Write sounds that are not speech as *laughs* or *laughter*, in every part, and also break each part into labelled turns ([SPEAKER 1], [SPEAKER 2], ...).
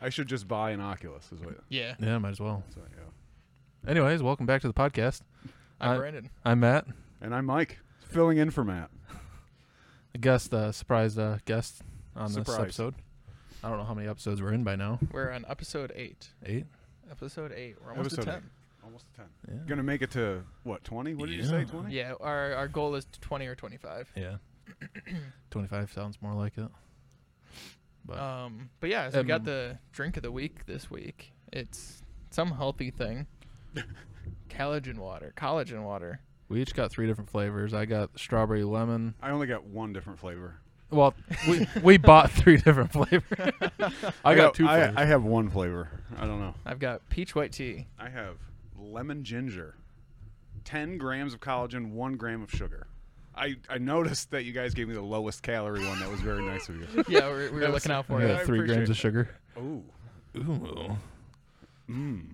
[SPEAKER 1] I should just buy an Oculus. Is what.
[SPEAKER 2] Yeah.
[SPEAKER 3] Yeah, might as well.
[SPEAKER 1] So, yeah.
[SPEAKER 3] Anyways, welcome back to the podcast.
[SPEAKER 2] I'm
[SPEAKER 3] Uh,
[SPEAKER 2] Brandon.
[SPEAKER 3] I'm Matt.
[SPEAKER 1] And I'm Mike, filling in for Matt.
[SPEAKER 3] A guest, uh, surprise uh, guest on this
[SPEAKER 1] Surprise.
[SPEAKER 3] episode. I don't know how many episodes we're in by now.
[SPEAKER 2] We're on episode eight.
[SPEAKER 3] Eight.
[SPEAKER 2] Episode eight. We're almost
[SPEAKER 1] Episode
[SPEAKER 2] to ten.
[SPEAKER 1] Almost a ten.
[SPEAKER 3] Yeah.
[SPEAKER 1] Gonna make it to what? Twenty? What did you say?
[SPEAKER 3] Yeah.
[SPEAKER 1] Twenty?
[SPEAKER 2] Yeah. Our our goal is twenty or twenty five.
[SPEAKER 3] Yeah. Twenty-five sounds more like it. But
[SPEAKER 2] Um. But yeah, so we got
[SPEAKER 3] Um,
[SPEAKER 2] the drink of the week this week. It's some
[SPEAKER 1] *laughs*
[SPEAKER 2] healthy thing. collagen water. Collagen water.
[SPEAKER 3] we each got three different flavors. I got strawberry lemon.
[SPEAKER 1] I only got one different flavor.
[SPEAKER 3] Well, we we bought three *laughs* different flavors. I got two
[SPEAKER 1] I,
[SPEAKER 3] flavors.
[SPEAKER 1] I have one flavor. I don't know.
[SPEAKER 2] I've got peach
[SPEAKER 1] *laughs*
[SPEAKER 2] white tea.
[SPEAKER 1] I have lemon ginger, ten grams of collagen, one gram of sugar. I, I noticed that you guys gave me the lowest calorie one. That was very nice of you.
[SPEAKER 2] Yeah, we're, we were
[SPEAKER 1] That was-
[SPEAKER 2] looking out for
[SPEAKER 3] I
[SPEAKER 1] Yeah,
[SPEAKER 2] it.
[SPEAKER 3] got three grams
[SPEAKER 1] appreciate
[SPEAKER 3] of sugar.
[SPEAKER 1] Ooh,
[SPEAKER 3] Ooh.
[SPEAKER 1] mmm,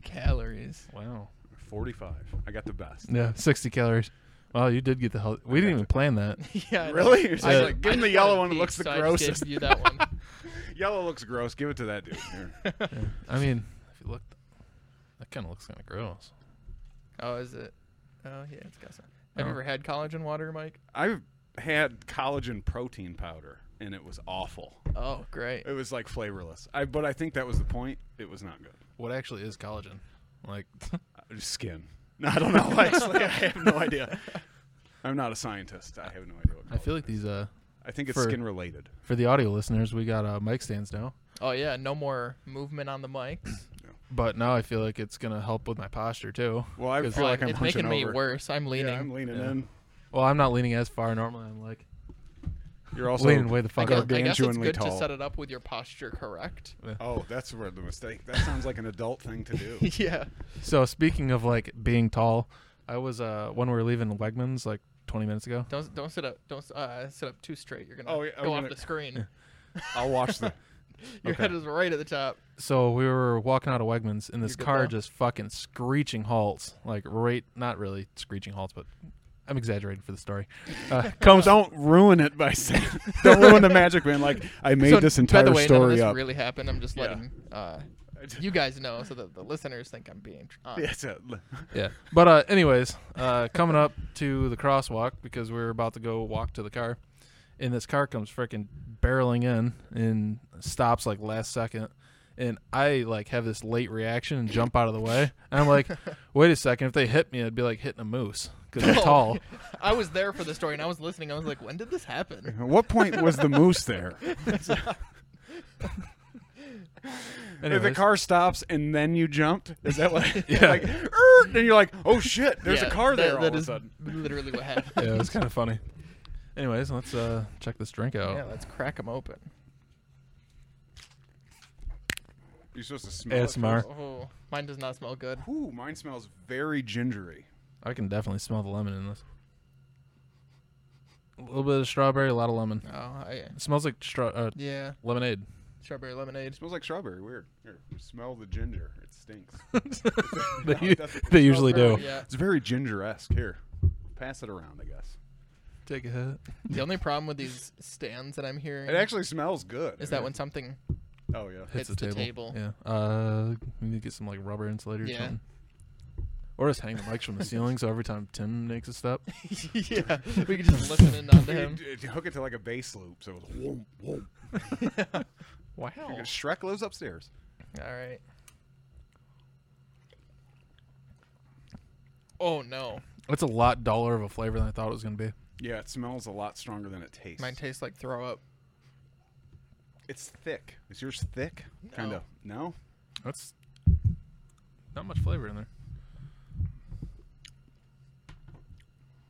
[SPEAKER 1] *laughs*
[SPEAKER 2] calories.
[SPEAKER 3] Wow.
[SPEAKER 1] forty-five. I got the best.
[SPEAKER 3] Yeah, sixty calories. Wow, you did get the health. We didn't even plan that.
[SPEAKER 2] yeah. I know.
[SPEAKER 1] Really? You're just
[SPEAKER 2] I
[SPEAKER 1] like,
[SPEAKER 2] ju-
[SPEAKER 1] give
[SPEAKER 2] I
[SPEAKER 1] him the
[SPEAKER 2] just
[SPEAKER 1] yellow one
[SPEAKER 2] wanted
[SPEAKER 1] that
[SPEAKER 2] peach,
[SPEAKER 1] looks the
[SPEAKER 2] so I just
[SPEAKER 1] grossest.
[SPEAKER 2] gave you
[SPEAKER 1] *laughs*
[SPEAKER 2] that one.
[SPEAKER 1] Yellow looks gross. Give it to that dude. *laughs* Here.
[SPEAKER 3] I mean, if you look, that kind of looks kind of gross.
[SPEAKER 2] Oh, is it? Oh, yeah, it's got some. Have
[SPEAKER 3] Oh.
[SPEAKER 2] you ever had collagen water, Mike?
[SPEAKER 1] I've had collagen protein powder, and it was awful.
[SPEAKER 2] Oh, great.
[SPEAKER 1] It was like flavorless. I but I think that was the point. It was not good.
[SPEAKER 3] What actually is collagen? *laughs* Like,
[SPEAKER 1] Uh, Skin. *laughs* No, I don't know. Actually, I have no idea. I'm not a scientist. I have no idea. What
[SPEAKER 3] I feel like
[SPEAKER 1] collagen is.
[SPEAKER 3] these uh
[SPEAKER 1] I think it's
[SPEAKER 3] for-
[SPEAKER 1] skin related.
[SPEAKER 3] for the audio listeners, we got uh mic stands now,
[SPEAKER 2] Oh yeah, no more movement on
[SPEAKER 1] *clears throat*
[SPEAKER 2] the mics.
[SPEAKER 3] but now I feel like it's gonna help with my posture too.
[SPEAKER 1] Well, I
[SPEAKER 3] 'Cause
[SPEAKER 1] feel like
[SPEAKER 2] But
[SPEAKER 1] I'm
[SPEAKER 2] it's
[SPEAKER 1] hunching
[SPEAKER 2] making me
[SPEAKER 1] over.
[SPEAKER 2] worse. I'm
[SPEAKER 1] Yeah,
[SPEAKER 2] leaning.
[SPEAKER 1] I'm leaning
[SPEAKER 3] Yeah.
[SPEAKER 1] in.
[SPEAKER 3] Well, I'm not leaning as far. Normally, I'm like
[SPEAKER 1] You're also
[SPEAKER 3] leaning way the
[SPEAKER 2] I
[SPEAKER 3] fuck
[SPEAKER 2] guess,
[SPEAKER 3] up.
[SPEAKER 2] I guess it's
[SPEAKER 1] gargantuanly
[SPEAKER 2] good to
[SPEAKER 1] tall.
[SPEAKER 2] set it up with your posture correct. *laughs*
[SPEAKER 1] Oh, that's where the mistake. That sounds like an adult thing to do.
[SPEAKER 2] *laughs* yeah.
[SPEAKER 3] So speaking of like being tall, I was uh when we were leaving Wegmans like 20 minutes ago.
[SPEAKER 2] Don't don't sit up. Don't uh, sit up too straight. You're gonna
[SPEAKER 1] Oh, yeah, I'm
[SPEAKER 2] go off
[SPEAKER 1] gonna- *laughs*
[SPEAKER 2] the screen. *laughs*
[SPEAKER 1] I'll watch the.
[SPEAKER 2] Your
[SPEAKER 1] Okay.
[SPEAKER 2] head is right at the top.
[SPEAKER 3] So we were walking out of Wegmans and this
[SPEAKER 2] You're good
[SPEAKER 3] car
[SPEAKER 2] now?
[SPEAKER 3] just fucking screeching halts, like right, not really screeching halts, but I'm exaggerating for the story. Uh, comes
[SPEAKER 1] Don't ruin it by saying. *laughs* don't ruin the magic, man. Like I made
[SPEAKER 2] So,
[SPEAKER 1] this entire
[SPEAKER 2] by the way, none of
[SPEAKER 1] story *laughs*
[SPEAKER 2] this
[SPEAKER 1] up.
[SPEAKER 2] really happened. I'm just
[SPEAKER 1] Yeah.
[SPEAKER 2] letting uh,
[SPEAKER 1] *laughs*
[SPEAKER 2] you guys know so that the listeners think I'm being. tr- Uh,
[SPEAKER 1] It's a-
[SPEAKER 3] yeah. But uh, anyways, uh, coming up to the crosswalk because we were about to go walk to the car, and this car comes freaking barreling in and stops like last second, and I like have this late reaction and jump out of the way, and I'm like, wait a second, if they hit me, it'd be like hitting a moose
[SPEAKER 2] *laughs*
[SPEAKER 3] because I'm
[SPEAKER 2] Oh.
[SPEAKER 3] tall.
[SPEAKER 2] I was there for the story and I was listening. I was like, when did this happen?
[SPEAKER 1] At what point was the moose
[SPEAKER 2] *laughs*
[SPEAKER 1] there? If the
[SPEAKER 3] Anyways.
[SPEAKER 1] car stops and then you jumped, is that
[SPEAKER 2] *laughs*
[SPEAKER 1] what? *laughs*
[SPEAKER 3] Yeah.
[SPEAKER 1] Like, "Er," and you're like, oh shit, there's
[SPEAKER 2] Yeah,
[SPEAKER 1] a car there
[SPEAKER 2] That,
[SPEAKER 1] all
[SPEAKER 2] that
[SPEAKER 1] of a
[SPEAKER 2] is
[SPEAKER 1] sudden. *laughs*
[SPEAKER 2] literally what happened.
[SPEAKER 3] yeah, it was kind of funny. Anyways, let's uh, check this drink out.
[SPEAKER 2] Yeah, let's crack them open.
[SPEAKER 1] You're supposed to smell it
[SPEAKER 3] ASMR.
[SPEAKER 1] first.
[SPEAKER 2] Oh, mine does not smell good.
[SPEAKER 1] Ooh, mine smells very gingery.
[SPEAKER 3] I can definitely smell the lemon in this. A little bit of strawberry, a lot of lemon.
[SPEAKER 2] Oh, I,
[SPEAKER 3] It smells like stra- uh,
[SPEAKER 2] yeah,
[SPEAKER 3] lemonade.
[SPEAKER 2] strawberry lemonade.
[SPEAKER 1] It smells like strawberry. Weird. Here, smell the ginger. It
[SPEAKER 2] *laughs*
[SPEAKER 1] stinks.
[SPEAKER 3] *laughs* They,
[SPEAKER 1] it doesn't.
[SPEAKER 3] they usually do.
[SPEAKER 2] Yeah.
[SPEAKER 1] It's very ginger esque. Here, pass it around, I guess.
[SPEAKER 3] Take a hit.
[SPEAKER 2] The only problem with these stands that I'm hearing
[SPEAKER 1] It actually smells good.
[SPEAKER 2] is that when something.
[SPEAKER 1] *laughs*
[SPEAKER 2] *laughs*
[SPEAKER 1] Oh, yeah.
[SPEAKER 3] Hits
[SPEAKER 2] Hits the table.
[SPEAKER 3] Yeah. Uh, we need to get some like rubber insulators.
[SPEAKER 2] Yeah.
[SPEAKER 3] Or, something. or just hang the
[SPEAKER 2] *laughs*
[SPEAKER 3] mics from the ceiling so every time Tim makes a step.
[SPEAKER 2] yeah, we could just listen in onto him.
[SPEAKER 1] You, you hook it to like a bass loop, so it's whoom, whoom.
[SPEAKER 2] Wow.
[SPEAKER 1] Shrek lives upstairs.
[SPEAKER 2] All right. Oh no,
[SPEAKER 3] That's a lot duller of a flavor than I thought it was gonna be.
[SPEAKER 1] Yeah, it smells a lot stronger than it tastes.
[SPEAKER 2] mine tastes like throw up.
[SPEAKER 1] it's thick. Is yours thick? Kind of. No.
[SPEAKER 3] That's not much flavor in there.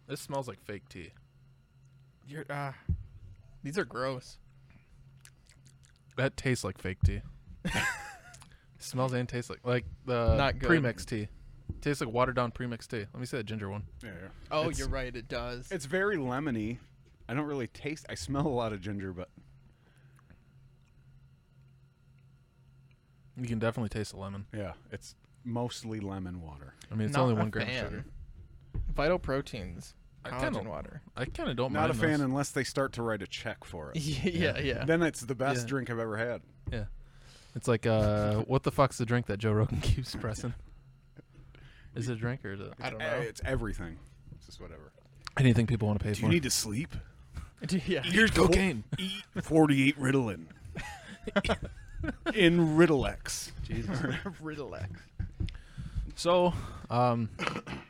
[SPEAKER 3] This smells like fake tea.
[SPEAKER 2] You're, ah, these are gross.
[SPEAKER 3] That tastes like fake
[SPEAKER 2] *laughs*
[SPEAKER 3] tea. Smells and tastes like like the
[SPEAKER 2] Not good.
[SPEAKER 3] premix tea. Tastes like watered down premix tea. Let me see that ginger one.
[SPEAKER 1] Yeah, yeah.
[SPEAKER 2] Oh,
[SPEAKER 3] It's-
[SPEAKER 2] you're right. It does.
[SPEAKER 1] It's very lemony. I don't really taste. I smell a lot of ginger, but
[SPEAKER 3] You can definitely taste the lemon.
[SPEAKER 1] yeah, it's mostly lemon water.
[SPEAKER 3] I mean, it's
[SPEAKER 2] Not
[SPEAKER 3] only
[SPEAKER 2] a
[SPEAKER 3] one gram
[SPEAKER 2] fan.
[SPEAKER 3] of sugar.
[SPEAKER 2] Vital proteins,
[SPEAKER 3] I kinda-
[SPEAKER 2] collagen water.
[SPEAKER 3] I kind
[SPEAKER 2] Oh,
[SPEAKER 3] of don't
[SPEAKER 1] Not a
[SPEAKER 3] mind
[SPEAKER 1] fan
[SPEAKER 3] this.
[SPEAKER 1] unless they start to write a check for it.
[SPEAKER 2] *laughs* yeah, yeah.
[SPEAKER 1] Then it's the best
[SPEAKER 3] Yeah.
[SPEAKER 1] drink I've ever had.
[SPEAKER 3] yeah. It's like uh, what the fuck's the drink that Joe Rogan *laughs* keeps pressing? Is it a drink or is it
[SPEAKER 2] I don't
[SPEAKER 1] Eh,
[SPEAKER 2] know.
[SPEAKER 1] It's everything. It's just whatever.
[SPEAKER 3] anything people want to pay
[SPEAKER 1] Do
[SPEAKER 3] for?
[SPEAKER 1] you need to sleep?
[SPEAKER 2] *laughs* yeah.
[SPEAKER 1] Here's
[SPEAKER 3] cocaine.
[SPEAKER 1] Eat 48 Ritalin.
[SPEAKER 2] *laughs*
[SPEAKER 1] In Ritalex.
[SPEAKER 3] Jesus.
[SPEAKER 2] *laughs*
[SPEAKER 1] *laughs*
[SPEAKER 2] Riddlex.
[SPEAKER 3] so, um,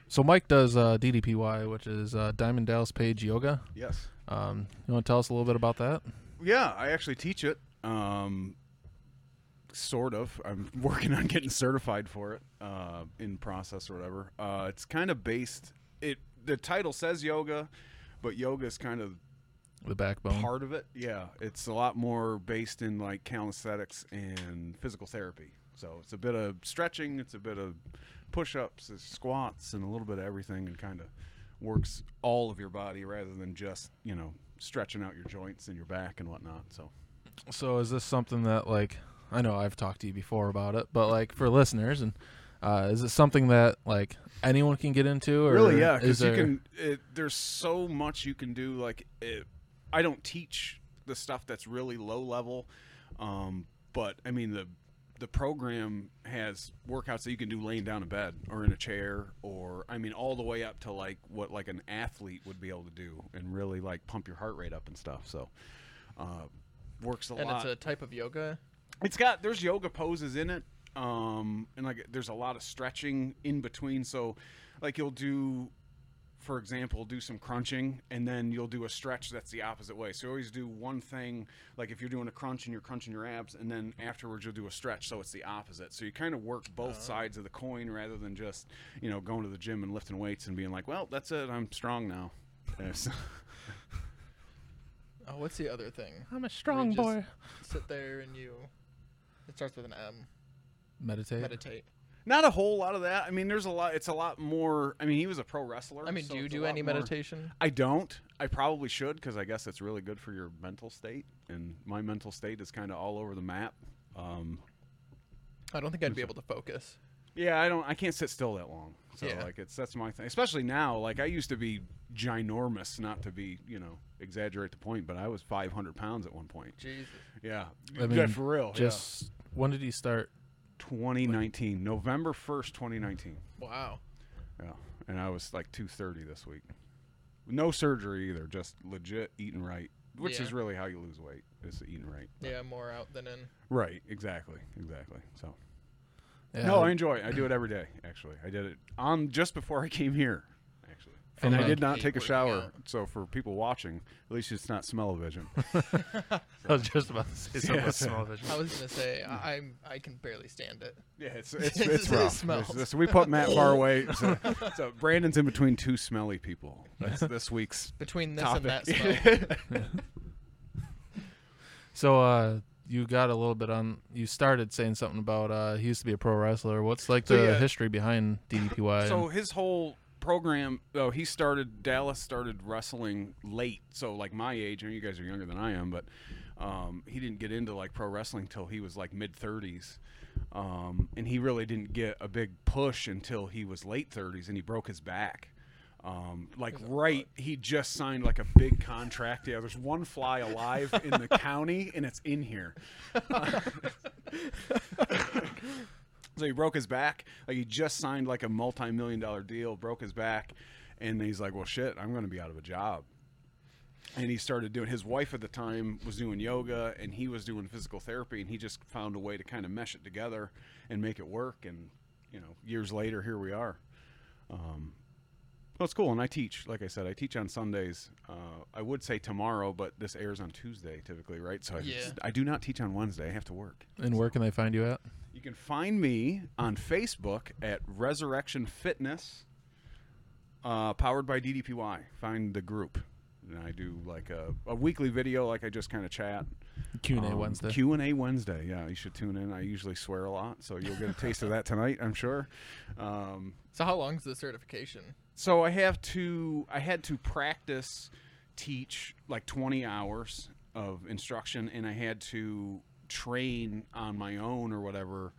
[SPEAKER 3] so Mike does uh, DDPY, which is uh, Diamond Dallas Page Yoga.
[SPEAKER 1] Yes.
[SPEAKER 3] Um, you want to tell us a little bit about that?
[SPEAKER 1] Yeah, I actually teach it. Um, sort of. I'm *laughs* working on getting certified for it. Uh, in process or whatever. Uh, it's kind of based. It the title says yoga, but yoga is kind of
[SPEAKER 3] The backbone.
[SPEAKER 1] part of it. Yeah, it's a lot more based in like calisthenics and physical therapy. So it's a bit of stretching, it's a bit of push-ups, it's squats, and a little bit of everything, and kind of works all of your body rather than just you know stretching out your joints and your back and whatnot. So
[SPEAKER 3] So is this something that like I know I've talked to you before about it, but like for listeners and uh, is it something that like anyone can get into? Or
[SPEAKER 1] really, yeah, because
[SPEAKER 3] is
[SPEAKER 1] you
[SPEAKER 3] there-
[SPEAKER 1] can. It, there's so much you can do. Like, it, I don't teach the stuff that's really low level, um, but I mean the the program has workouts that you can do laying down in bed or in a chair, or I mean all the way up to like what like an athlete would be able to do, and really like pump your heart rate up and stuff. So. Uh, works a
[SPEAKER 2] And
[SPEAKER 1] lot
[SPEAKER 2] it's a type of yoga.
[SPEAKER 1] it's got there's yoga poses in it um and like there's a lot of stretching in between so like you'll do for example do some crunching and then you'll do a stretch that's the opposite way so you always do one thing like if you're doing a crunch and you're crunching your abs and then afterwards you'll do a stretch so it's the opposite so you kind of work
[SPEAKER 2] Oh.
[SPEAKER 1] both sides of the coin rather than just you know going to the gym and lifting weights and being like well that's it i'm strong now *laughs* Yes.
[SPEAKER 2] Oh, what's the other thing?
[SPEAKER 3] I'm a
[SPEAKER 2] Where
[SPEAKER 3] strong
[SPEAKER 2] you
[SPEAKER 3] boy.
[SPEAKER 2] just Sit there and you. It starts with an M.
[SPEAKER 3] Meditate.
[SPEAKER 2] Meditate.
[SPEAKER 1] not a whole lot of that i mean there's a lot it's a lot more i mean he was a pro wrestler
[SPEAKER 2] I mean,
[SPEAKER 1] so
[SPEAKER 2] do you
[SPEAKER 1] it's a
[SPEAKER 2] do
[SPEAKER 1] lot
[SPEAKER 2] any
[SPEAKER 1] more-
[SPEAKER 2] meditation?
[SPEAKER 1] I don't. I probably should because I guess it's really good for your mental state, and my mental state is kind of all over the map. Um,
[SPEAKER 2] I don't think I'd be able to focus.
[SPEAKER 1] yeah, I don't. I can't sit still that long. So
[SPEAKER 2] Yeah.
[SPEAKER 1] like, it's that's my thing. Especially now, like I used to be ginormous. Not to be, you know, exaggerate the point, but I was 500 pounds at one point.
[SPEAKER 2] Jesus.
[SPEAKER 1] Yeah,
[SPEAKER 3] I
[SPEAKER 1] Oh, yeah,
[SPEAKER 3] mean,
[SPEAKER 1] for real. Just
[SPEAKER 3] Just when did he start?
[SPEAKER 1] 2019, November 1st, 2019.
[SPEAKER 2] Wow.
[SPEAKER 1] Yeah, and I was like 230 this week. No surgery either. Just legit eating right, which
[SPEAKER 2] Yeah.
[SPEAKER 1] is really how you lose weight. Is eating right.
[SPEAKER 2] Yeah, more out than in.
[SPEAKER 1] Right, exactly, exactly. So
[SPEAKER 3] Yeah,
[SPEAKER 1] no, I enjoy it. I do it every day. Actually, I did it on just before I came here. Actually, and
[SPEAKER 3] From
[SPEAKER 1] I
[SPEAKER 3] a-
[SPEAKER 1] did not
[SPEAKER 2] Hate
[SPEAKER 1] take a
[SPEAKER 2] working
[SPEAKER 1] shower.
[SPEAKER 2] out.
[SPEAKER 1] So for people watching, at least it's not smell of
[SPEAKER 2] *laughs*
[SPEAKER 1] vision.
[SPEAKER 3] I was just about to say something.
[SPEAKER 1] *laughs* Yeah.
[SPEAKER 3] small vision.
[SPEAKER 2] I was gonna say
[SPEAKER 1] Mm.
[SPEAKER 2] I, I'm I can barely stand it.
[SPEAKER 1] yeah,
[SPEAKER 2] *laughs*
[SPEAKER 1] it's it's,
[SPEAKER 2] It
[SPEAKER 1] it's rough.
[SPEAKER 2] smells.
[SPEAKER 1] It's- it's- we put Matt far away.
[SPEAKER 2] *laughs*
[SPEAKER 1] So, so Brandon's in between two smelly people. That's this week's
[SPEAKER 2] Between this
[SPEAKER 1] topic.
[SPEAKER 2] and that
[SPEAKER 1] *laughs*
[SPEAKER 2] smell.
[SPEAKER 3] So uh, you got a little bit on. You started saying something about uh, he used to be a pro wrestler. What's like
[SPEAKER 1] So,
[SPEAKER 3] the
[SPEAKER 1] yeah.
[SPEAKER 3] history behind DDPY?
[SPEAKER 1] So his whole program, though, he started Dallas started wrestling late, so like my age. I know you guys are younger than I am, but um, he didn't get into like pro wrestling till he was like mid thirties, um, and he really didn't get a big push until he was late thirties, and he broke his back. Um, like right, he just signed like a big contract. Yeah, there's one fly alive in the county, and it's in here. So he broke his back. Like he just signed like a multi-million dollar deal, broke his back, and he's like, "Well, shit, I'm going to be out of a job." And he started doing. His wife at the time was doing yoga, and he was doing physical therapy, and he just found a way to kind of mesh it together and make it work. And you know, years later, here we are. Um, well, it's cool, and I teach. Like I said, I teach on Sundays. Uh, I would say tomorrow, but this airs on Tuesday typically, right? So I,
[SPEAKER 2] Yeah.
[SPEAKER 1] I do not teach on Wednesday. I have to work.
[SPEAKER 3] and where can they find you at?
[SPEAKER 1] You can find me on Facebook at Resurrection Fitness, uh, powered by DDPY. Find the group, and I do like a, a weekly video, like I just kind of chat. Um,
[SPEAKER 3] Q and A Wednesday.
[SPEAKER 1] Q and A Wednesday. Yeah, you should tune in. I usually swear a lot, so you'll get a taste of that tonight, I'm sure. Um,
[SPEAKER 2] So how long's the certification?
[SPEAKER 1] so I have to I had to practice teach like 20 hours of instruction and I had to train on my own or whatever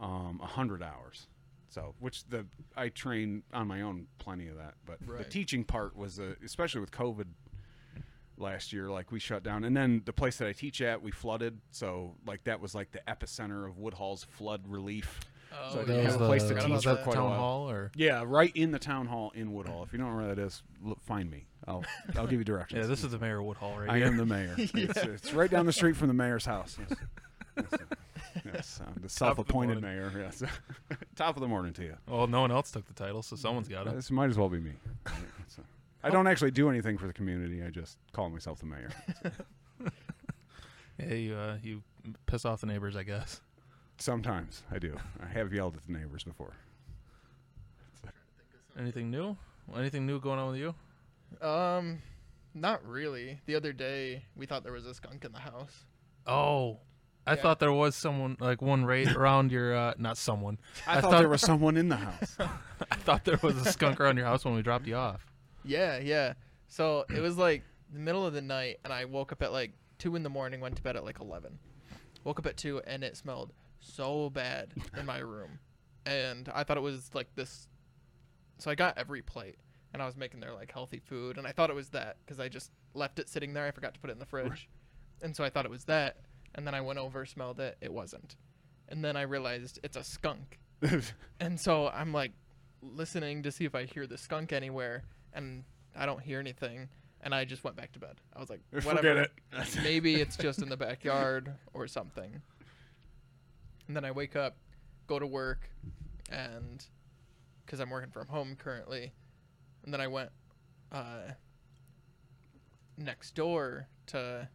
[SPEAKER 1] um 100 hours. So which the I train on my own plenty of that, but the
[SPEAKER 2] Right.
[SPEAKER 1] uh, teaching part was a, especially with COVID last year. Like we shut down, and then the place that I teach at, we flooded. So like that was like the epicenter of Woodhall's flood relief.
[SPEAKER 2] Oh,
[SPEAKER 1] So I
[SPEAKER 3] That
[SPEAKER 1] didn't
[SPEAKER 3] was
[SPEAKER 1] have
[SPEAKER 3] the,
[SPEAKER 1] a place to
[SPEAKER 3] that
[SPEAKER 1] teach
[SPEAKER 3] was
[SPEAKER 1] for
[SPEAKER 3] that
[SPEAKER 1] quite a
[SPEAKER 3] town
[SPEAKER 1] while.
[SPEAKER 3] hall or
[SPEAKER 1] Yeah, right in the town hall in Woodhall. If you don't know where that is, look, find me. I'll I'll give you directions.
[SPEAKER 3] yeah, this is the mayor of Woodhall right
[SPEAKER 1] I
[SPEAKER 3] here.
[SPEAKER 1] am the
[SPEAKER 3] *laughs*
[SPEAKER 1] mayor. it's, it's right down the street from the mayor's house. Yes, yes, yes I'm the self-appointed mayor. Yes, *laughs* top of the morning to you.
[SPEAKER 3] Well, no one else took the title, so someone's got it. Oh.
[SPEAKER 1] This might as well be me. So, I don't actually do anything for the community. I just call myself the mayor.
[SPEAKER 3] Yeah, you uh, you piss off the neighbors, I guess.
[SPEAKER 1] Sometimes I do. I have yelled at the neighbors before.
[SPEAKER 3] Anything new? Anything new going on with you?
[SPEAKER 2] Um, not really. The other day, we thought there was a skunk in the house.
[SPEAKER 3] Oh, I
[SPEAKER 2] Yeah.
[SPEAKER 3] thought there was someone like one
[SPEAKER 1] *laughs*
[SPEAKER 3] right around your uh, not someone.
[SPEAKER 1] I, thought, there was someone in the house.
[SPEAKER 3] *laughs* I thought there was a skunk around your house when we dropped you off.
[SPEAKER 2] Yeah, yeah. So it was like the middle of the night, and I woke up at like two in the morning. Went to bed at like eleven. Woke up at two, and it smelled so bad in my room, and I thought it was like this. So I got every plate, and I was making their like healthy food, and I thought it was that because I just left it sitting there. I forgot to put it in the fridge, and so I thought it was that. And then I went over, smelled it. It wasn't. And then I realized it's a skunk. And so I'm like listening to see if I hear the skunk anywhere, and I don't hear anything. And I just went back to bed. I was like,
[SPEAKER 1] Forget
[SPEAKER 2] whatever.
[SPEAKER 1] it.
[SPEAKER 2] Maybe it's just in the backyard or something. And then I wake up, go to work, and because I'm working from home currently, and then I went uh, next door to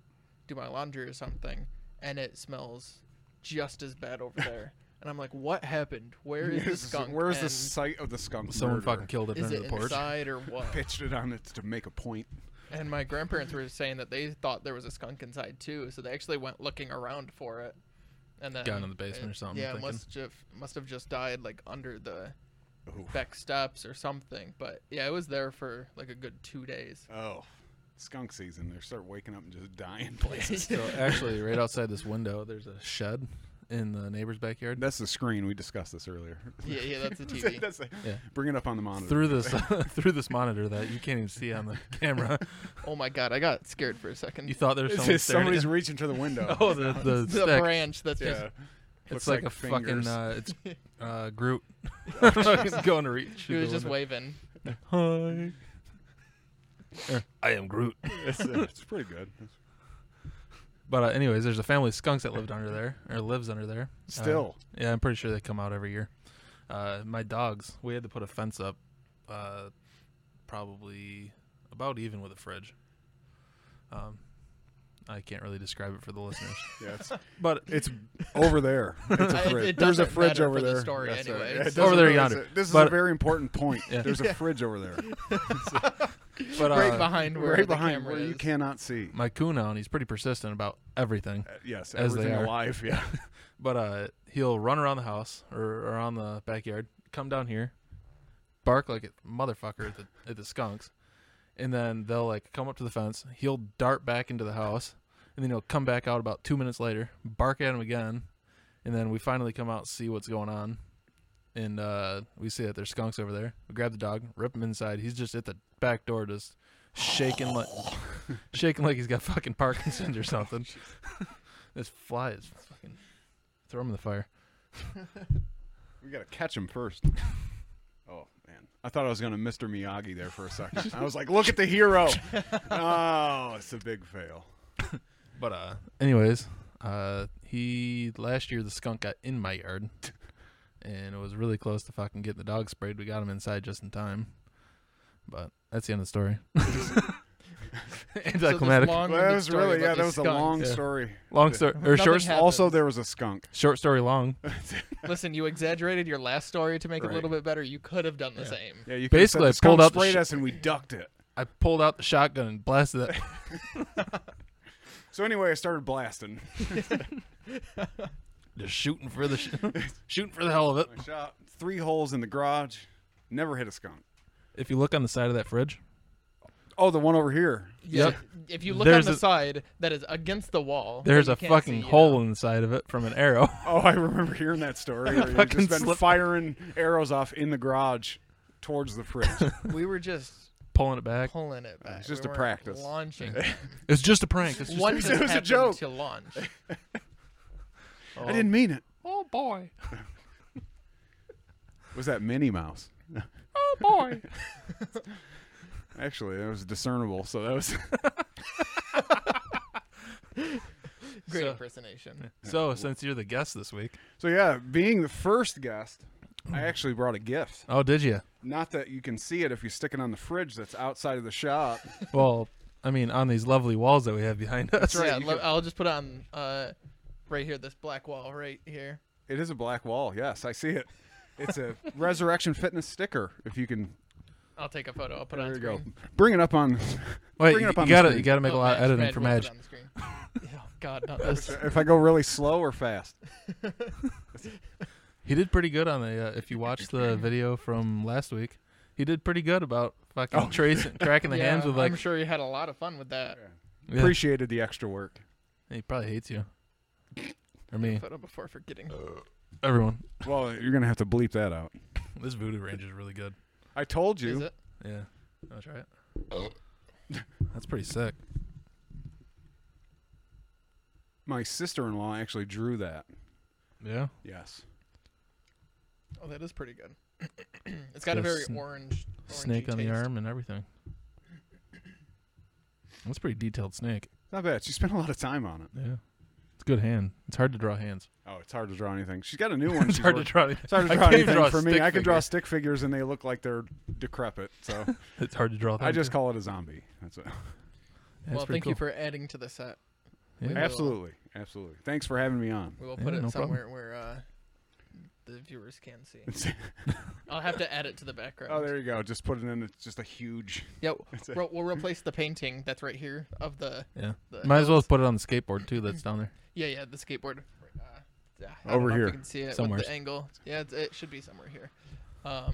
[SPEAKER 2] do my laundry or something, and it smells just as bad
[SPEAKER 3] *laughs*
[SPEAKER 2] over there. And I'm like, what happened? Where is
[SPEAKER 1] *laughs*
[SPEAKER 2] the skunk?
[SPEAKER 1] Where is the
[SPEAKER 2] and
[SPEAKER 1] site of the skunk?
[SPEAKER 3] Someone
[SPEAKER 1] murder?
[SPEAKER 3] fucking killed it
[SPEAKER 2] Is
[SPEAKER 3] under
[SPEAKER 2] it
[SPEAKER 3] the porch.
[SPEAKER 2] inside or what?
[SPEAKER 1] pitched it on it to make a point.
[SPEAKER 2] And my grandparents were saying that they thought there was a skunk inside too, so they actually went looking around for it. And then
[SPEAKER 3] Got in the basement or something,
[SPEAKER 2] Yeah,
[SPEAKER 3] thinking.
[SPEAKER 2] must have must have just died like under the
[SPEAKER 1] Oof.
[SPEAKER 2] back steps or something. But yeah, it was there for like a good two days.
[SPEAKER 1] Oh, skunk season. They start waking up and just dying *laughs*
[SPEAKER 2] *laughs*
[SPEAKER 1] places.
[SPEAKER 3] So *laughs* actually, right outside this window, there's a shed in the neighbor's backyard.
[SPEAKER 1] That's the screen. We discussed this earlier. *laughs*
[SPEAKER 2] Yeah, yeah, that's the TV.
[SPEAKER 1] That's the-
[SPEAKER 3] Yeah.
[SPEAKER 1] Bring it up on the monitor.
[SPEAKER 3] Through this, *laughs* through this monitor that you can't even see on the camera,
[SPEAKER 2] oh my god, I got scared for a second.
[SPEAKER 3] you thought
[SPEAKER 1] *laughs*
[SPEAKER 3] there's
[SPEAKER 1] It's
[SPEAKER 3] someone
[SPEAKER 1] just
[SPEAKER 3] staring.
[SPEAKER 1] somebody's
[SPEAKER 3] At you.
[SPEAKER 1] reaching to the window.
[SPEAKER 3] *laughs*
[SPEAKER 1] *laughs*
[SPEAKER 3] Oh, the the,
[SPEAKER 2] the
[SPEAKER 3] stick.
[SPEAKER 2] branch that's
[SPEAKER 1] yeah.
[SPEAKER 2] just
[SPEAKER 1] Looks
[SPEAKER 3] It's like, a
[SPEAKER 1] fingers.
[SPEAKER 3] fucking uh, it's uh, Groot. *laughs* I don't know, He's going to reach.
[SPEAKER 2] she
[SPEAKER 3] through
[SPEAKER 2] was
[SPEAKER 3] the
[SPEAKER 2] just
[SPEAKER 3] window.
[SPEAKER 2] waving.
[SPEAKER 3] Hi. Or, I am *laughs* Groot.
[SPEAKER 1] *laughs* it's, uh, it's pretty good.
[SPEAKER 3] But uh, anyways, there's a family of skunks that lived under there or lives under there. Uh,
[SPEAKER 1] Still,
[SPEAKER 3] yeah, I'm pretty sure they come out every year. Uh, my dogs, we had to put a fence up, uh, probably about even with a fridge. Um, I can't really describe it for
[SPEAKER 2] *laughs*
[SPEAKER 3] the listeners,
[SPEAKER 1] yeah, it's,
[SPEAKER 3] but
[SPEAKER 1] it's over
[SPEAKER 3] *laughs*
[SPEAKER 1] there. It's a
[SPEAKER 2] I- it
[SPEAKER 1] fridge. There's a
[SPEAKER 2] doesn't
[SPEAKER 1] fridge
[SPEAKER 2] matter
[SPEAKER 1] over
[SPEAKER 2] for the
[SPEAKER 1] there.
[SPEAKER 2] story
[SPEAKER 1] That's all right.
[SPEAKER 2] anyway,
[SPEAKER 1] Yeah, it
[SPEAKER 2] so-
[SPEAKER 1] doesn't
[SPEAKER 3] Over there
[SPEAKER 1] really
[SPEAKER 3] yonder.
[SPEAKER 1] say- This is a
[SPEAKER 3] But-
[SPEAKER 1] very important point.
[SPEAKER 3] Yeah.
[SPEAKER 1] There's a fridge over
[SPEAKER 3] *laughs*
[SPEAKER 1] there,
[SPEAKER 3] but
[SPEAKER 2] right
[SPEAKER 3] uh,
[SPEAKER 2] behind where
[SPEAKER 1] right
[SPEAKER 2] the
[SPEAKER 1] behind
[SPEAKER 2] camera
[SPEAKER 1] where you
[SPEAKER 2] is.
[SPEAKER 1] cannot see.
[SPEAKER 3] my Kunon, he's pretty persistent about everything.
[SPEAKER 1] Uh, yes,
[SPEAKER 3] As they
[SPEAKER 1] everything
[SPEAKER 3] are.
[SPEAKER 1] alive. Yeah,
[SPEAKER 3] But uh, he'll run around the house or around the backyard, come down here, bark like a motherfucker at the, at the skunks, and then they'll like come up to the fence. He'll dart back into the house, and then he'll come back out about two minutes later, bark at him again, and then we finally come out and see what's going on, and uh, we see that there's skunks over there. We grab the dog, rip him inside. He's just at the back door, just shaking like shaking like he's got fucking Parkinson's or something. this fly is fucking throw him in the fire.
[SPEAKER 1] we gotta catch him
[SPEAKER 3] *laughs*
[SPEAKER 1] first. Oh man, I thought I was gonna Mr. Miyagi there for a second. I was like, look at the hero. Oh, it's a big
[SPEAKER 3] *laughs*
[SPEAKER 1] fail.
[SPEAKER 3] But uh anyways, uh he last year the skunk got in my yard and it was really close to fucking getting the dog sprayed. We got him inside just in time. But that's the end of the story. *laughs*
[SPEAKER 2] So this
[SPEAKER 3] Anticlimactic. long,
[SPEAKER 1] Well, that
[SPEAKER 2] long-winded
[SPEAKER 1] was
[SPEAKER 2] story
[SPEAKER 1] really
[SPEAKER 2] about
[SPEAKER 1] yeah. That
[SPEAKER 2] these
[SPEAKER 1] was a
[SPEAKER 2] skunks.
[SPEAKER 1] long
[SPEAKER 3] Yeah.
[SPEAKER 1] story.
[SPEAKER 3] story or short
[SPEAKER 2] Nothing happened.
[SPEAKER 1] Also, there was a skunk.
[SPEAKER 3] short story long.
[SPEAKER 2] Listen, you exaggerated your last story to make it
[SPEAKER 1] Right.
[SPEAKER 2] a little bit better. You could have done the same.
[SPEAKER 1] Yeah, you
[SPEAKER 3] could've said Basically, the I skunk pulled out the
[SPEAKER 1] sprayed
[SPEAKER 3] sh-
[SPEAKER 1] us and we ducked it.
[SPEAKER 3] I pulled out the shotgun and blasted it.
[SPEAKER 1] So anyway, I started blasting.
[SPEAKER 3] just shooting for the *laughs* sh- shooting for the hell of it.
[SPEAKER 1] I shot three holes in the garage. Never hit a skunk.
[SPEAKER 3] If you look on the side of that fridge,
[SPEAKER 1] Oh, the one over here.
[SPEAKER 2] Yeah.
[SPEAKER 3] Yep.
[SPEAKER 2] If you look
[SPEAKER 3] There's
[SPEAKER 2] on the
[SPEAKER 3] a-
[SPEAKER 2] side that is against the wall,
[SPEAKER 3] there's
[SPEAKER 2] that
[SPEAKER 3] a
[SPEAKER 2] you can't
[SPEAKER 3] fucking
[SPEAKER 2] see,
[SPEAKER 3] hole in the side of it from an arrow. *laughs*
[SPEAKER 1] Oh, I remember hearing that story. where you
[SPEAKER 3] Fucking
[SPEAKER 1] just been
[SPEAKER 3] slip- *laughs*
[SPEAKER 1] firing arrows off in the garage towards the fridge.
[SPEAKER 2] yeah. We were just
[SPEAKER 3] pulling it back.
[SPEAKER 2] pulling it back.
[SPEAKER 1] it's just
[SPEAKER 2] We
[SPEAKER 1] a
[SPEAKER 2] weren't
[SPEAKER 1] practice. *laughs*
[SPEAKER 2] Launching.
[SPEAKER 3] It's just a *laughs* prank. It's just
[SPEAKER 2] One
[SPEAKER 1] It was
[SPEAKER 2] just
[SPEAKER 1] a
[SPEAKER 2] happened
[SPEAKER 1] joke.
[SPEAKER 2] To launch.
[SPEAKER 3] *laughs*
[SPEAKER 2] Oh,
[SPEAKER 1] I didn't mean it.
[SPEAKER 3] oh boy,
[SPEAKER 1] Was that Minnie Mouse?
[SPEAKER 3] oh boy.
[SPEAKER 1] Actually, that was discernible. So that was *laughs*
[SPEAKER 2] Great
[SPEAKER 3] So-
[SPEAKER 2] impersonation.
[SPEAKER 3] *laughs* so since you're the guest this week,
[SPEAKER 1] so. Yeah, being the first guest, I actually brought a gift.
[SPEAKER 3] oh did you?
[SPEAKER 1] Not that you can see it if you stick it on the fridge that's outside of the shop.
[SPEAKER 3] Well, I mean, on these lovely walls that we have behind us.
[SPEAKER 1] right,
[SPEAKER 2] yeah,
[SPEAKER 1] you
[SPEAKER 2] lo-
[SPEAKER 1] could-
[SPEAKER 2] I'll just put it on uh, right here, this black wall right here.
[SPEAKER 1] It is a black wall. Yes, I see it. It's a Resurrection Fitness sticker. If you can,
[SPEAKER 2] I'll take a photo. I'll put it
[SPEAKER 1] there you
[SPEAKER 2] on screen.
[SPEAKER 1] go. Bring it up on.
[SPEAKER 3] Wait,
[SPEAKER 1] Bring it
[SPEAKER 3] you,
[SPEAKER 1] up on the
[SPEAKER 3] gotta
[SPEAKER 1] screen.
[SPEAKER 3] you gotta make
[SPEAKER 2] Oh,
[SPEAKER 3] a lot
[SPEAKER 2] Madge,
[SPEAKER 3] of editing
[SPEAKER 2] Madge
[SPEAKER 3] for
[SPEAKER 2] will put
[SPEAKER 3] Madge.
[SPEAKER 2] it on the
[SPEAKER 3] *laughs*
[SPEAKER 2] screen. oh God, not this.
[SPEAKER 1] If I go really slow or fast,
[SPEAKER 3] He did pretty good on the. Uh,
[SPEAKER 2] *laughs*
[SPEAKER 3] if you watched the video from last week, he did pretty good about fucking
[SPEAKER 1] Oh.
[SPEAKER 3] tracing, cracking the
[SPEAKER 2] *laughs* yeah,
[SPEAKER 3] hands with like.
[SPEAKER 2] I'm sure you had a lot of fun with that
[SPEAKER 3] Yeah,
[SPEAKER 1] appreciated the extra work.
[SPEAKER 3] he probably hates you. Or me,
[SPEAKER 2] *laughs* photo before forgetting.
[SPEAKER 3] everyone.
[SPEAKER 1] Well, you're gonna have to bleep that out.
[SPEAKER 3] This voodoo range is really good.
[SPEAKER 1] I told
[SPEAKER 2] Is
[SPEAKER 1] you.
[SPEAKER 2] it?
[SPEAKER 3] Yeah, wanna try it?
[SPEAKER 1] *laughs*
[SPEAKER 3] That's pretty sick.
[SPEAKER 1] My sister-in-law actually drew that.
[SPEAKER 3] Yeah.
[SPEAKER 1] Yes.
[SPEAKER 2] Oh, that is pretty good. *clears throat* it's got a
[SPEAKER 3] Got a
[SPEAKER 2] very
[SPEAKER 3] sn-
[SPEAKER 2] orange.
[SPEAKER 3] snake
[SPEAKER 2] orangey
[SPEAKER 3] on the
[SPEAKER 2] taste.
[SPEAKER 3] arm and everything. That's a pretty detailed snake.
[SPEAKER 1] Not bad. She spent a lot of time on it.
[SPEAKER 3] Yeah. It's a good hand. It's hard to draw hands.
[SPEAKER 1] Oh, it's hard to draw anything. She's got a new one.
[SPEAKER 3] *laughs* it's
[SPEAKER 1] she's
[SPEAKER 3] hard to
[SPEAKER 1] work-
[SPEAKER 3] draw.
[SPEAKER 1] It's hard to
[SPEAKER 3] I
[SPEAKER 1] draw
[SPEAKER 3] can't
[SPEAKER 1] anything
[SPEAKER 3] draw a
[SPEAKER 1] for me.
[SPEAKER 3] stick
[SPEAKER 1] I can draw
[SPEAKER 3] figure.
[SPEAKER 1] stick figures and they look like they're decrepit.
[SPEAKER 3] *laughs*
[SPEAKER 1] So
[SPEAKER 3] It's hard to draw.
[SPEAKER 1] I
[SPEAKER 3] things.
[SPEAKER 1] just call it a zombie. That's it.
[SPEAKER 3] Yeah, it's
[SPEAKER 2] Well,
[SPEAKER 3] pretty
[SPEAKER 2] thank you
[SPEAKER 3] cool.
[SPEAKER 2] for adding to the set.
[SPEAKER 3] Yeah.
[SPEAKER 2] We will-
[SPEAKER 1] Absolutely. Absolutely. Thanks for having me on. *laughs*
[SPEAKER 2] We will
[SPEAKER 3] Yeah,
[SPEAKER 2] put it
[SPEAKER 3] no problem.
[SPEAKER 2] somewhere where uh, the viewers can
[SPEAKER 3] *laughs*
[SPEAKER 2] see. I'll have to add it to the background.
[SPEAKER 1] Oh, there you go. Just put it in. It's just a huge. *laughs*
[SPEAKER 2] Yeah, we'll, we'll replace the painting that's right here of the.
[SPEAKER 3] Yeah.
[SPEAKER 2] the
[SPEAKER 3] Might as well put it on the skateboard too. That's down there.
[SPEAKER 2] Yeah, yeah, the skateboard. Uh, yeah, I don't
[SPEAKER 1] Over
[SPEAKER 2] know if
[SPEAKER 1] here.
[SPEAKER 2] you can see it
[SPEAKER 3] Somewheres.
[SPEAKER 2] with the angle. Yeah, it's, it should be somewhere here. Um,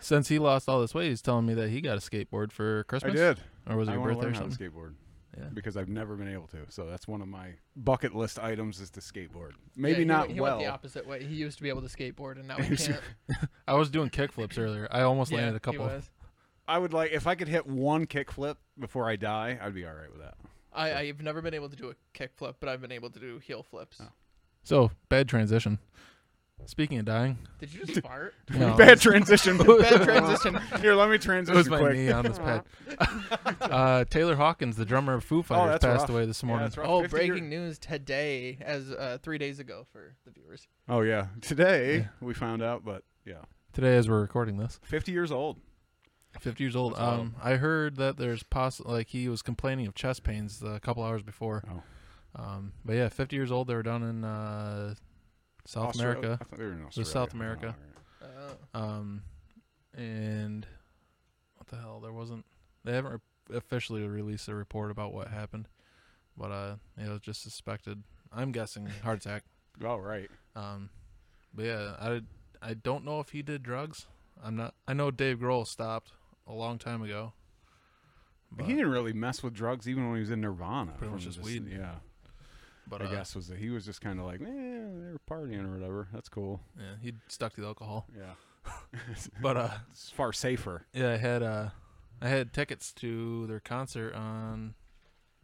[SPEAKER 3] Since he lost all this weight, he's telling me that he got a skateboard for
[SPEAKER 1] I
[SPEAKER 3] Christmas.
[SPEAKER 1] did.
[SPEAKER 3] Or was it
[SPEAKER 1] I
[SPEAKER 3] your
[SPEAKER 1] want to
[SPEAKER 3] birthday
[SPEAKER 1] learn
[SPEAKER 3] or
[SPEAKER 1] how to
[SPEAKER 3] something?
[SPEAKER 1] skateboard.
[SPEAKER 3] Yeah.
[SPEAKER 1] Because I've never been able to. So that's one of my bucket list items is to skateboard.
[SPEAKER 2] yeah,
[SPEAKER 1] Maybe
[SPEAKER 2] he
[SPEAKER 1] not
[SPEAKER 2] went, he
[SPEAKER 1] well.
[SPEAKER 2] Went the opposite way. He used to be able to skateboard, and now
[SPEAKER 3] *laughs*
[SPEAKER 2] he can't.
[SPEAKER 3] I was doing kickflips earlier. I almost
[SPEAKER 2] yeah,
[SPEAKER 3] landed
[SPEAKER 2] he
[SPEAKER 3] a couple.
[SPEAKER 2] was.
[SPEAKER 1] I would like if I could hit one kickflip before I die. I'd be all right with that. *laughs*
[SPEAKER 2] I, I've never been able to do a kick flip, but I've been able to do heel flips.
[SPEAKER 3] Oh. So bad transition. Speaking
[SPEAKER 1] *laughs*
[SPEAKER 3] of dying,
[SPEAKER 2] Did
[SPEAKER 3] *laughs*
[SPEAKER 2] you just fart?
[SPEAKER 3] no,
[SPEAKER 1] Bad transition.
[SPEAKER 3] *laughs*
[SPEAKER 2] Bad transition.
[SPEAKER 1] Here, let me
[SPEAKER 3] It
[SPEAKER 1] transition
[SPEAKER 3] was my
[SPEAKER 1] quick.
[SPEAKER 3] knee on this pad. *laughs* uh, Taylor Hawkins, the drummer of Foo Fighters,
[SPEAKER 1] Oh, that's
[SPEAKER 3] passed
[SPEAKER 1] rough.
[SPEAKER 3] away this
[SPEAKER 1] Yeah,
[SPEAKER 3] morning.
[SPEAKER 1] that's rough.
[SPEAKER 2] Oh,
[SPEAKER 1] 50
[SPEAKER 2] breaking
[SPEAKER 1] year-
[SPEAKER 2] news today, as uh, three days ago for the viewers.
[SPEAKER 1] Oh yeah. Today
[SPEAKER 3] Yeah.
[SPEAKER 1] we found out, but yeah,
[SPEAKER 3] Today, as we're recording this,
[SPEAKER 1] fifty years old.
[SPEAKER 3] 50 years old.
[SPEAKER 1] That's wild.
[SPEAKER 3] Um, I heard that there's possible like he was complaining of chest pains a couple hours before.
[SPEAKER 1] Oh.
[SPEAKER 3] Um, but yeah, 50 years old. They were down in uh, South
[SPEAKER 1] Austra-
[SPEAKER 3] America,
[SPEAKER 1] I thought they were in Australia.
[SPEAKER 3] was South America.
[SPEAKER 2] Oh.
[SPEAKER 3] um, and what the hell? There wasn't. They haven't re- officially released a report about what happened, but uh, it was just suspected. I'm guessing heart attack.
[SPEAKER 1] Oh right.
[SPEAKER 3] Um, but yeah, I I don't know if he did drugs. I'm not. I know Dave Grohl stopped a long time ago. But,
[SPEAKER 1] He didn't really mess with drugs even when he was in Nirvana.
[SPEAKER 3] Pretty much
[SPEAKER 1] from
[SPEAKER 3] just weed.
[SPEAKER 1] Yeah.
[SPEAKER 3] but
[SPEAKER 1] I
[SPEAKER 3] uh,
[SPEAKER 1] guess was that he was just kind of like, eh, they were partying or whatever. That's cool.
[SPEAKER 3] yeah, he stuck to the alcohol.
[SPEAKER 1] Yeah.
[SPEAKER 3] But uh,
[SPEAKER 1] It's far safer.
[SPEAKER 3] yeah, I had uh, I had tickets to their concert on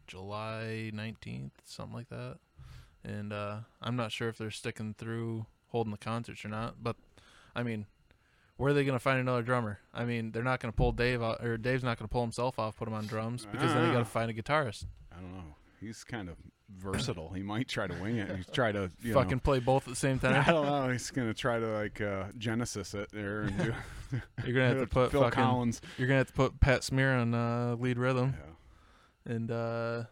[SPEAKER 3] July 19th, something like that. And uh, I'm not sure if they're sticking through holding the concerts or not. But I mean, where are they going to find another drummer? I mean, they're not going to pull Dave out, or Dave's not going to pull himself off, put him on drums, because then they got
[SPEAKER 1] Ah.
[SPEAKER 3] to find a guitarist.
[SPEAKER 1] I don't know. He's kind of versatile. he might try to wing it. He's try to you know-
[SPEAKER 3] Fucking play both at the same
[SPEAKER 1] *laughs* I *laughs*
[SPEAKER 3] *laughs* time.
[SPEAKER 1] don't know. He's gonna try to like uh, Genesis it there and do.
[SPEAKER 3] You're
[SPEAKER 1] *laughs*
[SPEAKER 3] gonna have to put
[SPEAKER 1] Phil
[SPEAKER 3] fucking.
[SPEAKER 1] Collins.
[SPEAKER 3] You're gonna have to put Pat Smear on uh, lead
[SPEAKER 1] Yeah.
[SPEAKER 3] rhythm, and uh,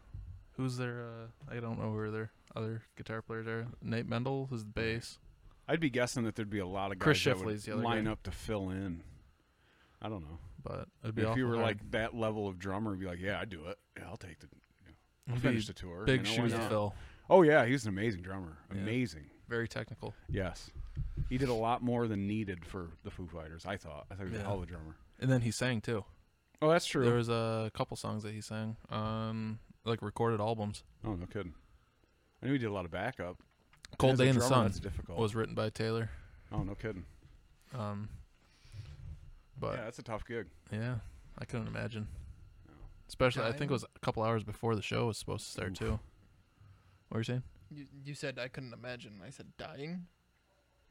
[SPEAKER 3] who's their? Uh, I don't know where their other guitar players are. Nate Mendel is the bass.
[SPEAKER 1] I'd be guessing that thered be a lot of guys
[SPEAKER 3] Chris
[SPEAKER 1] that
[SPEAKER 3] Shifley's
[SPEAKER 1] would
[SPEAKER 3] the other
[SPEAKER 1] line
[SPEAKER 3] guy.
[SPEAKER 1] up to fill in. I don't know.
[SPEAKER 3] But it'd be
[SPEAKER 1] if you
[SPEAKER 3] awful
[SPEAKER 1] were
[SPEAKER 3] hard.
[SPEAKER 1] like that level of drummer, you'd be like, yeah, I do it. Yeah, I'll take the
[SPEAKER 3] It'd be
[SPEAKER 1] finish the tour.
[SPEAKER 3] big
[SPEAKER 1] you know, why
[SPEAKER 3] shoes to
[SPEAKER 1] not?
[SPEAKER 3] fill.
[SPEAKER 1] Oh yeah, he was an amazing drummer.
[SPEAKER 3] Yeah.
[SPEAKER 1] Amazing.
[SPEAKER 3] Very technical.
[SPEAKER 1] Yes. He did a lot more than needed for the Foo Fighters, I thought. I thought he was
[SPEAKER 3] Yeah.
[SPEAKER 1] a hell of a drummer.
[SPEAKER 3] And then he sang too.
[SPEAKER 1] Oh, that's true.
[SPEAKER 3] There was a couple songs that he sang on like recorded albums.
[SPEAKER 1] oh, no kidding. I knew he did a lot of backup.
[SPEAKER 3] Cold
[SPEAKER 1] As a
[SPEAKER 3] Day in the
[SPEAKER 1] drummer,
[SPEAKER 3] Sun
[SPEAKER 1] That's difficult.
[SPEAKER 3] was written by Taylor.
[SPEAKER 1] oh, no kidding.
[SPEAKER 3] Um,
[SPEAKER 1] yeah,
[SPEAKER 3] but
[SPEAKER 1] that's a tough gig.
[SPEAKER 3] yeah. I couldn't imagine. Especially, I think it was a couple hours before the show was supposed to start
[SPEAKER 1] Oof.
[SPEAKER 3] too. What were you saying?
[SPEAKER 2] You, you said I couldn't imagine. I said dying.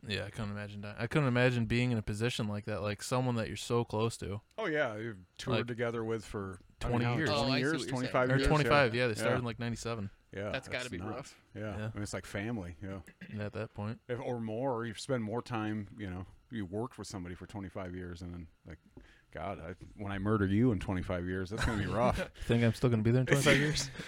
[SPEAKER 3] Yeah, I couldn't imagine. That. I couldn't imagine being in a position like that, like someone that you're so close to.
[SPEAKER 1] Oh yeah, you've toured
[SPEAKER 3] Like,
[SPEAKER 1] together with for I mean,
[SPEAKER 3] 20
[SPEAKER 1] how-
[SPEAKER 3] years. Oh,
[SPEAKER 2] I
[SPEAKER 1] twenty
[SPEAKER 2] see
[SPEAKER 1] years,
[SPEAKER 2] what you're
[SPEAKER 1] twenty
[SPEAKER 2] saying.
[SPEAKER 1] five
[SPEAKER 3] Or
[SPEAKER 1] years.
[SPEAKER 3] 25, yeah. they started in like 97
[SPEAKER 1] Yeah,
[SPEAKER 2] that's got to be
[SPEAKER 1] nuts.
[SPEAKER 2] rough.
[SPEAKER 1] Yeah.
[SPEAKER 3] Yeah.
[SPEAKER 1] I mean, it's like family. Yeah,
[SPEAKER 3] at that point.
[SPEAKER 1] if, or more. You spend more time. You know, you worked with somebody for twenty five years, and then like, God, I, when I murder you in twenty five years, that's gonna be rough.
[SPEAKER 3] Think I'm still going to be there in 25 years?
[SPEAKER 1] *laughs*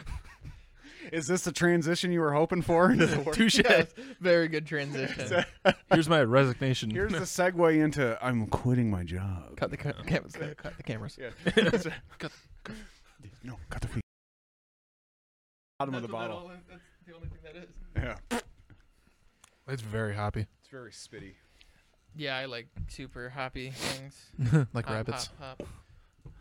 [SPEAKER 1] Is this the transition you were hoping for? into the
[SPEAKER 2] *laughs*
[SPEAKER 1] work-
[SPEAKER 3] Touche.
[SPEAKER 2] Yes, very good transition.
[SPEAKER 3] Here's my *laughs* resignation.
[SPEAKER 1] Here's the segue into I'm quitting my job.
[SPEAKER 2] cut the ca- cameras. Cut, cut the cameras.
[SPEAKER 1] Yeah. Cut- no, cut the feet. Bottom of the bottle.
[SPEAKER 2] that's the only thing that is.
[SPEAKER 1] Yeah,
[SPEAKER 3] it's very hoppy. *laughs*
[SPEAKER 1] it's very spitty.
[SPEAKER 2] Yeah, I like super hoppy things.
[SPEAKER 3] like
[SPEAKER 2] Hop,
[SPEAKER 3] rabbits.
[SPEAKER 2] Hop, hop.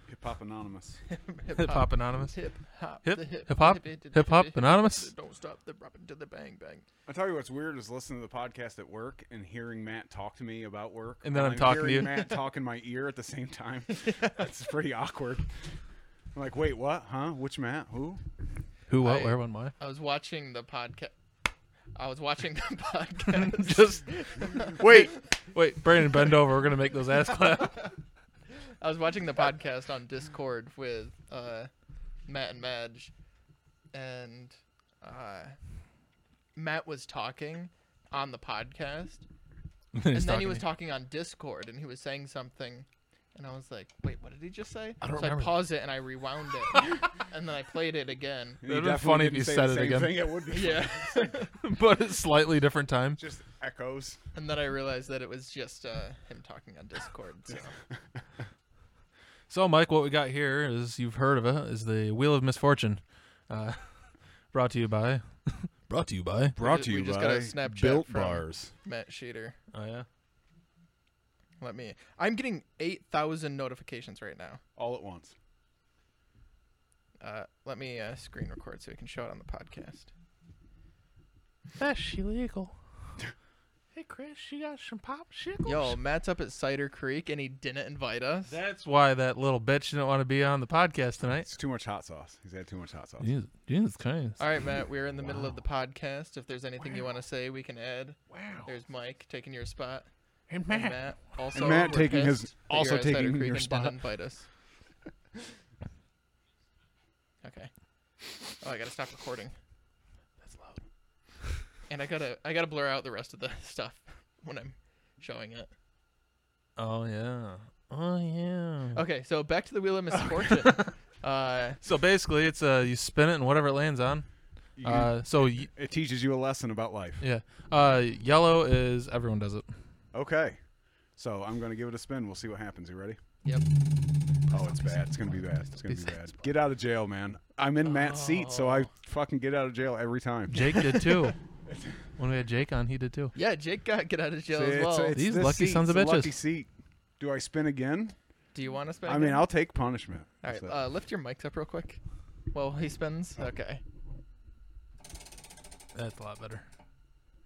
[SPEAKER 1] Hip hop anonymous.
[SPEAKER 2] Hip
[SPEAKER 3] Hip Hop Anonymous.
[SPEAKER 2] Hip hop.
[SPEAKER 3] Hip-
[SPEAKER 2] the
[SPEAKER 3] hip hop?
[SPEAKER 2] the the
[SPEAKER 3] Hip Hop
[SPEAKER 2] the
[SPEAKER 3] Anonymous?
[SPEAKER 2] the Don't stop the rapping to the bang bang.
[SPEAKER 1] I tell you what's weird is listening to the podcast at work and hearing Matt talk to me about work,
[SPEAKER 3] And then
[SPEAKER 1] while
[SPEAKER 3] I'm talking to
[SPEAKER 1] hearing
[SPEAKER 3] you. *laughs*
[SPEAKER 1] Matt talk in my ear at the same time. It's pretty awkward. I'm like, wait, what? Huh? Which Matt? Who?
[SPEAKER 3] Who, what,
[SPEAKER 2] I-
[SPEAKER 3] where, when, why? *laughs*
[SPEAKER 2] I was watching the podcast. I was watching the podcast.
[SPEAKER 3] Just
[SPEAKER 1] Wait.
[SPEAKER 3] wait, Brandon, bend over. We're going to make those ass clap. *laughs*
[SPEAKER 2] I was watching the podcast on Discord with uh, Matt and Madge, and uh, Matt was talking on the podcast, and then he was talking on Discord, and he was saying something, and I was like, "Wait, what did he just say?"
[SPEAKER 3] I don't
[SPEAKER 2] so I
[SPEAKER 3] remember.
[SPEAKER 2] paused it and I rewound
[SPEAKER 3] *laughs*
[SPEAKER 2] it, and then I played it again.
[SPEAKER 1] You
[SPEAKER 3] That'd be
[SPEAKER 1] definitely
[SPEAKER 3] funny if
[SPEAKER 1] didn't
[SPEAKER 3] you
[SPEAKER 1] say
[SPEAKER 3] said
[SPEAKER 1] the
[SPEAKER 3] it
[SPEAKER 1] same
[SPEAKER 3] again.
[SPEAKER 1] Thing. It would be.
[SPEAKER 3] *laughs*
[SPEAKER 1] *laughs*
[SPEAKER 2] Yeah,
[SPEAKER 3] but it's slightly different time.
[SPEAKER 1] Just echoes.
[SPEAKER 2] and then I realized that it was just uh, him talking on Discord. So
[SPEAKER 3] So, Mike, what we got here is you've heard of it is the Wheel of Misfortune, uh, *laughs* brought to you by, *laughs* brought to you by.
[SPEAKER 1] Brought
[SPEAKER 2] ju- we just got a Snapchat from- Matt Sheeter,
[SPEAKER 3] Oh yeah,
[SPEAKER 2] let me. I'm getting eight thousand notifications right now.
[SPEAKER 1] all at once.
[SPEAKER 2] Uh, let me uh, screen record so we can show it on the podcast.
[SPEAKER 3] that's
[SPEAKER 2] *laughs*
[SPEAKER 3] illegal. hey Chris, you got some pop shit?
[SPEAKER 2] Yo, Matt's up at Cider Creek and he didn't invite us.
[SPEAKER 3] That's why that little bitch didn't want to be on the podcast tonight.
[SPEAKER 1] It's too much hot sauce. He's had too much hot sauce.
[SPEAKER 3] Jesus, Jesus Christ!
[SPEAKER 2] All right, Matt, we're in the middle of the podcast. If there's anything you want to say, we can add.
[SPEAKER 3] Wow.
[SPEAKER 2] There's Mike taking your spot.
[SPEAKER 3] Hey
[SPEAKER 2] And Matt also
[SPEAKER 1] And Matt
[SPEAKER 2] we're
[SPEAKER 1] taking his-
[SPEAKER 2] pissed that
[SPEAKER 1] also
[SPEAKER 2] you're at Cider
[SPEAKER 1] taking
[SPEAKER 2] Creek
[SPEAKER 1] your
[SPEAKER 2] and
[SPEAKER 1] spot.
[SPEAKER 2] Didn't invite us. Okay. Oh, I gotta stop recording,
[SPEAKER 3] That's loud.
[SPEAKER 2] and I gotta I gotta blur out the rest of the *laughs* stuff when I'm showing it.
[SPEAKER 3] Oh yeah. Oh yeah.
[SPEAKER 2] Okay, so back to the wheel of misfortune.
[SPEAKER 1] *laughs*
[SPEAKER 2] uh,
[SPEAKER 3] So basically, it's uh, you spin it and whatever it lands on.
[SPEAKER 1] You-
[SPEAKER 3] Uh, so y-
[SPEAKER 1] it teaches you a lesson about life.
[SPEAKER 3] yeah, uh, yellow is everyone does it.
[SPEAKER 1] Okay. So I'm going to give it a spin. We'll see what happens. You ready?
[SPEAKER 2] yep.
[SPEAKER 1] Oh, it's bad. It's gonna be bad. It's gonna be bad. Get out of jail, man. I'm in Matt's seat, so I fucking get out of jail every time.
[SPEAKER 3] Jake did too. when we had Jake on, he did too.
[SPEAKER 2] Yeah, Jake got get out of jail as
[SPEAKER 1] It's-
[SPEAKER 2] well.
[SPEAKER 1] it's
[SPEAKER 3] These
[SPEAKER 1] this
[SPEAKER 3] lucky
[SPEAKER 1] seat.
[SPEAKER 3] sons of
[SPEAKER 1] It's a
[SPEAKER 3] bitches.
[SPEAKER 1] Lucky seat. Do I spin again?
[SPEAKER 2] Do you want to spend?
[SPEAKER 1] I mean, I'll take punishment.
[SPEAKER 2] All right,
[SPEAKER 1] So-
[SPEAKER 2] uh, lift your mics up real quick. Well, he spins.
[SPEAKER 3] Oh.
[SPEAKER 2] Okay, *laughs*
[SPEAKER 3] That's a lot better.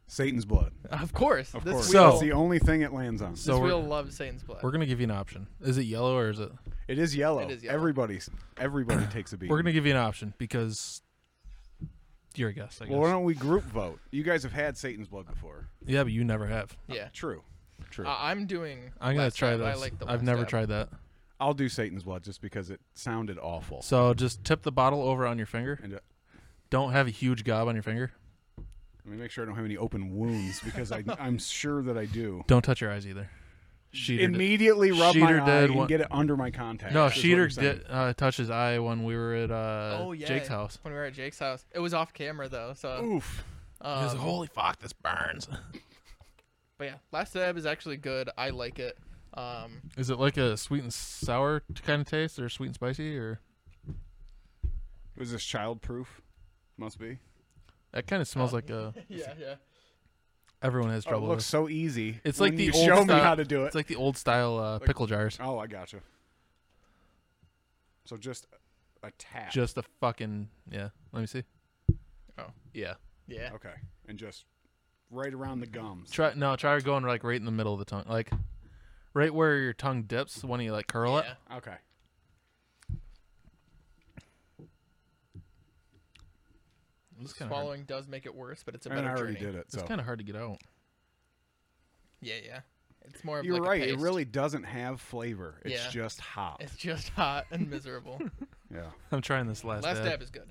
[SPEAKER 1] Satan's blood.
[SPEAKER 2] of course.
[SPEAKER 1] Of
[SPEAKER 2] this
[SPEAKER 1] course,
[SPEAKER 2] wheel,
[SPEAKER 1] that's the only thing it lands on.
[SPEAKER 3] So
[SPEAKER 2] this
[SPEAKER 3] we're-
[SPEAKER 2] wheel loves Satan's blood.
[SPEAKER 3] We're gonna give you an option. Is it yellow or is it?
[SPEAKER 1] It is yellow.
[SPEAKER 2] It is yellow.
[SPEAKER 1] Everybody's everybody takes a beat.
[SPEAKER 3] We're gonna give you an option because you're a guest. I guess.
[SPEAKER 1] Well, why don't we group vote? You guys have had Satan's blood before.
[SPEAKER 3] yeah, but you never have.
[SPEAKER 2] yeah,
[SPEAKER 1] True. True.
[SPEAKER 2] I- I'm doing.
[SPEAKER 3] I'm gonna
[SPEAKER 2] last
[SPEAKER 3] try
[SPEAKER 2] dab.
[SPEAKER 3] this.
[SPEAKER 2] I like the
[SPEAKER 3] I've
[SPEAKER 2] last
[SPEAKER 3] never
[SPEAKER 2] dab.
[SPEAKER 3] tried that.
[SPEAKER 1] I'll do Satan's blood just because it sounded awful.
[SPEAKER 3] So just tip the bottle over on your finger.
[SPEAKER 1] And uh,
[SPEAKER 3] Don't have a huge gob on your finger.
[SPEAKER 1] let me make sure I don't have any open wounds because I, I'm sure that I do.
[SPEAKER 3] Don't touch your eyes either. Sheeter
[SPEAKER 1] immediately rub
[SPEAKER 3] Sheeter
[SPEAKER 1] my eye
[SPEAKER 3] did
[SPEAKER 1] and
[SPEAKER 3] one-
[SPEAKER 1] get it under my contact.
[SPEAKER 3] did. No,
[SPEAKER 1] is what you're
[SPEAKER 3] Sheeter
[SPEAKER 1] saying.
[SPEAKER 3] did uh, touch his eye when we were at uh,
[SPEAKER 2] Oh yeah,
[SPEAKER 3] Jake's house.
[SPEAKER 2] When we were at Jake's house, it was off camera though. So,
[SPEAKER 1] Oof.
[SPEAKER 3] He was like,
[SPEAKER 2] um,
[SPEAKER 3] holy fuck, this burns.
[SPEAKER 2] but yeah, last dab is actually good. I like it. Um,
[SPEAKER 3] *laughs* Is it like a sweet and sour kind of taste, or sweet and spicy, or
[SPEAKER 1] Was this childproof? Must be.
[SPEAKER 3] that kind of smells
[SPEAKER 1] *laughs*
[SPEAKER 3] like a?
[SPEAKER 2] yeah, yeah.
[SPEAKER 3] Everyone has
[SPEAKER 1] Oh, it
[SPEAKER 3] trouble.
[SPEAKER 1] looks
[SPEAKER 3] with.
[SPEAKER 1] so easy.
[SPEAKER 3] It's
[SPEAKER 1] When
[SPEAKER 3] like the
[SPEAKER 1] you
[SPEAKER 3] old
[SPEAKER 1] show me
[SPEAKER 3] style-
[SPEAKER 1] how to do it.
[SPEAKER 3] It's like the old style uh, pickle jars.
[SPEAKER 1] oh, I gotcha. So just a tap.
[SPEAKER 3] Just a fucking yeah. Let me see.
[SPEAKER 2] Oh.
[SPEAKER 3] yeah.
[SPEAKER 2] Yeah.
[SPEAKER 1] okay, and just right around the gums.
[SPEAKER 3] Try no. Try going like right in the middle of the tongue, like right where your tongue dips when you like curl
[SPEAKER 2] Yeah.
[SPEAKER 3] it.
[SPEAKER 1] okay.
[SPEAKER 3] It's kind of hard.
[SPEAKER 2] Swallowing does make it worse, but it's a better
[SPEAKER 1] and I already
[SPEAKER 2] journey.
[SPEAKER 1] did it.
[SPEAKER 3] It's
[SPEAKER 1] So
[SPEAKER 3] kind of hard to get out.
[SPEAKER 2] Yeah, yeah. It's more of
[SPEAKER 1] you're
[SPEAKER 2] like a
[SPEAKER 1] right. It
[SPEAKER 2] paste.
[SPEAKER 1] really doesn't have flavor. It's
[SPEAKER 2] Yeah.
[SPEAKER 1] just hop.
[SPEAKER 2] It's just hot and miserable.
[SPEAKER 1] yeah.
[SPEAKER 3] I'm trying this *laughs* last.
[SPEAKER 2] Last
[SPEAKER 3] dab.
[SPEAKER 2] dab is good.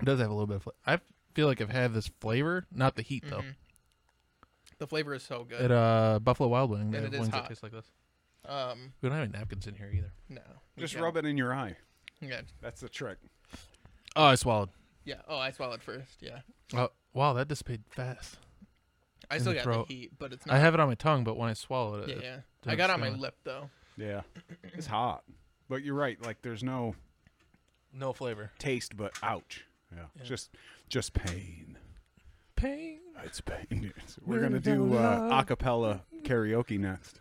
[SPEAKER 3] It does have a little bit of. Fla- I feel like I've had this flavor, not the heat though.
[SPEAKER 2] Mhm. The flavor is so good.
[SPEAKER 3] At uh, Buffalo Wild Wing, they
[SPEAKER 2] And
[SPEAKER 3] have
[SPEAKER 2] it is
[SPEAKER 3] wings that
[SPEAKER 2] hot.
[SPEAKER 3] taste like this.
[SPEAKER 2] Um,
[SPEAKER 3] We don't have any napkins in here either.
[SPEAKER 2] no.
[SPEAKER 1] Just rub it in your eye.
[SPEAKER 2] Yeah.
[SPEAKER 1] That's the trick.
[SPEAKER 3] Oh, I swallowed.
[SPEAKER 2] Yeah. Oh, I swallowed first. Yeah.
[SPEAKER 3] Oh, wow, that dissipated fast.
[SPEAKER 2] I
[SPEAKER 3] In
[SPEAKER 2] still
[SPEAKER 3] the
[SPEAKER 2] got
[SPEAKER 3] throat.
[SPEAKER 2] the heat, but it's
[SPEAKER 3] I
[SPEAKER 2] not.
[SPEAKER 3] have it on my tongue, but when I swallow it,
[SPEAKER 2] yeah,
[SPEAKER 3] it-
[SPEAKER 2] yeah.
[SPEAKER 3] didn't
[SPEAKER 2] I got it on my
[SPEAKER 3] smell it.
[SPEAKER 2] lip though.
[SPEAKER 1] Yeah. It's hot. But you're right. Like there's no
[SPEAKER 3] no flavor.
[SPEAKER 1] taste, but ouch. Yeah. Just just pain.
[SPEAKER 3] Pain.
[SPEAKER 1] It's pain. We're
[SPEAKER 3] We're
[SPEAKER 1] gonna
[SPEAKER 3] down
[SPEAKER 1] do uh,
[SPEAKER 3] low.
[SPEAKER 1] acapella karaoke next.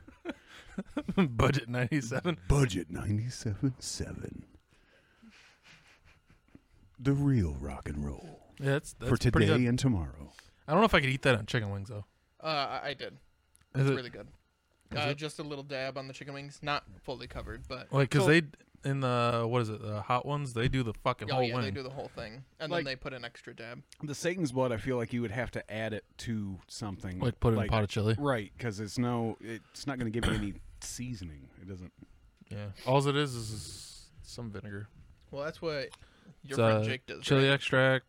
[SPEAKER 3] *laughs* Budget ninety-seven.
[SPEAKER 1] Budget ninety seven seven. The real rock and roll
[SPEAKER 3] *laughs* Yeah, that's, that's
[SPEAKER 1] for
[SPEAKER 3] pretty
[SPEAKER 1] today
[SPEAKER 3] good.
[SPEAKER 1] and tomorrow.
[SPEAKER 3] I don't know if I could eat that on chicken wings though.
[SPEAKER 2] Uh, I- I did.
[SPEAKER 3] Is
[SPEAKER 2] It's
[SPEAKER 3] it-
[SPEAKER 2] really good.
[SPEAKER 3] is
[SPEAKER 2] Uh,
[SPEAKER 3] it- Oh,
[SPEAKER 2] just a little dab on the chicken wings, not fully covered, but
[SPEAKER 3] Like, cause
[SPEAKER 2] So-
[SPEAKER 3] they in the what is it? The hot ones. They do the fucking
[SPEAKER 2] oh
[SPEAKER 3] whole
[SPEAKER 2] yeah,
[SPEAKER 3] wing.
[SPEAKER 2] they do the whole thing, and
[SPEAKER 1] Like-
[SPEAKER 2] then they put an extra dab.
[SPEAKER 1] The Satan's blood. I feel like you would have to add it to something.
[SPEAKER 3] like put it in a pot of chili.
[SPEAKER 1] Right, because it's no, it's not going to give you any seasoning. It doesn't.
[SPEAKER 3] Yeah. All it is is some vinegar,
[SPEAKER 2] Well, that's what your
[SPEAKER 3] It's,
[SPEAKER 2] friend
[SPEAKER 3] uh,
[SPEAKER 2] Jake does.
[SPEAKER 3] chili extract,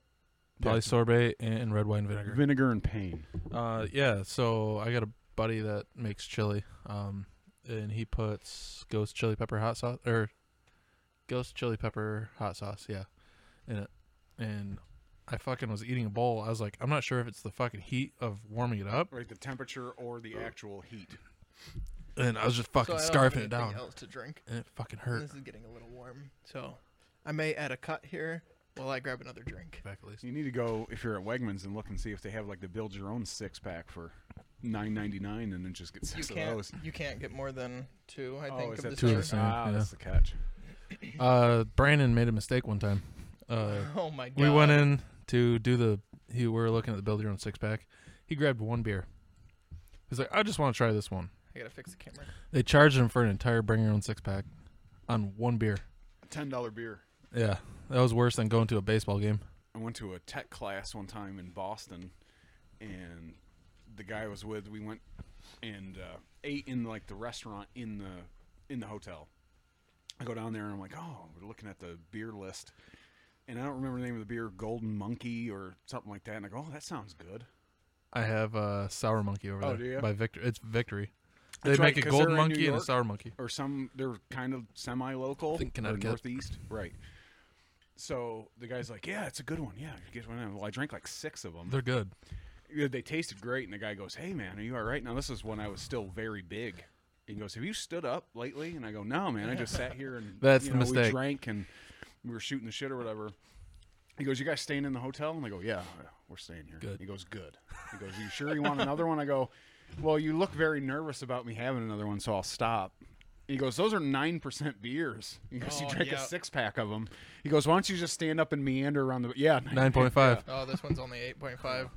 [SPEAKER 1] Yeah.
[SPEAKER 3] probably sorbet, and red wine vinegar.
[SPEAKER 1] Vinegar and pain.
[SPEAKER 3] Uh, yeah. So I got a buddy that makes chili, um, and he puts ghost chili pepper hot sauce or ghost chili pepper hot sauce, yeah, in it. And I fucking was eating a bowl. I was like, I'm not sure if it's the fucking heat of warming it up,
[SPEAKER 1] Right, the temperature or the actual heat.
[SPEAKER 3] and I was just
[SPEAKER 2] So
[SPEAKER 3] fucking
[SPEAKER 2] I don't have
[SPEAKER 3] scarfing it
[SPEAKER 2] anything
[SPEAKER 3] down,
[SPEAKER 2] Else to drink.
[SPEAKER 3] and it fucking hurt.
[SPEAKER 2] This is getting a little warm, so I may add a cut here while I grab another drink.
[SPEAKER 3] Back at least.
[SPEAKER 1] You need to go if you're at Wegmans and look and see if they have like the build your own six pack for nine ninety nine, and then just get
[SPEAKER 2] You
[SPEAKER 1] six of
[SPEAKER 2] can't.
[SPEAKER 1] those.
[SPEAKER 2] You can't get more than two. I
[SPEAKER 1] oh,
[SPEAKER 2] think
[SPEAKER 1] is
[SPEAKER 2] of
[SPEAKER 1] that
[SPEAKER 2] the
[SPEAKER 3] Two of
[SPEAKER 2] same.
[SPEAKER 3] the same,
[SPEAKER 1] Ah,
[SPEAKER 3] yeah.
[SPEAKER 1] that's the catch.
[SPEAKER 3] Uh, Brandon made a mistake one time. Uh,
[SPEAKER 2] Oh my god.
[SPEAKER 3] we went in to do the. He, we were looking at the build your own six pack. He grabbed one beer. He's like, I just want to try this one.
[SPEAKER 2] I gotta fix the camera.
[SPEAKER 3] They charged him for an entire bring your own six pack on one beer.
[SPEAKER 1] Ten dollar beer.
[SPEAKER 3] Yeah, that was worse than going to a baseball game.
[SPEAKER 1] I went to a tech class one time in Boston, and the guy I was with, we went and uh, ate in like the restaurant in the in the hotel. I go down there and I'm like, oh, we're looking at the beer list, and I don't remember the name of the beer, Golden Monkey or something like that. And I go, oh, that sounds good.
[SPEAKER 3] I have uh, Sour Monkey over
[SPEAKER 1] Oh,
[SPEAKER 3] there
[SPEAKER 1] do you?
[SPEAKER 3] by Victor. It's Victory. They
[SPEAKER 1] That's
[SPEAKER 3] make
[SPEAKER 1] right, 'cause
[SPEAKER 3] a
[SPEAKER 1] they're
[SPEAKER 3] golden
[SPEAKER 1] in New
[SPEAKER 3] monkey and a
[SPEAKER 1] York.
[SPEAKER 3] sour monkey.
[SPEAKER 1] or some they're kind of semi-local
[SPEAKER 3] Think
[SPEAKER 1] or
[SPEAKER 3] Connecticut.
[SPEAKER 1] northeast right so the guy's like yeah it's a good one yeah you get one well i drank like six of them
[SPEAKER 3] They're good.
[SPEAKER 1] Yeah, they tasted great and the guy goes hey man are you all right now this is when i was still very big he goes have you stood up lately and i go no man i just sat here and
[SPEAKER 3] *laughs* That's
[SPEAKER 1] you
[SPEAKER 3] the
[SPEAKER 1] know, we
[SPEAKER 3] mistake.
[SPEAKER 1] drank and we were shooting the shit or whatever he goes you guys staying in the hotel and i go yeah yeah, we're staying here
[SPEAKER 3] Good.
[SPEAKER 1] he goes good he goes you sure you want another one i go well you look very nervous about me having another one so i'll stop he goes, those are nine percent beers. *laughs* He goes, you
[SPEAKER 2] Oh,
[SPEAKER 1] drank
[SPEAKER 2] yeah.
[SPEAKER 1] a six pack of them. He goes, why don't you just stand up and meander around the? Yeah,
[SPEAKER 3] Nine point five.
[SPEAKER 2] Oh, this one's only eight point five.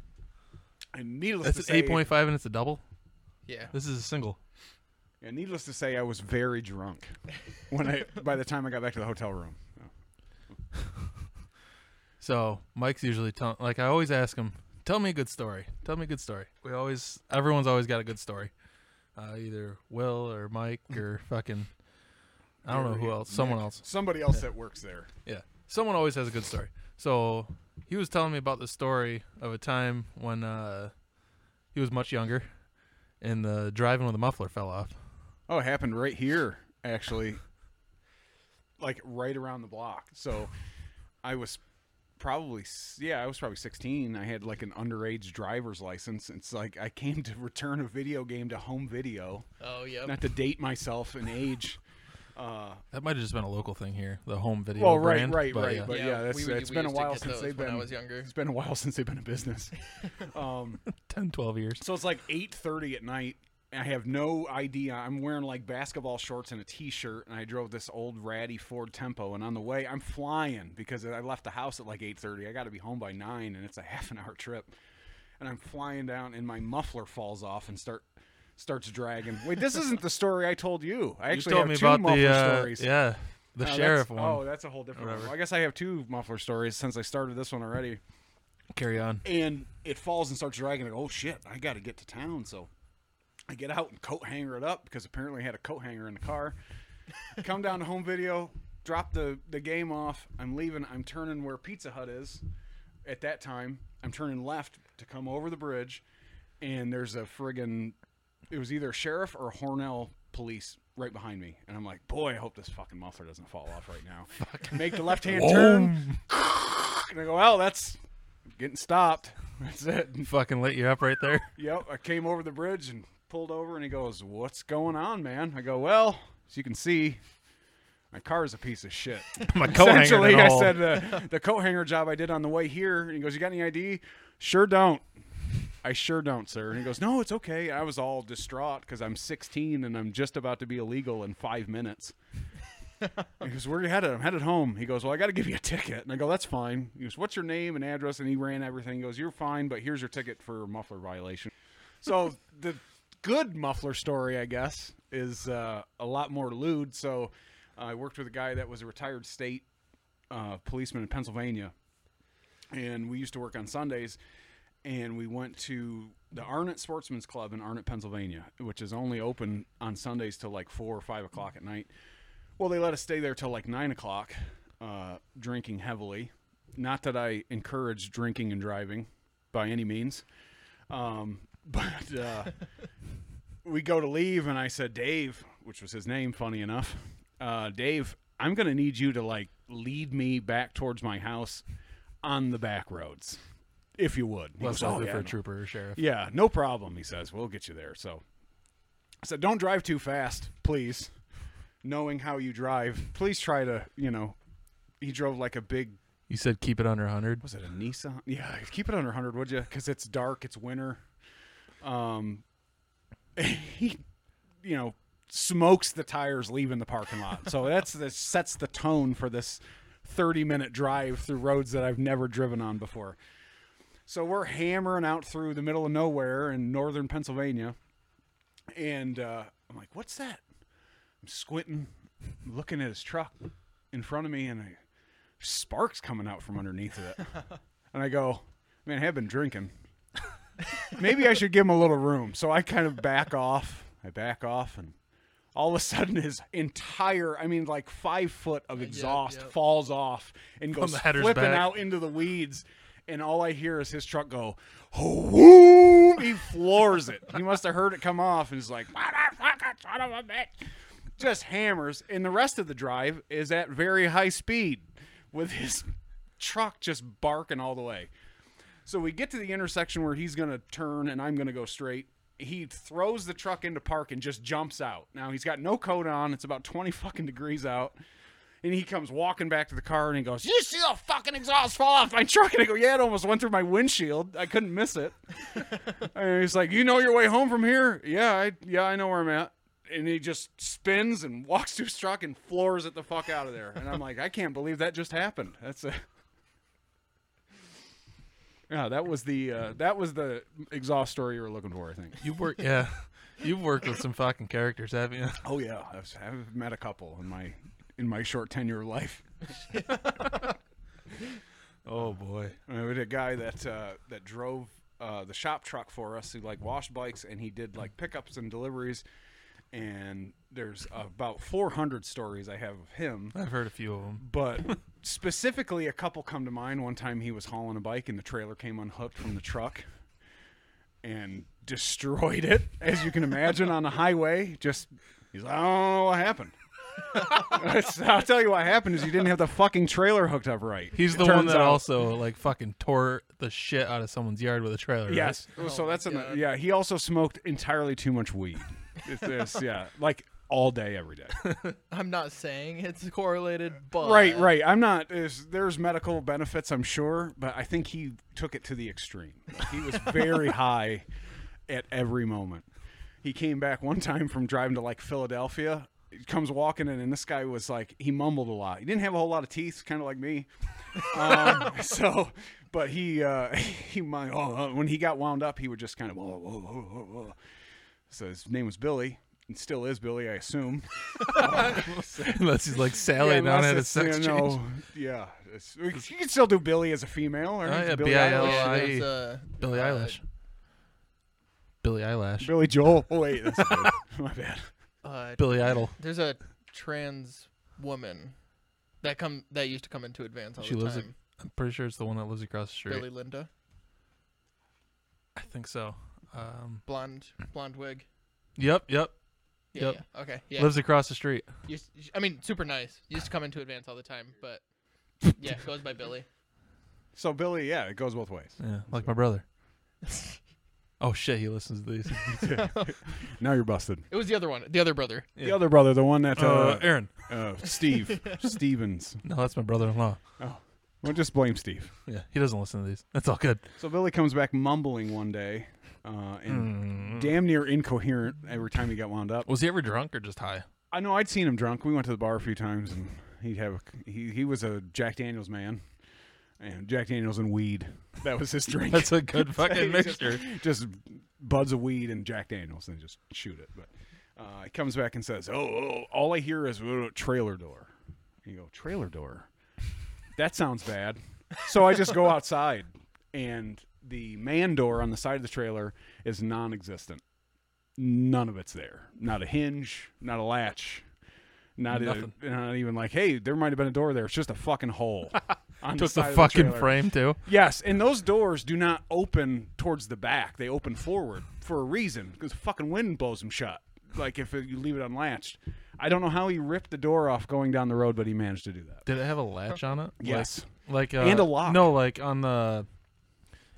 [SPEAKER 1] And needless
[SPEAKER 3] That's
[SPEAKER 1] to
[SPEAKER 3] an
[SPEAKER 1] say,
[SPEAKER 3] eight point five, and it's a double.
[SPEAKER 2] Yeah.
[SPEAKER 3] This is a single.
[SPEAKER 1] Yeah, needless to say, I was very drunk when I by the time I got back to the hotel room.
[SPEAKER 3] So Mike's usually telling. Like I always ask him, "Tell me a good story. Tell me a good story." We always, everyone's always got a good story. Uh, either Will or Mike
[SPEAKER 1] Hmm.
[SPEAKER 3] or fucking, I don't know who else. Someone else.
[SPEAKER 1] Somebody else that works there.
[SPEAKER 3] Yeah. Someone always has a good story. So he was telling me about the story of a time when uh, he was much younger and the driving with a muffler fell off.
[SPEAKER 1] Oh, it happened right here, actually. Like right around the block. So I was probably s- yeah, I was probably 16. I had like an underage driver's license. It's like I came to return a video game to home video.
[SPEAKER 2] Oh yeah.
[SPEAKER 1] Not to date myself in age. Uh,
[SPEAKER 3] That might have just been a local thing here, the home video.
[SPEAKER 1] well, right,
[SPEAKER 3] brand,
[SPEAKER 1] right,
[SPEAKER 3] but
[SPEAKER 1] right.
[SPEAKER 3] yeah.
[SPEAKER 1] But yeah, that's,
[SPEAKER 2] we, we
[SPEAKER 1] it's been a
[SPEAKER 2] used to
[SPEAKER 1] while
[SPEAKER 2] get
[SPEAKER 1] since
[SPEAKER 2] those
[SPEAKER 1] they've
[SPEAKER 2] when
[SPEAKER 1] been.
[SPEAKER 2] I was younger.
[SPEAKER 1] It's been a while *laughs* since they've been a business. Um,
[SPEAKER 3] 10, 12 years.
[SPEAKER 1] So it's like eight thirty at night. and I have no idea. I'm wearing like basketball shorts and a t-shirt, and I drove this old ratty Ford Tempo. And on the way, I'm flying because I left the house at like eight thirty. I got to be home by nine, and it's a *laughs* half an hour trip. And I'm flying down, and my muffler falls off and start starts dragging. Wait, this isn't the story I told you. I
[SPEAKER 3] You
[SPEAKER 1] actually
[SPEAKER 3] told
[SPEAKER 1] have
[SPEAKER 3] me
[SPEAKER 1] two
[SPEAKER 3] about
[SPEAKER 1] muffler
[SPEAKER 3] the uh,
[SPEAKER 1] stories.
[SPEAKER 3] yeah, the
[SPEAKER 1] Oh,
[SPEAKER 3] sheriff
[SPEAKER 1] that's-
[SPEAKER 3] one.
[SPEAKER 1] Oh, that's a whole different one.
[SPEAKER 3] Whatever.
[SPEAKER 1] Well, I guess I have two muffler stories since I started this one already.
[SPEAKER 3] Carry on.
[SPEAKER 1] and it falls and starts dragging. I go, oh shit, I got to get to town. So I get out and coat hanger it up because apparently I had a coat hanger in the car. *laughs* Come down to home video, drop the, the game off. I'm leaving. I'm turning where Pizza Hut is at that time. I'm turning left to come over the bridge, and there's a friggin' it was either sheriff or Hornell police right behind me. And I'm like, boy, I hope this fucking muffler doesn't fall off right now. Make the left
[SPEAKER 3] *laughs*
[SPEAKER 1] hand turn. and I go, well, that's getting stopped. *laughs* That's it.
[SPEAKER 3] Fucking lit you up right
[SPEAKER 1] *laughs*
[SPEAKER 3] there.
[SPEAKER 1] Yep. I came over the bridge and pulled over, and he goes, "What's going on, man?" I go, "Well, as you can see, my car is a piece of shit."
[SPEAKER 3] My *laughs* coat hanger
[SPEAKER 1] Essentially,
[SPEAKER 3] and
[SPEAKER 1] I
[SPEAKER 3] all.
[SPEAKER 1] said uh, the coat hanger job I did on the way here. And he goes, "You got any ID?" Sure don't. I sure don't, sir. And he goes, "No, it's okay." I was all distraught because I'm 16 and I'm just about to be illegal in five minutes. *laughs* He goes, Where are you headed? I'm headed home. He goes, Well, I got to give you a ticket. And I go, That's fine. He goes, What's your name and address? And he ran everything. He goes, You're fine, but here's your ticket for muffler violation. So *laughs* the good muffler story, I guess, is uh, a lot more lewd. So uh, I worked with a guy that was a retired state uh, policeman in Pennsylvania. And we used to work on Sundays. And we went to the Arnett Sportsman's Club in Arnett, Pennsylvania, which is only open on Sundays till like four or five o'clock at night. Well, they let us stay there till like nine o'clock, uh, drinking heavily. Not that I encourage drinking and driving by any means, um, *laughs* but uh, we go to leave, and I said, Dave, which was his name, funny enough, uh, Dave, I'm going to need you to like lead me back towards my house on the back roads, if you would. He
[SPEAKER 3] Less
[SPEAKER 1] goes, "Oh,
[SPEAKER 3] likely
[SPEAKER 1] yeah,
[SPEAKER 3] for a
[SPEAKER 1] no."
[SPEAKER 3] trooper or sheriff.
[SPEAKER 1] Yeah, no problem, he says. We'll get you there. So I said, don't drive too fast, please. Knowing how you drive, please try to, you know, he drove like a big,
[SPEAKER 3] You said keep it under 100.
[SPEAKER 1] was it a Nissan? Yeah, *laughs* keep it under 100, would you? Because it's dark, it's winter. Um, *laughs* he, you know, smokes the tires leaving the parking lot. So that's the sets the tone for this 30 minute drive through roads that I've never driven on before. So we're hammering out through the middle of nowhere in northern Pennsylvania. And uh, I'm like, what's that? I'm squinting, looking at his truck in front of me, and I, sparks coming out from underneath of
[SPEAKER 2] *laughs*
[SPEAKER 1] it. and I go, man, I have been drinking. Maybe I should give him a little room. So I kind of back off. I back off, and all of a sudden, his entire, I mean, like five foot of exhaust
[SPEAKER 2] Uh, yep.
[SPEAKER 1] falls off and goes
[SPEAKER 3] the header's
[SPEAKER 1] flipping
[SPEAKER 3] back.
[SPEAKER 1] out into the weeds. And all I hear is his truck go, whoom! He floors it. He must have heard it come off and is like, motherfucker, son of a bitch. Just hammers. And the rest of the drive is at very high speed with his truck just barking all the way. So we get to the intersection where he's going to turn and I'm going to go straight. He throws the truck into park and just jumps out. Now he's got no coat on. It's about 20 fucking degrees out. And he comes walking back to the car and he goes, You see the fucking exhaust fall off my truck? And I go, Yeah, it almost went through my windshield. I couldn't miss *laughs* it. and he's like, You know your way home from here? Yeah, I yeah, I know where I'm at. And he just spins and walks to his truck and floors it the fuck out of there. And I'm like, I can't believe that just happened. That's a Yeah, that was the uh, that was the exhaust story you were looking for, I think.
[SPEAKER 3] You work, yeah. *laughs* You've worked with some fucking characters, haven't you?
[SPEAKER 1] *laughs* Oh yeah, I've, I've met a couple in my in my short tenure of life.
[SPEAKER 3] Oh boy.
[SPEAKER 1] And we had a guy that uh, that drove uh, the shop truck for us who like washed bikes and he did like pickups and deliveries. And there's about 400 stories I have of him,
[SPEAKER 3] I've heard a few of them.
[SPEAKER 1] but specifically a couple come to mind. One time he was hauling a bike and the trailer came unhooked from the truck and destroyed it, as you can imagine, on the highway. Just he's like, I don't know what happened. *laughs* That's- I'll tell you what happened is you didn't have the fucking trailer hooked up right.
[SPEAKER 3] He's the
[SPEAKER 1] Turns
[SPEAKER 3] one that
[SPEAKER 1] out-
[SPEAKER 3] also like fucking tore the shit out of someone's yard with a trailer.
[SPEAKER 1] Yes. so
[SPEAKER 2] Oh
[SPEAKER 1] that's
[SPEAKER 2] my
[SPEAKER 1] in the,
[SPEAKER 2] God.
[SPEAKER 1] yeah. He also smoked entirely too much weed. It's this, yeah, like all day, every day.
[SPEAKER 2] I'm not saying it's correlated, but
[SPEAKER 1] right, right. I'm not. There's, there's medical benefits, I'm sure, but I think he took it to the extreme. Like, he was very high at every moment. He came back one time from driving to like Philadelphia. He comes walking in, and this guy was like, he mumbled a lot. He didn't have a whole lot of teeth, kind of like me. um, so, but he uh, *laughs* he might, oh, uh, when he got wound up, he would just kind of whoa, whoa, whoa, whoa, whoa. So his name was Billy, and still is Billy, I assume.
[SPEAKER 3] *laughs* Unless he's like
[SPEAKER 1] *laughs*
[SPEAKER 3] Sally
[SPEAKER 1] Yeah,
[SPEAKER 3] yeah, down
[SPEAKER 1] unless
[SPEAKER 3] at a
[SPEAKER 1] it's, you
[SPEAKER 3] sex
[SPEAKER 1] know,
[SPEAKER 3] change.
[SPEAKER 1] Yeah, it's- you can still do Billy as a female, or
[SPEAKER 3] Oh, yeah,
[SPEAKER 1] Billie
[SPEAKER 3] B.I.L..
[SPEAKER 1] Eilish.
[SPEAKER 2] yeah,
[SPEAKER 3] I-
[SPEAKER 2] there's, uh,
[SPEAKER 3] Billy
[SPEAKER 2] uh,
[SPEAKER 3] Eilish. Billy Eyelash.
[SPEAKER 1] Billy Joel. *laughs* Oh wait, that's good. my bad.
[SPEAKER 2] Uh,
[SPEAKER 3] Billy Idol.
[SPEAKER 2] there's a trans woman that come that used to come into Advance all
[SPEAKER 3] She
[SPEAKER 2] the
[SPEAKER 3] lives
[SPEAKER 2] time.
[SPEAKER 3] I'm pretty sure it's the one that lives across the street.
[SPEAKER 2] Billy Linda,
[SPEAKER 3] I think so. Um,
[SPEAKER 2] blonde, blonde wig.
[SPEAKER 3] yep, yep.
[SPEAKER 2] Yeah,
[SPEAKER 3] Yep.
[SPEAKER 2] yeah. Okay. Yeah.
[SPEAKER 3] Lives across the street.
[SPEAKER 2] Used- sh- I mean, super nice. Used to come into Advance all the time, but yeah, goes by Billy.
[SPEAKER 1] So Billy, yeah, it goes both ways.
[SPEAKER 3] Yeah, like my brother. *laughs* oh shit, he listens
[SPEAKER 1] *laughs*
[SPEAKER 3] to these.
[SPEAKER 1] Now you're busted.
[SPEAKER 2] It was the other one, the other brother.
[SPEAKER 1] The other brother, the one that
[SPEAKER 3] Uh,
[SPEAKER 1] uh,
[SPEAKER 3] Aaron.
[SPEAKER 1] *laughs* uh,
[SPEAKER 3] *laughs*
[SPEAKER 1] Steve Stevens.
[SPEAKER 3] No, that's my brother-in-law.
[SPEAKER 1] Well, just blame Steve.
[SPEAKER 3] Yeah, he doesn't listen to these. That's all good.
[SPEAKER 1] So Billy comes back mumbling one day, uh, and
[SPEAKER 3] Mm.
[SPEAKER 1] damn near incoherent every time he got wound up.
[SPEAKER 3] Was he ever drunk or just high? *laughs*
[SPEAKER 1] I know I'd seen him drunk. We went to the bar a few times, and he'd have a, he he was a Jack Daniels man, and Jack Daniels and weed. That was
[SPEAKER 3] *laughs*
[SPEAKER 1] his drink.
[SPEAKER 3] That's
[SPEAKER 1] *laughs*
[SPEAKER 3] a good fucking
[SPEAKER 1] He just-
[SPEAKER 3] mixture.
[SPEAKER 1] Just buds of weed and Jack Daniels and just shoot it. But uh, he comes back and says, "Oh, oh, all I hear is uh, trailer door." And you go, "Trailer door? That sounds bad." So I just go outside, and the man door on the side of the trailer is non-existent. None of it's there. Not a hinge. Not a latch. Not, a,
[SPEAKER 3] Nothing.
[SPEAKER 1] not even like, hey, there might have been a door there. It's just a fucking
[SPEAKER 3] *laughs*
[SPEAKER 1] hole. on
[SPEAKER 3] Took the
[SPEAKER 1] side of
[SPEAKER 3] fucking
[SPEAKER 1] trailer.
[SPEAKER 3] frame too.
[SPEAKER 1] Yes, and those doors do not open towards the back. They open forward for a reason because fucking wind blows them shut. Like if you leave it unlatched. I don't know how he ripped the door off going down the road, but he managed to do that.
[SPEAKER 3] *laughs* Did it have a latch on it?
[SPEAKER 1] Yes.
[SPEAKER 3] Like, like uh,
[SPEAKER 1] And a lock.
[SPEAKER 3] No, like on the,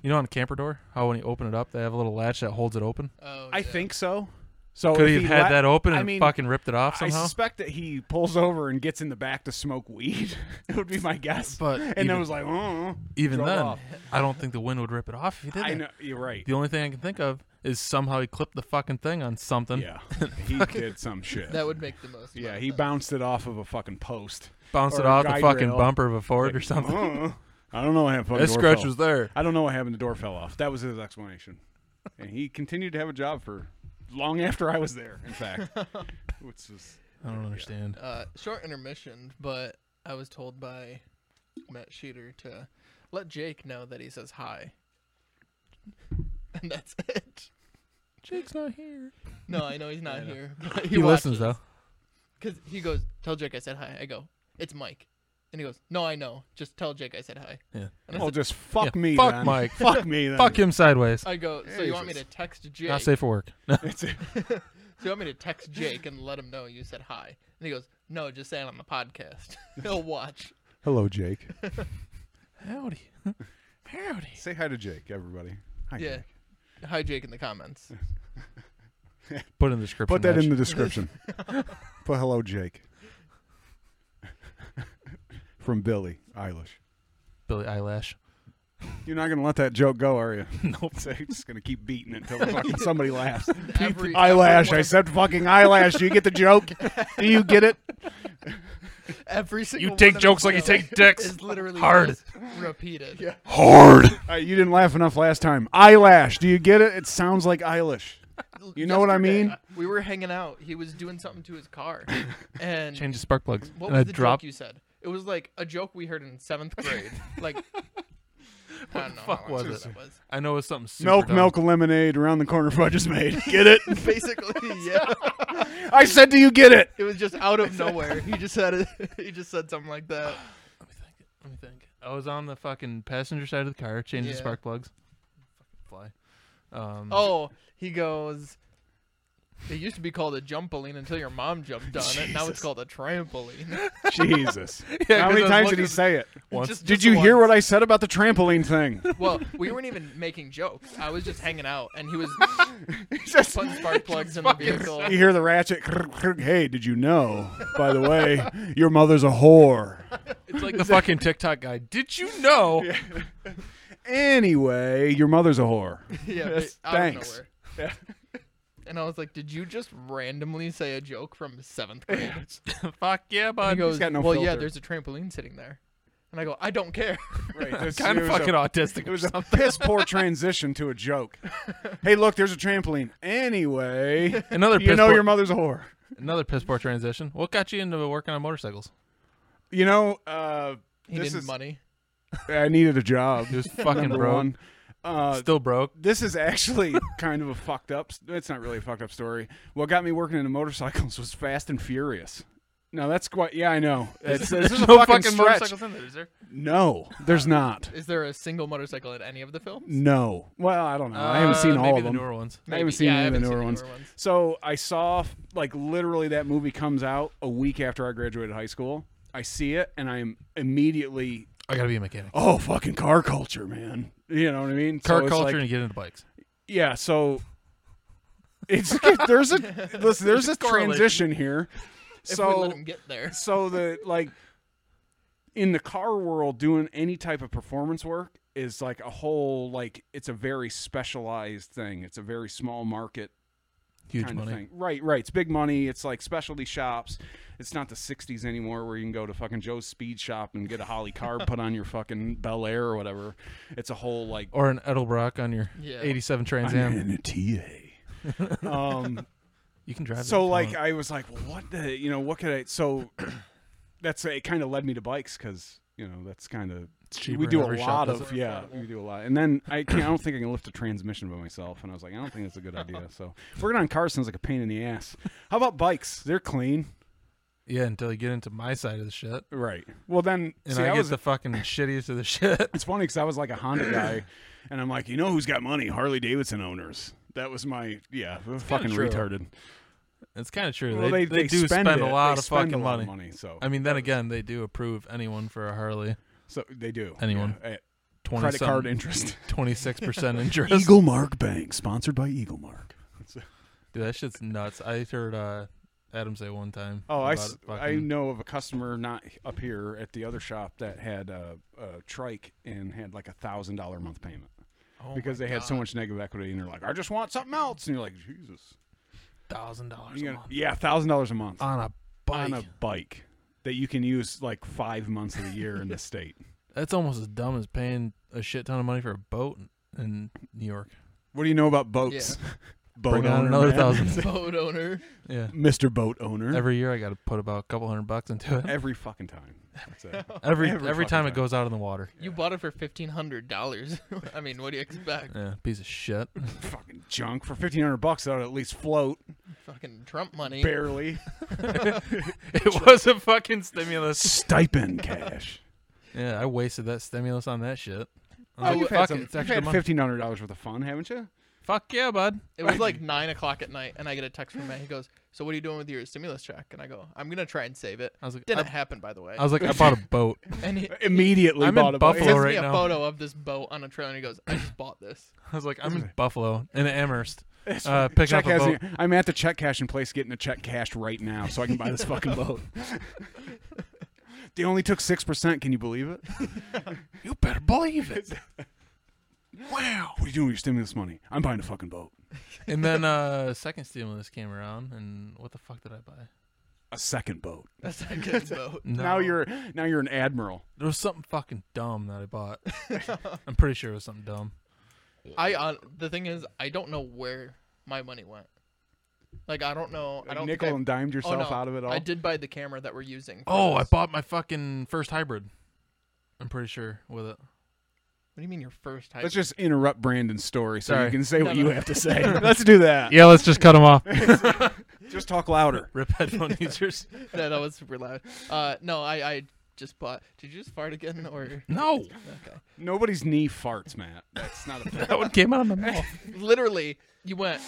[SPEAKER 3] you know, on a camper door, how when you open it up, they have a little latch that holds it open.
[SPEAKER 2] Oh,
[SPEAKER 1] I
[SPEAKER 2] yeah.
[SPEAKER 1] think so. So
[SPEAKER 3] Could
[SPEAKER 1] Oh, if
[SPEAKER 3] he have had
[SPEAKER 1] let-
[SPEAKER 3] that open
[SPEAKER 1] I
[SPEAKER 3] and
[SPEAKER 1] mean,
[SPEAKER 3] fucking ripped it off
[SPEAKER 1] I
[SPEAKER 3] somehow?
[SPEAKER 1] suspect that he pulls over and gets in the back to smoke weed. *laughs* it would be my guess.
[SPEAKER 3] But
[SPEAKER 1] and
[SPEAKER 3] even-
[SPEAKER 1] then was like, oh,
[SPEAKER 3] Even
[SPEAKER 1] drove
[SPEAKER 3] then,
[SPEAKER 1] off.
[SPEAKER 3] I don't think the wind would rip it off if he did
[SPEAKER 1] I
[SPEAKER 3] that.
[SPEAKER 1] know you're right.
[SPEAKER 3] The only thing I can think of is somehow he clipped the fucking thing on something,
[SPEAKER 1] Yeah,
[SPEAKER 3] *laughs*
[SPEAKER 1] he did some shit.
[SPEAKER 2] that would make the most.
[SPEAKER 1] yeah,
[SPEAKER 2] amount of
[SPEAKER 1] he
[SPEAKER 2] sense.
[SPEAKER 1] bounced it off of a fucking post.
[SPEAKER 3] bounced
[SPEAKER 1] Or
[SPEAKER 3] it
[SPEAKER 1] a
[SPEAKER 3] off the
[SPEAKER 1] guide
[SPEAKER 3] fucking
[SPEAKER 1] rail.
[SPEAKER 3] bumper of a Ford or *laughs* something.
[SPEAKER 1] Uh-uh. I don't know what happened.
[SPEAKER 3] That scratch was there.
[SPEAKER 1] I don't know what happened. The door fell off. That was his explanation. And he continued to have a job for long after I was there. In fact, which was
[SPEAKER 3] I don't understand.
[SPEAKER 2] uh, short intermission, but I was told by Matt Sheeter to let Jake know that he says hi. *laughs* And that's it.
[SPEAKER 3] Jake's not here.
[SPEAKER 2] No, I know he's
[SPEAKER 3] *laughs*
[SPEAKER 2] not here. But
[SPEAKER 3] He, listens though.
[SPEAKER 2] Because he goes, Tell Jake I said hi. I go, It's Mike. And he goes, No, I know. Just tell Jake I said hi.
[SPEAKER 3] Yeah.
[SPEAKER 2] And I,
[SPEAKER 1] well,
[SPEAKER 2] said-
[SPEAKER 1] just fuck
[SPEAKER 3] Yeah,
[SPEAKER 1] me,
[SPEAKER 3] fuck
[SPEAKER 1] then. *laughs*
[SPEAKER 3] Mike.
[SPEAKER 1] fuck me, then.
[SPEAKER 3] Fuck him sideways.
[SPEAKER 2] I go, So you want me to
[SPEAKER 1] Jesus.
[SPEAKER 2] text Jake?
[SPEAKER 3] Not safe for work.
[SPEAKER 1] It's a-
[SPEAKER 2] So you want me to text Jake and let him know you said hi? And he goes, No, just say it on the podcast. *laughs* He'll
[SPEAKER 3] *laughs*
[SPEAKER 2] watch.
[SPEAKER 1] Hello, Jake.
[SPEAKER 3] Howdy. *laughs* Howdy.
[SPEAKER 1] Say hi to Jake, everybody. Hi,
[SPEAKER 2] Yeah.
[SPEAKER 1] Jake.
[SPEAKER 2] Hi, Jake, in the comments.
[SPEAKER 3] Put in the description.
[SPEAKER 1] Put that in
[SPEAKER 3] Ash.
[SPEAKER 1] the description. Put hello, Jake. *laughs* From Billy Eilish.
[SPEAKER 3] Billy Eyelash.
[SPEAKER 1] You're not gonna let that joke go, are you?
[SPEAKER 3] *laughs*
[SPEAKER 1] *laughs*
[SPEAKER 3] Nope.
[SPEAKER 1] So you're just gonna keep beating it until
[SPEAKER 3] *laughs*
[SPEAKER 1] fucking somebody laughs.
[SPEAKER 2] Every-
[SPEAKER 1] eyelash.
[SPEAKER 2] every
[SPEAKER 1] I
[SPEAKER 2] one-
[SPEAKER 1] said fucking eyelash. Do you get the
[SPEAKER 3] *laughs*
[SPEAKER 1] joke? Do you get it?
[SPEAKER 2] Every single
[SPEAKER 3] You take
[SPEAKER 2] one of
[SPEAKER 3] jokes
[SPEAKER 2] his
[SPEAKER 3] like you
[SPEAKER 2] jokes
[SPEAKER 3] take dicks.
[SPEAKER 2] Is literally
[SPEAKER 3] Hard.
[SPEAKER 2] just repeated. Yeah.
[SPEAKER 3] Hard.
[SPEAKER 1] Uh, you didn't laugh enough last time. Eyelash. Do you get it? It sounds like eyelash. You know what I mean?
[SPEAKER 2] We were hanging out. He was doing something to his
[SPEAKER 3] *laughs*
[SPEAKER 2] car, and
[SPEAKER 3] Change the spark plugs.
[SPEAKER 2] what
[SPEAKER 3] and
[SPEAKER 2] was
[SPEAKER 3] I
[SPEAKER 2] the
[SPEAKER 3] dropped.
[SPEAKER 2] joke you said? It was like a joke we heard in seventh
[SPEAKER 3] *laughs*
[SPEAKER 2] grade. Like, I don't know. how
[SPEAKER 3] fuck
[SPEAKER 2] long
[SPEAKER 3] was
[SPEAKER 2] ago
[SPEAKER 3] it?
[SPEAKER 2] That was.
[SPEAKER 3] I know it's something super
[SPEAKER 1] Milk,
[SPEAKER 3] dumb.
[SPEAKER 1] milk, lemonade. Around the corner, fudge is made. Get it?
[SPEAKER 2] *laughs* Basically, yeah.
[SPEAKER 1] I said, do you get
[SPEAKER 3] *laughs*
[SPEAKER 1] it?
[SPEAKER 2] It was just out *laughs* of nowhere. He just said *laughs* it. He just said something like that.
[SPEAKER 3] Let me think. Let me think. I was on the fucking passenger side of the car. Changed
[SPEAKER 2] Yeah.
[SPEAKER 3] the spark plugs. Fucking fly. Um,
[SPEAKER 2] Oh, he goes. It used to be called a jumpaline until your mom jumped on it. Now it's
[SPEAKER 1] Jesus.
[SPEAKER 2] called a trampoline. *laughs*
[SPEAKER 1] Jesus.
[SPEAKER 3] *laughs* Yeah,
[SPEAKER 1] How
[SPEAKER 3] 'cause
[SPEAKER 1] many
[SPEAKER 3] I was
[SPEAKER 1] times did he
[SPEAKER 3] looking-
[SPEAKER 1] say it?
[SPEAKER 3] Once.
[SPEAKER 2] Just-
[SPEAKER 1] Did
[SPEAKER 2] just
[SPEAKER 1] you hear
[SPEAKER 2] once.
[SPEAKER 1] what I said about the trampoline
[SPEAKER 3] *laughs*
[SPEAKER 1] thing?
[SPEAKER 2] Well, we weren't even making jokes. I was just hanging out, and he was
[SPEAKER 1] Just-
[SPEAKER 2] putting spark plugs in the vehicle.
[SPEAKER 1] you hear the ratchet. *laughs* Hey, did you know? By the way, your mother's a whore. *laughs*
[SPEAKER 3] It's like the fucking TikTok guy. Did you know?
[SPEAKER 1] Anyway, your mother's a whore.
[SPEAKER 2] Yeah,
[SPEAKER 1] Yes,
[SPEAKER 2] but out
[SPEAKER 1] thanks.
[SPEAKER 2] of nowhere. *laughs* And I was like, "Did you just randomly say a joke from seventh grade?"
[SPEAKER 3] *laughs* Fuck yeah,
[SPEAKER 2] And he
[SPEAKER 3] bud.
[SPEAKER 2] goes,
[SPEAKER 1] got no
[SPEAKER 2] "Well, yeah,
[SPEAKER 1] filter."
[SPEAKER 2] there's a trampoline sitting there." And I go, I don't care. *laughs*
[SPEAKER 1] *laughs* Right. This-
[SPEAKER 3] kind
[SPEAKER 1] it
[SPEAKER 3] of
[SPEAKER 1] was
[SPEAKER 3] fucking
[SPEAKER 1] a-
[SPEAKER 3] autistic.
[SPEAKER 1] It was *laughs* a piss poor transition to a joke. hey, look, there's a trampoline. Anyway,
[SPEAKER 3] another
[SPEAKER 1] you
[SPEAKER 3] *laughs* piss
[SPEAKER 1] know
[SPEAKER 3] poor,
[SPEAKER 1] your mother's a whore.
[SPEAKER 3] another piss poor transition. What got you into working on motorcycles?
[SPEAKER 1] You know, uh,
[SPEAKER 2] He
[SPEAKER 1] this
[SPEAKER 2] needed
[SPEAKER 1] is.
[SPEAKER 2] money.
[SPEAKER 1] I needed a job.
[SPEAKER 3] He was fucking
[SPEAKER 1] *laughs* number
[SPEAKER 3] broke.
[SPEAKER 1] one. Uh,
[SPEAKER 3] Still broke.
[SPEAKER 1] this is actually kind of a fucked up. It's not really a fucked up story. What got me working into motorcycles was Fast and Furious. No, that's quite. Yeah, I
[SPEAKER 3] *laughs*
[SPEAKER 1] know. It's, *laughs* this is a
[SPEAKER 3] no
[SPEAKER 1] fucking, stretch.
[SPEAKER 3] motorcycles in there, is there?
[SPEAKER 1] No,
[SPEAKER 3] *laughs*
[SPEAKER 1] there's not.
[SPEAKER 2] Is there a single motorcycle in any of the films?
[SPEAKER 1] No. Well, I don't know. I haven't seen
[SPEAKER 3] Uh,
[SPEAKER 1] all
[SPEAKER 3] maybe
[SPEAKER 1] of them.
[SPEAKER 3] the newer ones.
[SPEAKER 1] I haven't
[SPEAKER 2] Maybe.
[SPEAKER 1] seen
[SPEAKER 2] Yeah, I
[SPEAKER 1] any of the
[SPEAKER 2] haven't seen
[SPEAKER 1] newer
[SPEAKER 2] the
[SPEAKER 1] ones.
[SPEAKER 2] newer ones.
[SPEAKER 1] So I saw like literally that movie comes out a week after I graduated high school. I see it and I'm immediately
[SPEAKER 3] I gotta be a mechanic.
[SPEAKER 1] oh fucking car culture, man. You know what I mean? So
[SPEAKER 3] Car
[SPEAKER 1] it's
[SPEAKER 3] culture
[SPEAKER 1] like-
[SPEAKER 3] and get into bikes.
[SPEAKER 1] yeah. So it's *laughs* there's a listen. There's a
[SPEAKER 3] Correlation.
[SPEAKER 1] transition here.
[SPEAKER 2] If
[SPEAKER 1] So
[SPEAKER 2] we let him get *laughs* there.
[SPEAKER 1] so the like in the car world doing any type of performance work is like a whole like it's a very specialized thing it's a very small market
[SPEAKER 3] Huge
[SPEAKER 1] kind
[SPEAKER 3] money.
[SPEAKER 1] of thing right right it's big money it's like specialty shops it's not the 60s anymore where you can go to fucking joe's speed shop and get a holly carb put on your fucking bel air or whatever it's a whole like
[SPEAKER 3] Or an Edelbrock on your
[SPEAKER 2] Yeah.
[SPEAKER 3] 87 Trans Am.
[SPEAKER 1] a ta *laughs* um
[SPEAKER 3] You can drive. that if
[SPEAKER 1] so
[SPEAKER 3] you
[SPEAKER 1] like
[SPEAKER 3] want.
[SPEAKER 1] I was like, well, what the you know what could I so *clears throat* that's it kind of led me to bikes because you know that's kind of
[SPEAKER 3] cheaper
[SPEAKER 1] we
[SPEAKER 3] and
[SPEAKER 1] do a
[SPEAKER 3] every shop
[SPEAKER 1] lot
[SPEAKER 3] does
[SPEAKER 1] of
[SPEAKER 3] it.
[SPEAKER 1] yeah we do a lot and then I can't, I don't think I can lift a transmission by myself and I was like I don't think that's a good idea so working on cars sounds like a pain in the ass. How about bikes? They're clean,
[SPEAKER 3] yeah, until you get into my side of the shit,
[SPEAKER 1] right? Well then
[SPEAKER 3] and
[SPEAKER 1] see,
[SPEAKER 3] I,
[SPEAKER 1] I
[SPEAKER 3] get
[SPEAKER 1] was
[SPEAKER 3] the fucking shittiest of the *laughs* shit.
[SPEAKER 1] It's funny because I was like a Honda guy, and I'm like, you know who's got money? Harley Davidson owners. That was my yeah, fucking
[SPEAKER 3] true.
[SPEAKER 1] retarded.
[SPEAKER 3] It's kind of true.
[SPEAKER 1] Well,
[SPEAKER 3] they, they, do spend,
[SPEAKER 1] it.
[SPEAKER 3] a
[SPEAKER 1] They
[SPEAKER 3] lot of
[SPEAKER 1] spend
[SPEAKER 3] fucking
[SPEAKER 1] a lot
[SPEAKER 3] money.
[SPEAKER 1] of money. So
[SPEAKER 3] I mean, then again, they do approve anyone for a Harley.
[SPEAKER 1] so they do
[SPEAKER 3] Anyone.
[SPEAKER 1] Yeah, eh,
[SPEAKER 3] 20
[SPEAKER 1] credit card *laughs*
[SPEAKER 3] *laughs*
[SPEAKER 1] interest.
[SPEAKER 3] 26% interest.
[SPEAKER 1] Eagle Mark Bank, sponsored by Eagle Mark.
[SPEAKER 3] Dude, that shit's nuts. I heard uh, Adam say one time.
[SPEAKER 1] Oh, I,
[SPEAKER 3] about
[SPEAKER 1] s-
[SPEAKER 3] it
[SPEAKER 1] I
[SPEAKER 3] fucking-
[SPEAKER 1] know of a customer not up here at the other shop that had a, a trike and had like a thousand dollar month payment
[SPEAKER 3] oh
[SPEAKER 1] because they had so much negative equity and they're like, I just want something else, and you're like, Jesus,
[SPEAKER 3] thousand dollars
[SPEAKER 1] You gotta- yeah, thousand dollars a month
[SPEAKER 3] on a bike.
[SPEAKER 1] on a bike that you can use like five months of the year
[SPEAKER 3] *laughs*
[SPEAKER 1] in the state,
[SPEAKER 3] That's almost as dumb as paying a shit ton of money for a boat in- in New York.
[SPEAKER 1] What do you know about boats? Boat
[SPEAKER 3] Bring on
[SPEAKER 1] owner,
[SPEAKER 3] another
[SPEAKER 1] man. *laughs*
[SPEAKER 2] *laughs*
[SPEAKER 3] thousand.
[SPEAKER 2] Boat owner.
[SPEAKER 3] yeah.
[SPEAKER 1] Mr. Boat Owner.
[SPEAKER 3] Every year I got to put about a couple hundred bucks into it.
[SPEAKER 1] Every fucking
[SPEAKER 3] *laughs*
[SPEAKER 1] time. That's it.
[SPEAKER 3] Every
[SPEAKER 1] every
[SPEAKER 3] every,
[SPEAKER 1] fucking
[SPEAKER 3] time it
[SPEAKER 1] time.
[SPEAKER 3] goes out in the water.
[SPEAKER 2] You bought it for fifteen hundred dollars. *laughs* I mean, what do you expect?
[SPEAKER 3] Yeah, piece
[SPEAKER 1] *laughs*
[SPEAKER 3] of shit. *laughs*
[SPEAKER 1] fucking junk for fifteen hundred bucks. That'll at least float.
[SPEAKER 2] Fucking Trump money.
[SPEAKER 1] Barely.
[SPEAKER 3] it was *laughs* a fucking stimulus.
[SPEAKER 1] Stipend *laughs* cash.
[SPEAKER 3] Yeah, I wasted that stimulus on that shit. I
[SPEAKER 1] Oh,
[SPEAKER 3] was
[SPEAKER 1] you've
[SPEAKER 3] like,
[SPEAKER 1] had,
[SPEAKER 3] fuck
[SPEAKER 1] some,
[SPEAKER 3] it, it's
[SPEAKER 1] you've
[SPEAKER 3] extra
[SPEAKER 1] had
[SPEAKER 3] money.
[SPEAKER 1] fifteen hundred dollars worth of fun, haven't you?
[SPEAKER 3] Fuck yeah, bud.
[SPEAKER 2] It was like nine o'clock at night, and I get a text from Matt. He goes, "So what are you doing with your stimulus check?" And I go, "I'm gonna try and save it."
[SPEAKER 3] I was like,
[SPEAKER 2] Didn't
[SPEAKER 3] I,
[SPEAKER 2] happen, by the way.
[SPEAKER 3] I was like, I bought a
[SPEAKER 1] *laughs*
[SPEAKER 3] boat.
[SPEAKER 2] *laughs* and
[SPEAKER 3] *laughs*
[SPEAKER 2] he
[SPEAKER 1] Uh, Immediately
[SPEAKER 3] I'm in
[SPEAKER 1] bought a bike.
[SPEAKER 3] Buffalo
[SPEAKER 2] sends
[SPEAKER 3] right
[SPEAKER 2] me a
[SPEAKER 3] now.
[SPEAKER 2] photo of this boat on a trailer, and he goes, "I just bought this." *laughs*
[SPEAKER 3] I was like, I'm in Buffalo in
[SPEAKER 1] *laughs*
[SPEAKER 3] Amherst, uh,
[SPEAKER 1] Check
[SPEAKER 3] picking up a boat.
[SPEAKER 1] hasn't- I'm at the check cashing place getting a check cashed right now so I can buy this fucking
[SPEAKER 2] *laughs*
[SPEAKER 1] boat. *laughs* they only took six percent. Can you believe it?
[SPEAKER 3] *laughs* You better
[SPEAKER 1] *laughs*
[SPEAKER 3] believe it.
[SPEAKER 1] Wow. What are you doing with your stimulus money? I'm buying a fucking boat. *laughs*
[SPEAKER 3] and then uh second stimulus came around, and what the fuck did I buy?
[SPEAKER 1] A second boat.
[SPEAKER 2] That's a
[SPEAKER 3] *laughs*
[SPEAKER 2] good boat.
[SPEAKER 3] No.
[SPEAKER 1] Now you're now you're an admiral.
[SPEAKER 3] there was something fucking dumb that
[SPEAKER 1] *laughs*
[SPEAKER 3] I bought. I'm pretty sure it was something dumb.
[SPEAKER 2] I uh, the thing is, I don't know where my money went. Like I don't know. I don't think
[SPEAKER 1] nickel
[SPEAKER 2] I,
[SPEAKER 1] and dimed
[SPEAKER 2] oh,
[SPEAKER 1] yourself
[SPEAKER 2] no,
[SPEAKER 1] out of it all.
[SPEAKER 2] I did buy the camera that we're using. for
[SPEAKER 3] Oh, I
[SPEAKER 2] this.
[SPEAKER 3] bought my fucking first hybrid. I'm pretty sure with it.
[SPEAKER 2] What do you mean your first high?
[SPEAKER 1] Let's just interrupt Brandon's story so you
[SPEAKER 3] Sorry.
[SPEAKER 1] can say
[SPEAKER 2] No,
[SPEAKER 1] what
[SPEAKER 2] no.
[SPEAKER 1] you have to say. Let's do that.
[SPEAKER 3] Yeah, let's just cut him off.
[SPEAKER 1] Just talk louder.
[SPEAKER 3] *laughs*
[SPEAKER 1] *laughs*
[SPEAKER 3] Rip headphone users.
[SPEAKER 2] *laughs* no, that was super loud. Uh, no, I, I just bought. Did you just fart again or? *laughs*
[SPEAKER 3] No,
[SPEAKER 2] Okay.
[SPEAKER 1] Nobody's knee farts, Matt. That's not a thing.
[SPEAKER 3] that one came out of my mouth.
[SPEAKER 1] *laughs*
[SPEAKER 2] Literally, you went.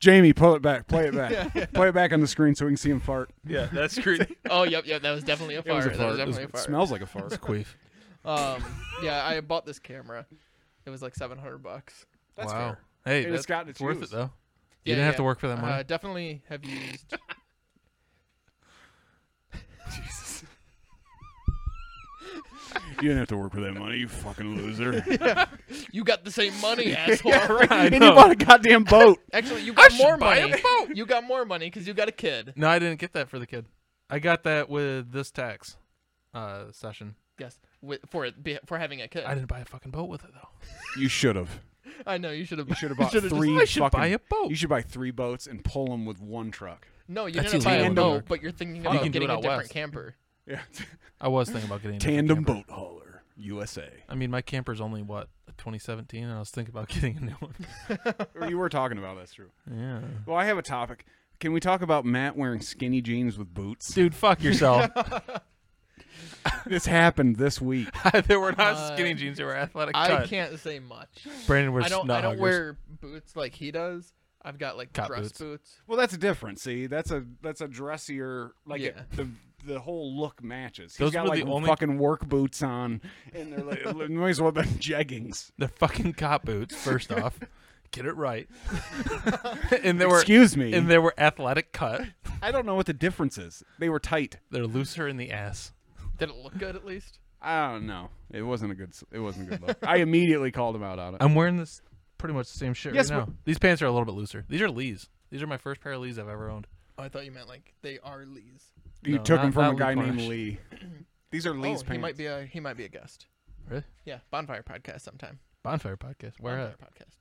[SPEAKER 1] Jamie, pull it back. Play it back. Play it back on the screen so we can see him fart.
[SPEAKER 3] Yeah, that's great.
[SPEAKER 2] Oh, yep, yep. That was definitely a
[SPEAKER 1] It was
[SPEAKER 2] fart.
[SPEAKER 1] a
[SPEAKER 2] That
[SPEAKER 1] fart.
[SPEAKER 2] was
[SPEAKER 1] It was-
[SPEAKER 2] definitely a
[SPEAKER 1] it
[SPEAKER 2] fart.
[SPEAKER 1] smells like a fart.
[SPEAKER 3] Queef.
[SPEAKER 2] Um, yeah, I bought this camera. It was like seven hundred bucks.
[SPEAKER 1] That's
[SPEAKER 3] wow.
[SPEAKER 1] fair.
[SPEAKER 3] Hey,
[SPEAKER 1] It has
[SPEAKER 3] that's
[SPEAKER 1] gotten its
[SPEAKER 3] it's worth
[SPEAKER 1] use.
[SPEAKER 3] it though.
[SPEAKER 2] Yeah,
[SPEAKER 3] you didn't have
[SPEAKER 2] yeah.
[SPEAKER 3] to work for that money.
[SPEAKER 2] Uh, definitely have used. *laughs*
[SPEAKER 1] You didn't have to work for that money, you fucking loser.
[SPEAKER 2] You got the same
[SPEAKER 3] *laughs*
[SPEAKER 2] money, *laughs* asshole.
[SPEAKER 1] yeah, right.
[SPEAKER 3] I
[SPEAKER 1] And you
[SPEAKER 3] know.
[SPEAKER 1] bought a goddamn boat.
[SPEAKER 2] Actually, you got
[SPEAKER 3] should
[SPEAKER 2] more
[SPEAKER 3] buy a *laughs*
[SPEAKER 2] money. You got more money because you got a kid.
[SPEAKER 3] no, I didn't get that for the kid. I got that with this tax uh, session.
[SPEAKER 2] Yes, with, for it be, for having a kid.
[SPEAKER 3] I didn't buy a fucking boat with it though.
[SPEAKER 1] You should have.
[SPEAKER 2] I know you should have.
[SPEAKER 1] You should have bought
[SPEAKER 2] should've just-
[SPEAKER 1] three.
[SPEAKER 3] I should
[SPEAKER 1] fucking-
[SPEAKER 3] buy a boat.
[SPEAKER 1] You should buy three boats and pull them with one truck.
[SPEAKER 2] *laughs* no, you
[SPEAKER 3] That's
[SPEAKER 2] didn't buy a
[SPEAKER 1] illegal.
[SPEAKER 2] boat, but you're thinking about
[SPEAKER 3] can do
[SPEAKER 2] getting
[SPEAKER 3] it
[SPEAKER 2] a
[SPEAKER 3] out
[SPEAKER 2] different
[SPEAKER 3] west.
[SPEAKER 2] camper.
[SPEAKER 1] Yeah.
[SPEAKER 3] I was thinking about getting a
[SPEAKER 1] *laughs*
[SPEAKER 3] different
[SPEAKER 1] Tandem
[SPEAKER 3] camper.
[SPEAKER 1] boat hauler, USA.
[SPEAKER 3] I mean, my camper's only what 2017, and I was thinking about *laughs* getting a new one.
[SPEAKER 1] Or you were talking about that's true.
[SPEAKER 3] Yeah,
[SPEAKER 1] Well, I have a topic. Can we talk about Matt wearing skinny jeans with boots?
[SPEAKER 3] dude, fuck *laughs* yourself.
[SPEAKER 1] This happened this week.
[SPEAKER 3] they were not
[SPEAKER 2] Uh,
[SPEAKER 3] skinny jeans; they were athletic.
[SPEAKER 2] I
[SPEAKER 3] cut.
[SPEAKER 2] can't say much.
[SPEAKER 3] Brandon wears
[SPEAKER 2] I don't.
[SPEAKER 3] nut
[SPEAKER 2] I don't
[SPEAKER 3] huggers.
[SPEAKER 2] wear boots like he does. I've got like
[SPEAKER 3] Cat
[SPEAKER 2] dress
[SPEAKER 3] boots.
[SPEAKER 2] boots.
[SPEAKER 1] Well, that's different. See, that's a that's a dressier like it-
[SPEAKER 2] Yeah.
[SPEAKER 1] the the whole look matches. He's
[SPEAKER 3] Those
[SPEAKER 1] got
[SPEAKER 3] were
[SPEAKER 1] like
[SPEAKER 3] the only-
[SPEAKER 1] fucking work boots on, and they're like it might as well have been jeggings.
[SPEAKER 3] They're fucking cop boots. *laughs* First off, get it *laughs* right. and they were
[SPEAKER 1] Excuse me.
[SPEAKER 3] and they were athletic cut.
[SPEAKER 1] I don't know what the difference is. They were tight.
[SPEAKER 3] They're looser in the ass.
[SPEAKER 2] Did it look good at least?
[SPEAKER 1] I don't know. It wasn't a good. s- It wasn't a good look. I immediately called him out on it.
[SPEAKER 3] I'm wearing this pretty much the same shit
[SPEAKER 1] Yes,
[SPEAKER 3] right now. These pants are a little bit looser. These are Lees. These are my first pair of Lees I've ever owned.
[SPEAKER 2] Oh, I thought you meant like they are Lee's.
[SPEAKER 1] You
[SPEAKER 3] No,
[SPEAKER 1] took
[SPEAKER 3] not-
[SPEAKER 1] him from
[SPEAKER 3] not
[SPEAKER 1] a guy
[SPEAKER 3] Lee
[SPEAKER 1] named
[SPEAKER 3] Cornish.
[SPEAKER 1] Lee. These are Lee's
[SPEAKER 2] oh,
[SPEAKER 1] pants.
[SPEAKER 2] he might be a he might be a guest.
[SPEAKER 3] Really?
[SPEAKER 2] Yeah, bonfire podcast sometime.
[SPEAKER 3] Bonfire podcast. Where
[SPEAKER 2] bonfire
[SPEAKER 3] at?
[SPEAKER 2] podcast.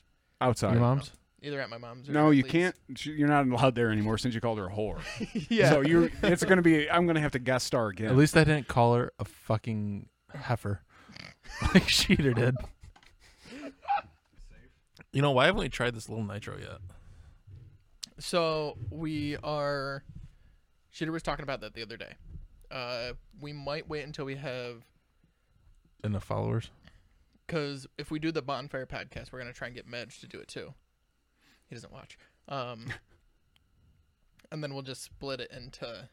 [SPEAKER 1] outside.
[SPEAKER 3] Your mom's?
[SPEAKER 2] Either at my mom's. Or
[SPEAKER 1] No,
[SPEAKER 2] at
[SPEAKER 1] you
[SPEAKER 2] Lee's.
[SPEAKER 1] can't. she- You're not allowed there anymore since you called her a whore.
[SPEAKER 2] *laughs* yeah.
[SPEAKER 1] So you, it's gonna be. I'm gonna have to guest star again.
[SPEAKER 3] At least I didn't call her a fucking heifer. *laughs* like Sheeter did. You know, why haven't we tried this little nitro yet?
[SPEAKER 2] So we are. Shooter was talking about that the other day. Uh, we might wait until we have,
[SPEAKER 3] Enough followers.
[SPEAKER 2] because if we do the bonfire podcast, we're gonna try and get Medge to do it too. He doesn't watch. Um, *laughs* and then we'll just split it into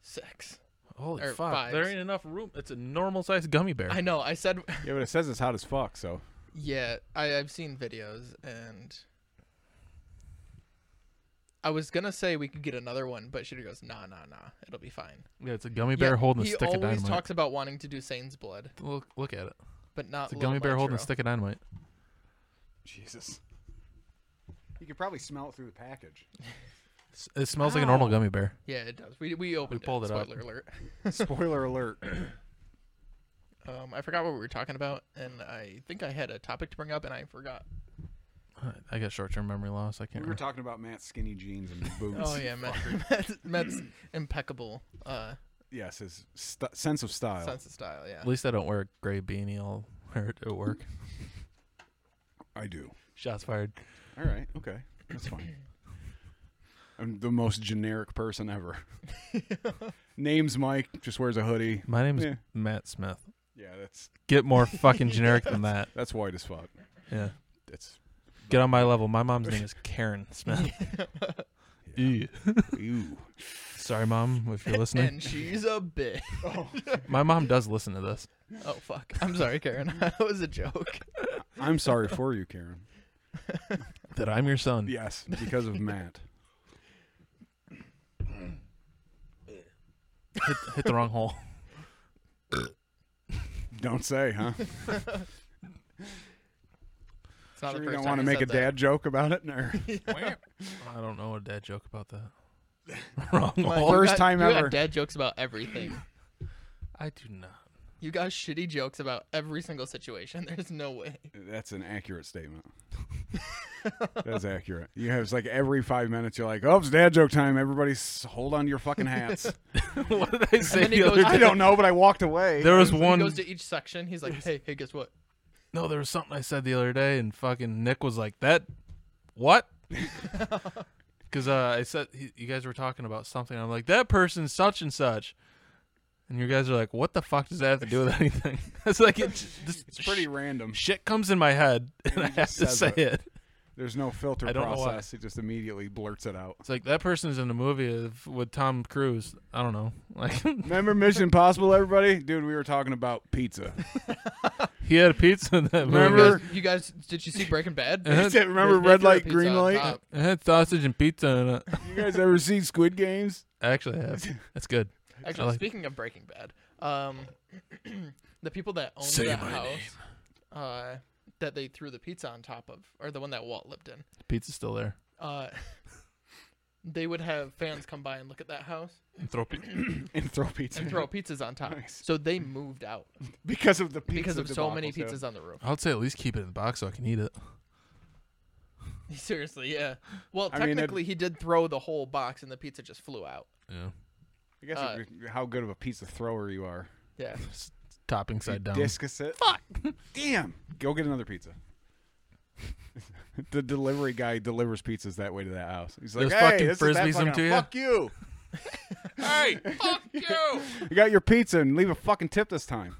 [SPEAKER 2] six.
[SPEAKER 3] Holy
[SPEAKER 2] Or
[SPEAKER 3] fuck.
[SPEAKER 2] Er, fives.
[SPEAKER 3] There ain't enough room. It's a normal sized gummy bear.
[SPEAKER 2] I know. I said, *laughs*
[SPEAKER 1] yeah, but it says it's hot as fuck. So
[SPEAKER 2] yeah. I, I've seen videos, and I was gonna say we could get another one, but Shooter goes, nah, nah, nah. It'll be fine.
[SPEAKER 3] yeah, it's a gummy bear holding a
[SPEAKER 2] he
[SPEAKER 3] stick of
[SPEAKER 2] always
[SPEAKER 3] dynamite.
[SPEAKER 2] talks about wanting to do Sane's blood,
[SPEAKER 3] look, look at it.
[SPEAKER 2] but not
[SPEAKER 3] It's a
[SPEAKER 2] Lil
[SPEAKER 3] gummy bear holding a
[SPEAKER 2] Nitro.
[SPEAKER 3] stick of dynamite.
[SPEAKER 1] Jesus, you could probably smell it through the
[SPEAKER 2] *laughs*
[SPEAKER 1] package.
[SPEAKER 3] S- It smells like a normal
[SPEAKER 1] Ow.
[SPEAKER 3] gummy bear.
[SPEAKER 2] Yeah, it does. We we opened
[SPEAKER 3] pulled it
[SPEAKER 2] Spoiler
[SPEAKER 3] up.
[SPEAKER 2] alert.
[SPEAKER 1] Spoiler alert.
[SPEAKER 2] Um, I forgot what we were talking about, and I think I had a topic to bring up, and I
[SPEAKER 3] *laughs*
[SPEAKER 2] forgot.
[SPEAKER 3] I- I got short term memory loss. I
[SPEAKER 1] We
[SPEAKER 3] can't
[SPEAKER 1] were
[SPEAKER 3] remember.
[SPEAKER 1] talking about Matt's skinny jeans and boots.
[SPEAKER 2] Oh yeah, Matt, Matt's, Matt's impeccable uh,
[SPEAKER 1] Yes, his st- sense of style.
[SPEAKER 2] sense of style. Yeah.
[SPEAKER 3] At least I don't wear a gray beanie. I'll wear it at work.
[SPEAKER 1] I do.
[SPEAKER 3] Shots fired.
[SPEAKER 1] All right. Okay. That's fine. I'm the most generic person
[SPEAKER 2] *laughs*
[SPEAKER 1] ever. Name's Mike. Just wears a hoodie.
[SPEAKER 3] My name's
[SPEAKER 1] Yeah.
[SPEAKER 3] Matt Smith.
[SPEAKER 1] Yeah, that's
[SPEAKER 3] Get more fucking generic than that.
[SPEAKER 1] that's white as fuck.
[SPEAKER 3] Yeah.
[SPEAKER 1] That's
[SPEAKER 3] Get on my level. My mom's name is Karen Smith. Ew. *laughs*
[SPEAKER 1] ew.
[SPEAKER 3] Sorry, mom, if you're listening.
[SPEAKER 2] *laughs* And she's a
[SPEAKER 1] *laughs*
[SPEAKER 2] bitch.
[SPEAKER 1] Oh.
[SPEAKER 3] My mom does listen to this.
[SPEAKER 2] Oh fuck! I'm sorry, Karen. *laughs* that was a joke.
[SPEAKER 1] I'm sorry for you, Karen.
[SPEAKER 3] That I'm your son.
[SPEAKER 1] Yes, because of Matt.
[SPEAKER 3] Hit, hit the wrong hole.
[SPEAKER 1] Don't say, huh?
[SPEAKER 2] It's not
[SPEAKER 1] sure you don't
[SPEAKER 2] the first time
[SPEAKER 1] want to
[SPEAKER 2] you
[SPEAKER 1] make a
[SPEAKER 2] said that.
[SPEAKER 1] dad joke about it? No.
[SPEAKER 3] *laughs* I don't know a dad joke about that. *laughs* wrong
[SPEAKER 2] Like,
[SPEAKER 3] hole.
[SPEAKER 2] you
[SPEAKER 1] First
[SPEAKER 2] got-
[SPEAKER 1] time
[SPEAKER 2] you got
[SPEAKER 1] ever.
[SPEAKER 2] dad jokes about everything.
[SPEAKER 3] I do not.
[SPEAKER 2] You got shitty jokes about every single situation. *laughs* There's no way.
[SPEAKER 1] That's an accurate statement. That's accurate. You have it's like every five minutes you're like, oh, it's dad joke time. Everybody s- hold on to your fucking
[SPEAKER 2] *laughs*
[SPEAKER 1] hats.
[SPEAKER 3] *laughs* what did I say
[SPEAKER 2] then he
[SPEAKER 3] the other
[SPEAKER 2] goes-
[SPEAKER 1] I
[SPEAKER 2] *laughs*
[SPEAKER 3] day?
[SPEAKER 1] don't know, but I walked away.
[SPEAKER 3] There was
[SPEAKER 2] He
[SPEAKER 3] one.
[SPEAKER 2] goes to each section. He's like, hey, hey, guess what?
[SPEAKER 3] No, there was something I said the other day, and fucking Nick was like, "That, what?"
[SPEAKER 1] *laughs*
[SPEAKER 3] Because uh, I said he, you guys were talking about something. I'm like, "That person's such and such," and you guys are like, "What the fuck does that have to do with anything?" *laughs* it's like it, this
[SPEAKER 1] It's pretty random.
[SPEAKER 3] shit comes in my head, *laughs* and
[SPEAKER 1] he
[SPEAKER 3] I have
[SPEAKER 1] just
[SPEAKER 3] to
[SPEAKER 1] says
[SPEAKER 3] say
[SPEAKER 1] it.
[SPEAKER 3] it.
[SPEAKER 1] There's no filter
[SPEAKER 3] I don't know why.
[SPEAKER 1] process. It just immediately blurts it out.
[SPEAKER 3] It's like that person's in a movie of- with Tom Cruise. I don't know. *laughs* Like
[SPEAKER 1] Remember Mission Impossible, everybody? Dude, we were talking about pizza.
[SPEAKER 3] he had a pizza in that movie.
[SPEAKER 2] You
[SPEAKER 1] Remember-
[SPEAKER 2] guys, you guys- did you see Breaking Bad?
[SPEAKER 3] Uh-huh.
[SPEAKER 1] That's it. Remember red
[SPEAKER 2] There's pizza on
[SPEAKER 1] light, green
[SPEAKER 2] top.
[SPEAKER 1] light?
[SPEAKER 3] It had sausage and pizza in it. *laughs*
[SPEAKER 1] You guys ever see Squid Games?
[SPEAKER 3] I actually
[SPEAKER 1] *laughs*
[SPEAKER 3] have. That's good.
[SPEAKER 2] Actually,
[SPEAKER 3] like-
[SPEAKER 2] speaking of Breaking Bad, um, *clears throat* the people that owned
[SPEAKER 3] Say
[SPEAKER 2] that
[SPEAKER 3] my
[SPEAKER 2] house,
[SPEAKER 3] name.
[SPEAKER 2] uh, that they threw the pizza on top of, or the one that Walt lived in,
[SPEAKER 3] Pizza's still there.
[SPEAKER 2] uh, *laughs* they would have fans come by and look at that house
[SPEAKER 3] and throw pe-
[SPEAKER 1] and throw pizza *laughs*
[SPEAKER 2] and throw pizzas on top.
[SPEAKER 1] Nice.
[SPEAKER 2] So they moved out
[SPEAKER 1] because of the pizza
[SPEAKER 2] because of so
[SPEAKER 1] debacle,
[SPEAKER 2] many
[SPEAKER 1] too.
[SPEAKER 2] pizzas on the roof. *laughs*
[SPEAKER 3] I would say at least keep it in the box so I can eat it.
[SPEAKER 2] Seriously, yeah. Well,
[SPEAKER 1] I mean, it-
[SPEAKER 2] technically, he did throw the whole box, and the pizza just flew out.
[SPEAKER 3] Yeah.
[SPEAKER 1] I guess
[SPEAKER 2] uh,
[SPEAKER 1] it- how good of a pizza thrower you are.
[SPEAKER 2] Yeah.
[SPEAKER 3] Just topping
[SPEAKER 1] You
[SPEAKER 3] side down.
[SPEAKER 1] Discus it. Fuck. Damn. Go get another pizza. the delivery guy delivers pizzas that way to that house. He's like,
[SPEAKER 3] Those
[SPEAKER 1] hey,
[SPEAKER 3] fucking
[SPEAKER 1] this is that
[SPEAKER 3] Frisbees them
[SPEAKER 1] fucking-
[SPEAKER 3] to you?"
[SPEAKER 1] Fuck you. *laughs*
[SPEAKER 3] hey, fuck you!
[SPEAKER 1] You got your pizza and leave a fucking tip this time.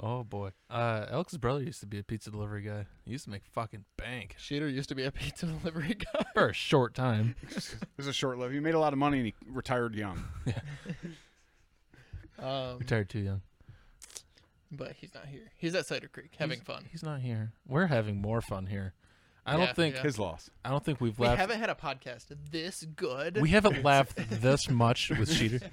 [SPEAKER 3] Oh boy. Uh, Alex's brother used to be a pizza delivery guy. He used to make fucking bank
[SPEAKER 2] Sheeter used to be a pizza *laughs* delivery guy.
[SPEAKER 3] for a short time.
[SPEAKER 1] This is short lived. He made a lot of money and he retired young.
[SPEAKER 2] Um,
[SPEAKER 3] *laughs* Retired too young.
[SPEAKER 2] but he's not here. He's at Cider Creek having
[SPEAKER 3] He's-
[SPEAKER 2] fun.
[SPEAKER 3] He's not here. We're having more fun here. I
[SPEAKER 2] Yeah,
[SPEAKER 3] don't think
[SPEAKER 2] yeah.
[SPEAKER 1] His loss.
[SPEAKER 3] I don't think we've
[SPEAKER 2] We
[SPEAKER 3] laughed.
[SPEAKER 2] haven't had a podcast this good.
[SPEAKER 3] we haven't laughed this much with Cheater.
[SPEAKER 2] *laughs*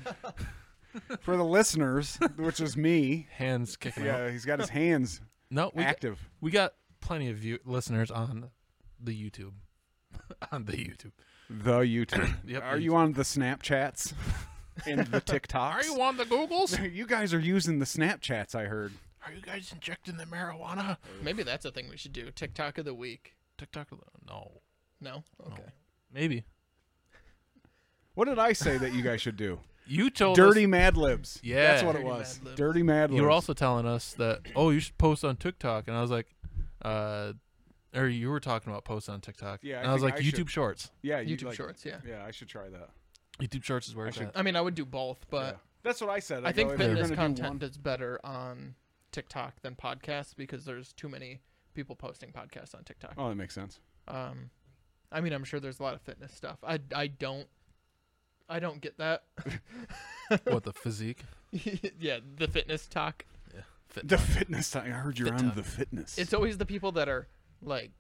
[SPEAKER 1] For the listeners, which is me,
[SPEAKER 3] Hands kicking out.
[SPEAKER 1] yeah, he's got his hands
[SPEAKER 3] No, *laughs* we got,
[SPEAKER 1] active.
[SPEAKER 3] we got plenty of view- listeners on the YouTube. *laughs* on the YouTube.
[SPEAKER 1] The YouTube.
[SPEAKER 3] *coughs* Yep,
[SPEAKER 1] are
[SPEAKER 3] the
[SPEAKER 1] you on the Snapchats and
[SPEAKER 3] *laughs*
[SPEAKER 1] the TikToks?
[SPEAKER 3] on the Googles?
[SPEAKER 1] *laughs* You guys are using the Snapchats, I heard.
[SPEAKER 3] Are you guys injecting the marijuana?
[SPEAKER 2] Maybe that's a thing we should do. TikTok of the week.
[SPEAKER 3] TikTok? No.
[SPEAKER 2] No.
[SPEAKER 3] Oh.
[SPEAKER 2] Okay.
[SPEAKER 3] Maybe.
[SPEAKER 1] What did I say that you guys should do?
[SPEAKER 3] You told us-
[SPEAKER 1] Dirty Mad Libs.
[SPEAKER 3] Yeah.
[SPEAKER 1] That's what it
[SPEAKER 2] Dirty
[SPEAKER 1] was.
[SPEAKER 2] Mad Libs.
[SPEAKER 1] Dirty Mad Libs.
[SPEAKER 3] you were also telling us that oh you should post on TikTok and I was like uh or you were talking about posts on TikTok
[SPEAKER 1] Yeah, I
[SPEAKER 3] and I was
[SPEAKER 1] think
[SPEAKER 3] like
[SPEAKER 1] I
[SPEAKER 3] YouTube
[SPEAKER 1] should-
[SPEAKER 3] shorts
[SPEAKER 1] yeah, you,
[SPEAKER 2] YouTube
[SPEAKER 1] like-
[SPEAKER 2] Shorts. Yeah.
[SPEAKER 1] Yeah, I should try that.
[SPEAKER 3] YouTube shorts is where
[SPEAKER 1] I
[SPEAKER 3] it's
[SPEAKER 1] should-
[SPEAKER 3] at.
[SPEAKER 2] I mean, I would do both, but
[SPEAKER 1] Yeah. That's what I said.
[SPEAKER 2] I think
[SPEAKER 1] go, if you're
[SPEAKER 2] fitness
[SPEAKER 1] gonna do
[SPEAKER 2] content
[SPEAKER 1] one-
[SPEAKER 2] is better on TikTok than podcasts because there's too many people posting podcasts on TikTok.
[SPEAKER 1] Oh, that makes sense.
[SPEAKER 2] Um, I mean, I'm sure there's a lot of fitness stuff. I I don't. I don't get that. *laughs*
[SPEAKER 3] what
[SPEAKER 1] *laughs*
[SPEAKER 3] the physique
[SPEAKER 2] yeah, the fitness talk.
[SPEAKER 1] The fitness. I heard you're on
[SPEAKER 3] TikTok.
[SPEAKER 1] the fitness.
[SPEAKER 2] It's always the people that are like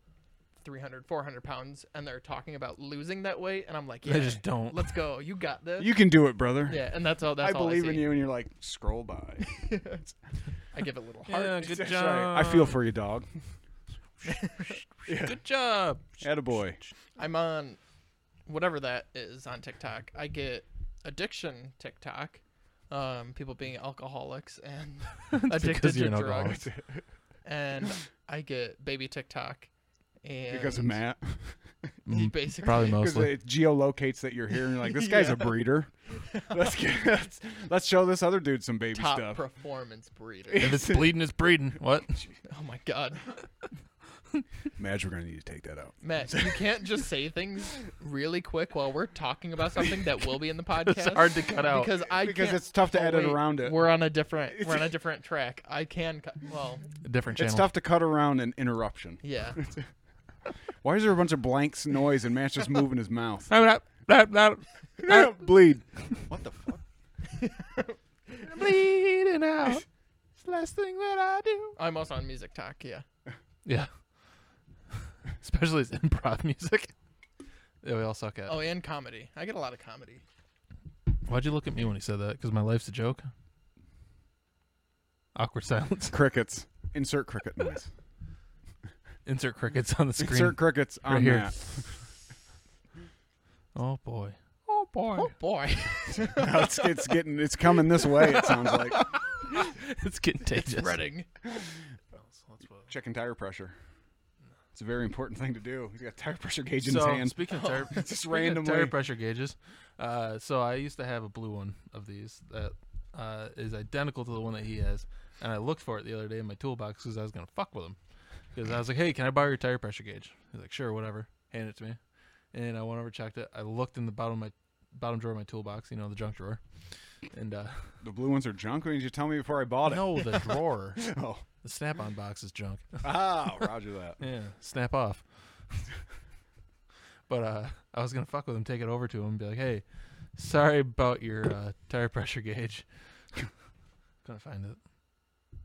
[SPEAKER 2] 300, 400 pounds and they're talking about losing that weight. And I'm like, yeah,
[SPEAKER 3] they just don't
[SPEAKER 2] let's go. You got this.
[SPEAKER 1] you can do it, brother.
[SPEAKER 2] yeah, and that's all.
[SPEAKER 1] I
[SPEAKER 2] That's all
[SPEAKER 1] believe
[SPEAKER 2] I
[SPEAKER 1] in
[SPEAKER 2] see.
[SPEAKER 1] you, and you're like, scroll
[SPEAKER 2] *laughs*
[SPEAKER 1] by.
[SPEAKER 2] I give it a
[SPEAKER 1] *laughs*
[SPEAKER 2] little heart.
[SPEAKER 3] yeah, good
[SPEAKER 1] That's
[SPEAKER 3] job
[SPEAKER 1] right. I feel for you, dog.
[SPEAKER 2] *laughs*
[SPEAKER 1] yeah.
[SPEAKER 3] good job
[SPEAKER 1] Attaboy.
[SPEAKER 2] I'm on whatever that is on TikTok. I get addiction TikTok, um, people being alcoholics
[SPEAKER 1] *laughs*
[SPEAKER 2] and addicted
[SPEAKER 3] because
[SPEAKER 2] to
[SPEAKER 3] you're an alcoholic.
[SPEAKER 2] drugs, and
[SPEAKER 1] *laughs*
[SPEAKER 2] I get baby TikTok, and
[SPEAKER 1] Because of
[SPEAKER 2] *laughs*
[SPEAKER 1] Matt.
[SPEAKER 2] he
[SPEAKER 3] Mm,
[SPEAKER 1] *laughs*
[SPEAKER 2] basically
[SPEAKER 3] probably
[SPEAKER 1] Because
[SPEAKER 3] mostly
[SPEAKER 1] it geolocates that you're here, and you're like, this guy's
[SPEAKER 2] *laughs* Yeah.
[SPEAKER 1] a breeder. *laughs* Let's,
[SPEAKER 2] *laughs*
[SPEAKER 1] get, let's let's show this other dude some baby
[SPEAKER 2] top
[SPEAKER 1] stuff.
[SPEAKER 2] performance breeder.
[SPEAKER 1] *laughs*
[SPEAKER 3] if it's bleeding it's breeding what
[SPEAKER 2] oh my god,
[SPEAKER 1] Madge, we're gonna need to take that out.
[SPEAKER 2] Matt, you can't just say things really quick while we're talking about something that will be
[SPEAKER 3] *laughs*
[SPEAKER 2] in the podcast.
[SPEAKER 3] it's hard to cut out
[SPEAKER 2] because I
[SPEAKER 1] because
[SPEAKER 2] can't-
[SPEAKER 1] it's tough to
[SPEAKER 2] oh,
[SPEAKER 1] edit
[SPEAKER 2] wait,
[SPEAKER 1] around it.
[SPEAKER 2] We're on a
[SPEAKER 1] *laughs*
[SPEAKER 2] different we're on a different track. I can cut. Well,
[SPEAKER 3] A different channel
[SPEAKER 1] It's
[SPEAKER 3] *laughs*
[SPEAKER 1] tough to cut around an interruption. *laughs*
[SPEAKER 2] yeah.
[SPEAKER 1] Why is there a bunch of blanks noise and Matt's just moving his
[SPEAKER 3] *laughs*
[SPEAKER 1] mouth?
[SPEAKER 3] Blah, blah, blah, blah.
[SPEAKER 1] Bleed.
[SPEAKER 4] What the fuck?
[SPEAKER 3] bleeding out
[SPEAKER 1] *laughs*
[SPEAKER 3] it's the last thing that I do
[SPEAKER 2] I'm also on Music Talk. Yeah.
[SPEAKER 3] yeah *laughs* especially it's improv *laughs* music that we all suck at
[SPEAKER 2] Oh, and comedy. I get a lot of comedy.
[SPEAKER 3] Why'd you look at me when he said that? Because my life's a joke. Awkward silence. *laughs*
[SPEAKER 1] Crickets. Insert cricket noise.
[SPEAKER 3] Insert crickets on the screen.
[SPEAKER 1] Insert crickets on
[SPEAKER 3] Right here.
[SPEAKER 1] Matt.
[SPEAKER 3] oh boy. Oh boy.
[SPEAKER 2] Oh boy. *laughs*
[SPEAKER 1] No, Oh, it's, it's getting it's coming this way. It sounds
[SPEAKER 3] *laughs*
[SPEAKER 1] like
[SPEAKER 3] *laughs* It's getting
[SPEAKER 2] it's
[SPEAKER 3] contagious.
[SPEAKER 2] spreading.
[SPEAKER 1] checking tire pressure. It's a very important thing to do. He's got a tire pressure gauge in
[SPEAKER 3] so
[SPEAKER 1] his hand.
[SPEAKER 3] *laughs* speaking of tire,
[SPEAKER 1] It's *laughs* just
[SPEAKER 3] speaking of
[SPEAKER 1] randomly-
[SPEAKER 3] tire pressure gauges, uh, so I used to have a blue one of these that uh, is identical to the one that he has, and I looked for it the other day in my toolbox because I was gonna fuck with him, because I was like, hey, can I borrow your tire pressure gauge? He's like, sure, whatever. Hand it to me, and I went over checked it. I looked in the bottom of my bottom drawer of my toolbox, you know, the junk drawer, and uh,
[SPEAKER 1] The blue ones are junk. Or did you tell me before I bought it?
[SPEAKER 3] no,
[SPEAKER 1] *laughs*
[SPEAKER 3] the drawer,
[SPEAKER 1] Oh,
[SPEAKER 3] the snap-on box is junk.
[SPEAKER 1] ah, Roger
[SPEAKER 3] *laughs*
[SPEAKER 1] that.
[SPEAKER 3] Yeah, snap off. *laughs* but uh, I was gonna fuck with him, take it over to him, and be like, "Hey, *laughs* sorry about your uh, tire pressure gauge. Couldn't find it.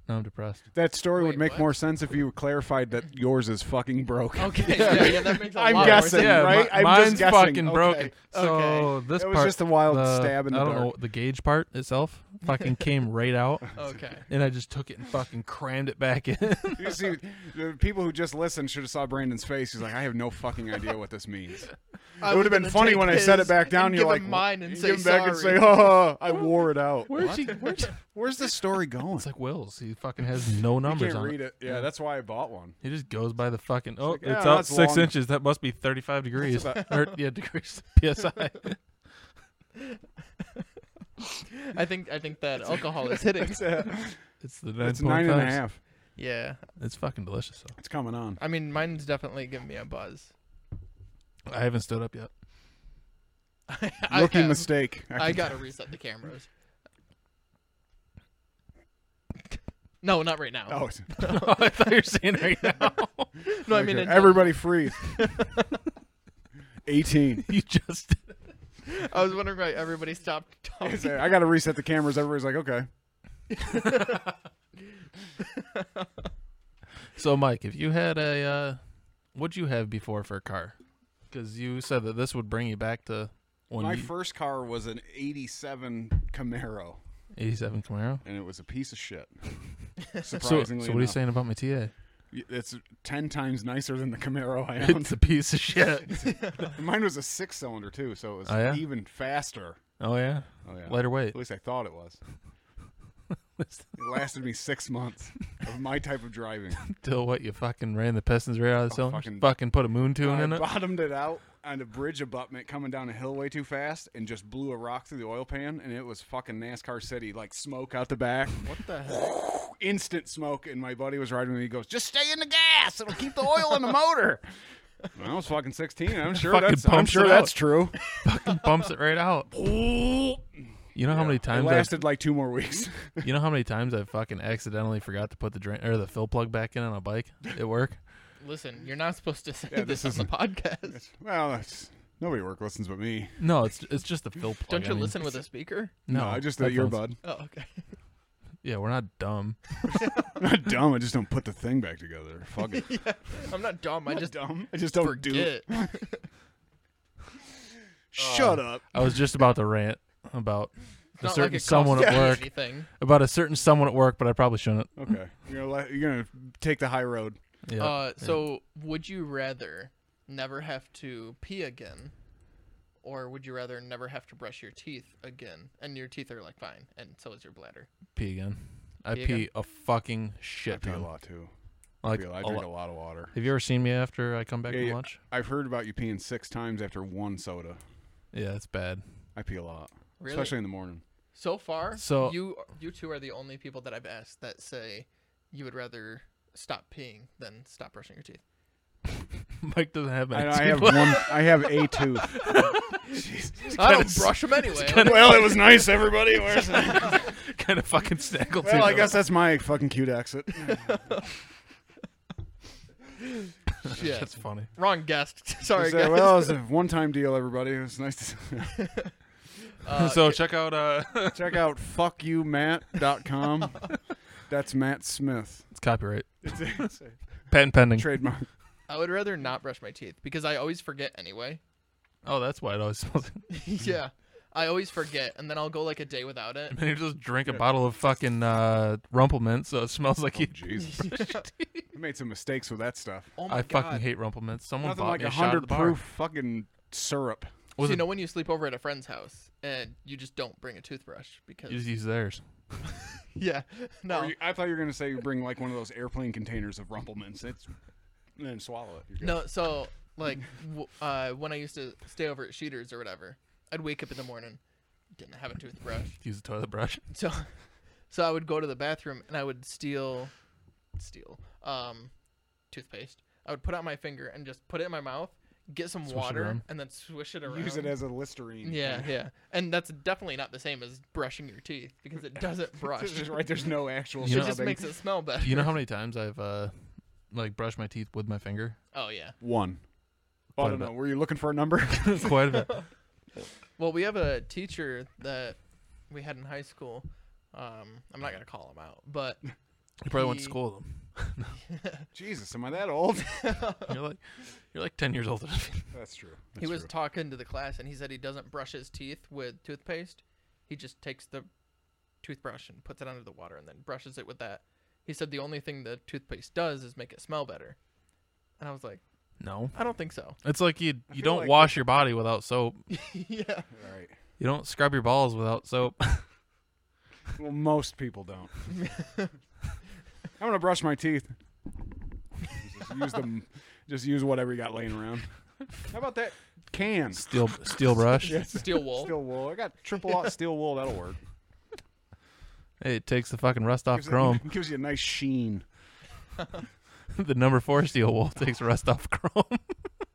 [SPEAKER 3] Now I'm depressed.
[SPEAKER 1] That story
[SPEAKER 2] Wait,
[SPEAKER 1] would make
[SPEAKER 2] what?
[SPEAKER 1] more sense if you clarified that yours is fucking broke.
[SPEAKER 3] Oh, *laughs*
[SPEAKER 2] Okay, yeah, yeah, that makes a
[SPEAKER 1] I'm
[SPEAKER 2] lot
[SPEAKER 1] guessing,
[SPEAKER 2] more sense.
[SPEAKER 1] Yeah, right?
[SPEAKER 3] mi-
[SPEAKER 1] I'm just
[SPEAKER 3] mine's
[SPEAKER 1] guessing.
[SPEAKER 3] fucking
[SPEAKER 1] Okay.
[SPEAKER 3] broken. So
[SPEAKER 2] Okay.
[SPEAKER 3] this
[SPEAKER 1] It was
[SPEAKER 3] part,
[SPEAKER 1] just a wild
[SPEAKER 3] the-
[SPEAKER 1] stab in the
[SPEAKER 3] I don't know
[SPEAKER 1] dark.
[SPEAKER 3] the gauge part
[SPEAKER 1] *laughs*
[SPEAKER 3] itself fucking came right out,
[SPEAKER 2] Okay.
[SPEAKER 3] and I just took it and fucking crammed it back in.
[SPEAKER 1] You see, the people who just listened should have saw Brandon's face. He's like, I have no fucking idea what this means.
[SPEAKER 2] *laughs*
[SPEAKER 1] it
[SPEAKER 2] I was
[SPEAKER 1] would have been
[SPEAKER 2] gonna
[SPEAKER 1] funny
[SPEAKER 2] take
[SPEAKER 1] when I said it
[SPEAKER 2] his
[SPEAKER 1] back down.
[SPEAKER 2] and
[SPEAKER 1] you're
[SPEAKER 2] give
[SPEAKER 1] like,
[SPEAKER 2] him mine and
[SPEAKER 1] you
[SPEAKER 2] say
[SPEAKER 1] give him back and say,
[SPEAKER 2] sorry.
[SPEAKER 1] oh, I wore it out.
[SPEAKER 3] *laughs* Where's he? Where's,
[SPEAKER 1] Where's the story going?
[SPEAKER 3] it's like Will's. He fucking has no
[SPEAKER 1] you
[SPEAKER 3] numbers
[SPEAKER 1] can't
[SPEAKER 3] on
[SPEAKER 1] read it. Yeah, that's why I bought
[SPEAKER 2] *laughs*
[SPEAKER 1] one.
[SPEAKER 3] He just goes by the fucking. Oh,
[SPEAKER 1] like,
[SPEAKER 3] it's,
[SPEAKER 1] yeah,
[SPEAKER 3] out
[SPEAKER 1] that's
[SPEAKER 3] six
[SPEAKER 1] long.
[SPEAKER 3] inches. That must be 35 degrees. or, yeah, *laughs* degrees psi.
[SPEAKER 1] "Oh."
[SPEAKER 2] I think I think that alcohol is
[SPEAKER 1] *laughs*
[SPEAKER 2] hitting.
[SPEAKER 1] It's, uh,
[SPEAKER 3] It's the nine.
[SPEAKER 1] it's nine and a half.
[SPEAKER 2] Yeah,
[SPEAKER 3] It's fucking delicious. Though.
[SPEAKER 1] It's coming on.
[SPEAKER 2] I mean, mine's definitely giving me a buzz. *laughs*
[SPEAKER 3] I haven't stood up yet. *laughs*
[SPEAKER 2] I,
[SPEAKER 1] Rookie
[SPEAKER 2] have-
[SPEAKER 1] mistake.
[SPEAKER 2] I gotta reset the cameras. No, not right now. *laughs*
[SPEAKER 1] Oh, it's-
[SPEAKER 3] I thought you were saying right now. *laughs*
[SPEAKER 2] no, I mean
[SPEAKER 1] okay.
[SPEAKER 2] in-
[SPEAKER 1] everybody
[SPEAKER 2] *laughs*
[SPEAKER 1] freeze. 18.
[SPEAKER 3] you just.
[SPEAKER 2] I was wondering why everybody stopped talking.
[SPEAKER 1] It's, uh, I got to reset the cameras. Everybody's like, okay.
[SPEAKER 3] So, Mike, if you had a, uh, what'd you have before for a car? Because you said that this would bring you back to when
[SPEAKER 1] My
[SPEAKER 3] you-
[SPEAKER 1] first car was an 87 Camaro,
[SPEAKER 3] 87 Camaro.
[SPEAKER 1] and it was a piece of shit.
[SPEAKER 3] So,
[SPEAKER 1] Surprisingly,
[SPEAKER 3] so what are you saying about my TA?
[SPEAKER 1] saying? It's 10 times nicer than the Camaro I
[SPEAKER 3] It's
[SPEAKER 1] owned.
[SPEAKER 3] a piece of shit.
[SPEAKER 1] *laughs* Mine was a six cylinder, too, so it was
[SPEAKER 3] Oh, yeah?
[SPEAKER 1] even faster.
[SPEAKER 3] oh yeah,
[SPEAKER 1] Oh, yeah.
[SPEAKER 3] lighter weight. *laughs*
[SPEAKER 1] At least I thought it was. It lasted me six months of my type of driving.
[SPEAKER 3] Till what you fucking ran the pistons right out of the cylinder.
[SPEAKER 1] Oh, fucking-
[SPEAKER 3] Fucking, put a moon tune
[SPEAKER 1] I
[SPEAKER 3] in it.
[SPEAKER 1] bottomed it out on a bridge abutment coming down a hill way too fast and just blew a rock through the oil pan and it was fucking NASCAR City, like smoke out the back.
[SPEAKER 2] What the hell?
[SPEAKER 1] Instant smoke and my buddy was riding with me. He goes, Just stay in the gas, it'll keep the oil in the motor. When I was fucking sixteen. I'm sure
[SPEAKER 3] Fucking
[SPEAKER 1] that's I'm
[SPEAKER 3] pumps
[SPEAKER 1] sure
[SPEAKER 3] it
[SPEAKER 1] that's
[SPEAKER 3] out.
[SPEAKER 1] true.
[SPEAKER 3] fucking bumps it right out. You know how many
[SPEAKER 1] It
[SPEAKER 3] times I've,
[SPEAKER 1] lasted like two more weeks. *laughs*
[SPEAKER 3] you know how many times I fucking accidentally forgot to put the drain or the fill plug back in on a bike at work.
[SPEAKER 2] Listen, you're not supposed to say
[SPEAKER 1] Yeah,
[SPEAKER 2] this,
[SPEAKER 1] this
[SPEAKER 2] on the podcast.
[SPEAKER 1] well, that's nobody at work listens but me.
[SPEAKER 3] No, it's it's just the fill plug.
[SPEAKER 2] Don't you
[SPEAKER 3] I mean,
[SPEAKER 2] listen with a speaker?
[SPEAKER 1] No, I just uh, the
[SPEAKER 3] headphones.
[SPEAKER 1] earbud.
[SPEAKER 2] Oh, okay. *laughs*
[SPEAKER 3] Yeah, we're not dumb.
[SPEAKER 1] I'm not dumb. I just don't put the thing back together. Fuck it.
[SPEAKER 2] I'm not dumb. I just
[SPEAKER 1] dumb. I just don't do it. *laughs*
[SPEAKER 2] forget.
[SPEAKER 1] Shut up.
[SPEAKER 3] I was just about to rant about
[SPEAKER 2] It's *laughs*
[SPEAKER 3] a
[SPEAKER 2] not
[SPEAKER 3] certain
[SPEAKER 2] like it
[SPEAKER 3] someone
[SPEAKER 2] costs
[SPEAKER 3] at
[SPEAKER 2] me
[SPEAKER 3] work
[SPEAKER 2] Anything.
[SPEAKER 3] about a certain someone at work, but I probably shouldn't.
[SPEAKER 1] Okay. You're gonna let, you're gonna take the high road.
[SPEAKER 3] Yeah.
[SPEAKER 2] Uh, so would you rather never have to pee again, or would you rather never have to brush your teeth again? And your teeth are like fine, and so is your bladder.
[SPEAKER 3] pee again. I
[SPEAKER 2] Pee
[SPEAKER 3] pee,
[SPEAKER 2] again?
[SPEAKER 3] a fucking shit
[SPEAKER 1] I pee a
[SPEAKER 3] ton.
[SPEAKER 1] lot too. I,
[SPEAKER 3] Like
[SPEAKER 1] pee a lot. I
[SPEAKER 3] a
[SPEAKER 1] drink a
[SPEAKER 3] lot.
[SPEAKER 1] lot of water.
[SPEAKER 3] Have you ever seen me after I come back
[SPEAKER 1] Yeah,
[SPEAKER 3] from
[SPEAKER 1] yeah.
[SPEAKER 3] lunch?
[SPEAKER 1] I've heard about you peeing six times after one soda.
[SPEAKER 3] Yeah, it's bad. *laughs*
[SPEAKER 1] I pee a lot,
[SPEAKER 2] Really?
[SPEAKER 1] especially in the morning.
[SPEAKER 2] so far,
[SPEAKER 3] So-
[SPEAKER 2] you you two are the only people that I've asked that say you would rather stop peeing than stop brushing your teeth.
[SPEAKER 3] Mike doesn't have
[SPEAKER 1] I,
[SPEAKER 3] any.
[SPEAKER 1] I *laughs* have one. I have a tooth.
[SPEAKER 2] I don't brush them anyway.
[SPEAKER 1] *laughs* well, it was nice, everybody. *laughs* Where's it?
[SPEAKER 3] *laughs* kind of fucking snaggle
[SPEAKER 1] Well, I
[SPEAKER 3] *laughs*
[SPEAKER 1] guess that's my fucking cute exit.
[SPEAKER 2] Shit.
[SPEAKER 3] that's funny.
[SPEAKER 2] *laughs* Wrong guest. *laughs* Sorry,
[SPEAKER 1] Is
[SPEAKER 2] guys.
[SPEAKER 1] that- well, it was a one-time deal, everybody. It was nice to *laughs*
[SPEAKER 2] Uh,
[SPEAKER 3] *laughs* so
[SPEAKER 2] okay,
[SPEAKER 3] check out. uh
[SPEAKER 1] check out fuckyoumatt.com. That's Matt Smith.
[SPEAKER 3] It's copyright,
[SPEAKER 1] It's a, it's a
[SPEAKER 3] patent pending.
[SPEAKER 1] trademark.
[SPEAKER 2] I would rather not brush my teeth because I always forget
[SPEAKER 3] *laughs*
[SPEAKER 2] anyway. *laughs*
[SPEAKER 3] Oh, that's why it always smells. *laughs*
[SPEAKER 2] yeah. I always forget, and then I'll go like a day without
[SPEAKER 3] *laughs*
[SPEAKER 2] it.
[SPEAKER 3] And you just drink a bottle of fucking uh, Rumplemint, so it smells like
[SPEAKER 1] Oh,
[SPEAKER 3] you. *laughs*
[SPEAKER 1] Jesus,
[SPEAKER 2] *laughs*
[SPEAKER 1] I made some mistakes with that stuff.
[SPEAKER 2] Oh my
[SPEAKER 3] I
[SPEAKER 2] god!
[SPEAKER 3] fucking hate Rumplemint. Someone
[SPEAKER 1] Nothing
[SPEAKER 3] bought
[SPEAKER 1] like
[SPEAKER 3] me
[SPEAKER 1] a
[SPEAKER 3] a shot at the
[SPEAKER 1] hundred
[SPEAKER 3] bar.
[SPEAKER 1] proof fucking syrup.
[SPEAKER 3] Was
[SPEAKER 2] so you
[SPEAKER 3] it-
[SPEAKER 2] know when you sleep over at a friend's house and you just don't bring a toothbrush because
[SPEAKER 3] You just use theirs.
[SPEAKER 2] *laughs* yeah, no,
[SPEAKER 1] Or you- I thought you were gonna say you bring like one of those airplane containers of Rumplemans. It's and then swallow it. You're good.
[SPEAKER 2] no. So like, w- uh, when I used to stay over at Sheeters or whatever, I'd wake up in the morning, didn't have a toothbrush, *laughs*
[SPEAKER 3] Use a toilet *laughs* brush.
[SPEAKER 2] so so I would go to the bathroom and I would steal, steal, um, toothpaste. I would put out my finger and just put it in my mouth, get some
[SPEAKER 3] Swish it
[SPEAKER 2] water,
[SPEAKER 3] around.
[SPEAKER 2] and then swish it around.
[SPEAKER 1] Use it as a Listerine. *laughs*
[SPEAKER 2] Yeah, yeah. And that's definitely not the same as brushing your teeth because it doesn't brush.
[SPEAKER 1] This is right. There's no actual.
[SPEAKER 3] You
[SPEAKER 2] it
[SPEAKER 3] know-
[SPEAKER 2] just
[SPEAKER 1] scrubbing.
[SPEAKER 2] makes it smell better.
[SPEAKER 3] You know how many times I've uh, like brushed my teeth with my
[SPEAKER 1] *laughs*
[SPEAKER 3] finger? *laughs*
[SPEAKER 2] Oh yeah.
[SPEAKER 1] one. Oh, I
[SPEAKER 3] Quite a
[SPEAKER 1] don't
[SPEAKER 3] bit.
[SPEAKER 1] know. Were you looking for a number? *laughs*
[SPEAKER 3] Quite a bit.
[SPEAKER 2] Well, we have a
[SPEAKER 1] *laughs*
[SPEAKER 2] teacher that we had in high school. Um, I'm not gonna call him out, but
[SPEAKER 3] You probably went to
[SPEAKER 2] He-
[SPEAKER 3] school with them.
[SPEAKER 1] Jesus, am I that
[SPEAKER 3] *laughs*
[SPEAKER 1] old?
[SPEAKER 3] You're like, you're like ten years *laughs* older than me.
[SPEAKER 1] That's true.
[SPEAKER 2] he
[SPEAKER 1] That's
[SPEAKER 2] was
[SPEAKER 1] true.
[SPEAKER 2] talking to the class and he said he doesn't brush his teeth with toothpaste. He just takes the toothbrush and puts it under the water and then brushes it with that. He said the only thing the toothpaste does is make it smell better. And I was like,
[SPEAKER 3] No,
[SPEAKER 2] I don't think
[SPEAKER 1] *laughs*
[SPEAKER 2] so. *laughs*
[SPEAKER 3] it's like you you
[SPEAKER 1] feel
[SPEAKER 3] don't
[SPEAKER 1] like
[SPEAKER 3] wash your body without soap.
[SPEAKER 2] yeah.
[SPEAKER 1] All right.
[SPEAKER 3] You don't scrub your balls without soap. *laughs*
[SPEAKER 1] Well, most people don't. I'm gonna brush my teeth. Just use them. Just use whatever you got laying around. How about that can?
[SPEAKER 3] Steel
[SPEAKER 1] *laughs*
[SPEAKER 3] steel brush.
[SPEAKER 2] Steel wool.
[SPEAKER 1] Steel wool. I
[SPEAKER 2] *laughs*
[SPEAKER 1] got triple aught steel wool. That'll work.
[SPEAKER 3] Hey, it takes the fucking rust off
[SPEAKER 1] Gives it-
[SPEAKER 3] chrome.
[SPEAKER 1] *laughs* gives you a nice sheen.
[SPEAKER 3] *laughs* the number four steel wool takes rust off *laughs* chrome.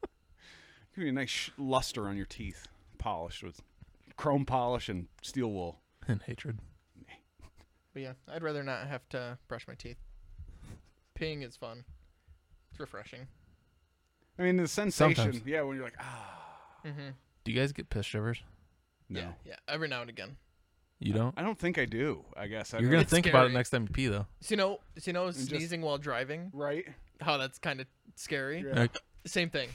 [SPEAKER 1] Gives you a nice sh- luster on your teeth. Polished with chrome polish and steel wool.
[SPEAKER 3] and hatred.
[SPEAKER 2] But yeah, I'd rather not have to brush my teeth. Peeing is fun. It's refreshing.
[SPEAKER 1] I mean, the sensation.
[SPEAKER 3] Sometimes.
[SPEAKER 1] Yeah, when you're like, ah,
[SPEAKER 2] Mm-hmm.
[SPEAKER 3] Do you guys get piss shivers?
[SPEAKER 1] no.
[SPEAKER 2] Yeah, yeah. Every now and again.
[SPEAKER 3] You don't.
[SPEAKER 1] I don't think I do. I guess I
[SPEAKER 3] You're gonna
[SPEAKER 2] It's
[SPEAKER 3] think about it
[SPEAKER 2] scary.
[SPEAKER 3] next time you pee, *laughs* though.
[SPEAKER 2] So you know, so you know,
[SPEAKER 1] just-
[SPEAKER 2] sneezing while driving.
[SPEAKER 1] *laughs* right.
[SPEAKER 2] How that's kind of scary.
[SPEAKER 1] Yeah.
[SPEAKER 3] Like,
[SPEAKER 1] *laughs*
[SPEAKER 2] Same thing.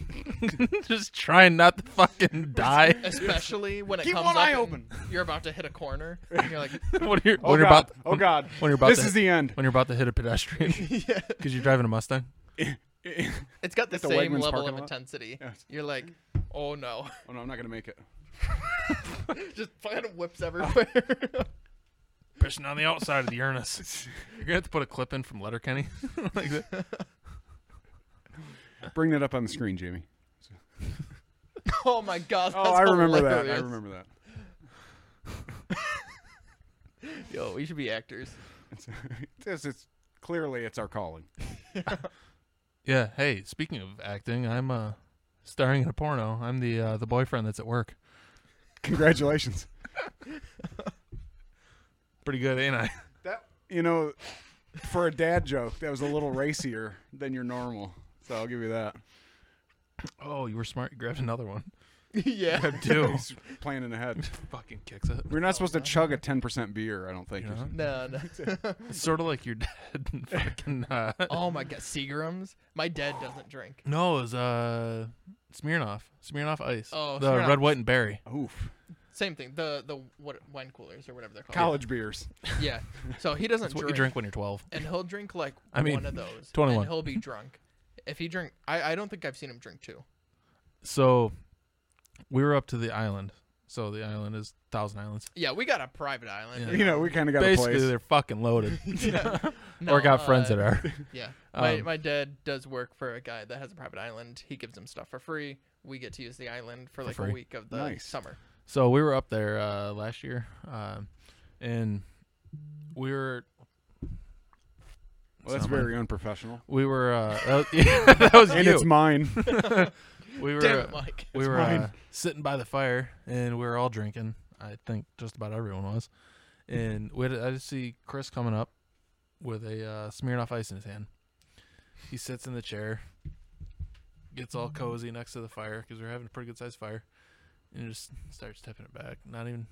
[SPEAKER 3] just trying not to *laughs* fucking die.
[SPEAKER 2] Especially when it
[SPEAKER 1] Keep
[SPEAKER 2] comes
[SPEAKER 1] one
[SPEAKER 2] up
[SPEAKER 1] eye
[SPEAKER 2] and
[SPEAKER 1] open.
[SPEAKER 2] You're about to hit a
[SPEAKER 1] *laughs*
[SPEAKER 2] corner. And you're like,
[SPEAKER 3] *laughs* when you're,
[SPEAKER 1] Oh
[SPEAKER 3] when
[SPEAKER 1] god.
[SPEAKER 3] you're about.
[SPEAKER 1] oh god.
[SPEAKER 3] When you're about.
[SPEAKER 1] this
[SPEAKER 3] to,
[SPEAKER 1] is the end.
[SPEAKER 3] when you're about to hit a *laughs* pedestrian
[SPEAKER 2] yeah.
[SPEAKER 3] because you're driving a Mustang.
[SPEAKER 2] It's got the
[SPEAKER 1] At the
[SPEAKER 2] same
[SPEAKER 1] Wegmans
[SPEAKER 2] level
[SPEAKER 1] parking
[SPEAKER 2] of
[SPEAKER 1] lot?
[SPEAKER 2] intensity.
[SPEAKER 1] Yes.
[SPEAKER 2] You're like, oh no.
[SPEAKER 1] *laughs*
[SPEAKER 2] *laughs*
[SPEAKER 1] Oh no, I'm not gonna make it.
[SPEAKER 2] Just fucking
[SPEAKER 1] *laughs* Oh.
[SPEAKER 2] whips everywhere. *laughs*
[SPEAKER 3] Pissing on the outside of the urnas. *laughs* You're gonna have to put a clip in from Letterkenny. *laughs* like that.
[SPEAKER 1] Bring that up on the screen, Jamie.
[SPEAKER 2] oh my god.
[SPEAKER 1] Oh,
[SPEAKER 2] *laughs* that's
[SPEAKER 1] I remember that. I
[SPEAKER 2] hilarious.
[SPEAKER 1] remember that. *laughs*
[SPEAKER 2] Yo, we should be actors. *laughs*
[SPEAKER 1] It's, it's, it's clearly it's our calling.
[SPEAKER 3] Yeah. Hey, speaking of acting, I'm uh starring in a porno. I'm the uh, the boyfriend that's at work.
[SPEAKER 1] Congratulations.
[SPEAKER 3] Pretty good, ain't I? *laughs*
[SPEAKER 1] That you know, for a dad joke, that was a little racier than your normal. So I'll give you that.
[SPEAKER 3] Oh, you were smart. You grabbed another one. *laughs*
[SPEAKER 2] yeah.
[SPEAKER 1] *laughs*
[SPEAKER 3] Two.
[SPEAKER 1] He's planning ahead.
[SPEAKER 3] fucking kicks it.
[SPEAKER 1] We're not supposed to chug a ten percent beer. I don't think.
[SPEAKER 3] You're not?
[SPEAKER 2] No, no.
[SPEAKER 3] It's sort of like your *laughs* dad.
[SPEAKER 1] *laughs*
[SPEAKER 3] and fucking. Uh,
[SPEAKER 2] *laughs* Oh my god, Seagrams. My dad doesn't drink.
[SPEAKER 3] No, it was uh, Smirnoff. Smirnoff Ice.
[SPEAKER 2] Oh,
[SPEAKER 3] the red,
[SPEAKER 2] Smirnoff.
[SPEAKER 3] white, and berry.
[SPEAKER 1] Oof.
[SPEAKER 2] Same thing. The the what wine coolers or whatever they're called.
[SPEAKER 1] College beers.
[SPEAKER 2] Yeah. So he doesn't
[SPEAKER 3] That's what
[SPEAKER 2] drink,
[SPEAKER 3] you drink when you're 12.
[SPEAKER 2] and he'll drink like
[SPEAKER 3] I mean,
[SPEAKER 2] one of those.
[SPEAKER 3] 21.
[SPEAKER 2] And he'll be drunk. If he drink, I I don't think I've seen him drink two.
[SPEAKER 3] So we were up to the island. So the island is Thousand Islands.
[SPEAKER 2] Yeah, we got a private island.
[SPEAKER 3] Yeah.
[SPEAKER 1] You know, we kind of got a
[SPEAKER 3] Basically,
[SPEAKER 1] place.
[SPEAKER 3] they're fucking *laughs* loaded.
[SPEAKER 2] *laughs* No,
[SPEAKER 3] *laughs* or got
[SPEAKER 2] uh,
[SPEAKER 3] friends that are.
[SPEAKER 2] Yeah. My,
[SPEAKER 3] Um,
[SPEAKER 2] my dad does work for a guy that has a private island. He gives him stuff for free. We get to use the island for like
[SPEAKER 3] free.
[SPEAKER 2] a week of the
[SPEAKER 1] Nice.
[SPEAKER 2] summer.
[SPEAKER 3] *laughs* So we were up there uh, last year, um, and we were
[SPEAKER 1] Well, that's
[SPEAKER 3] Somewhere.
[SPEAKER 1] very unprofessional.
[SPEAKER 3] we were uh, that, that was *laughs*
[SPEAKER 1] And
[SPEAKER 3] you.
[SPEAKER 1] it's
[SPEAKER 2] *laughs*
[SPEAKER 1] mine.
[SPEAKER 3] we were
[SPEAKER 2] Damn
[SPEAKER 3] uh,
[SPEAKER 2] it,
[SPEAKER 3] *laughs*
[SPEAKER 2] Mike.
[SPEAKER 3] we were
[SPEAKER 1] mine.
[SPEAKER 3] uh, sitting by the fire and we were all drinking. I think just about everyone was. And we had, I just see Chris coming up with a uh, Smirnoff ice in his hand. He sits in the chair, gets all cozy next to the fire because we're having a pretty good sized fire, and just starts tipping it back, not even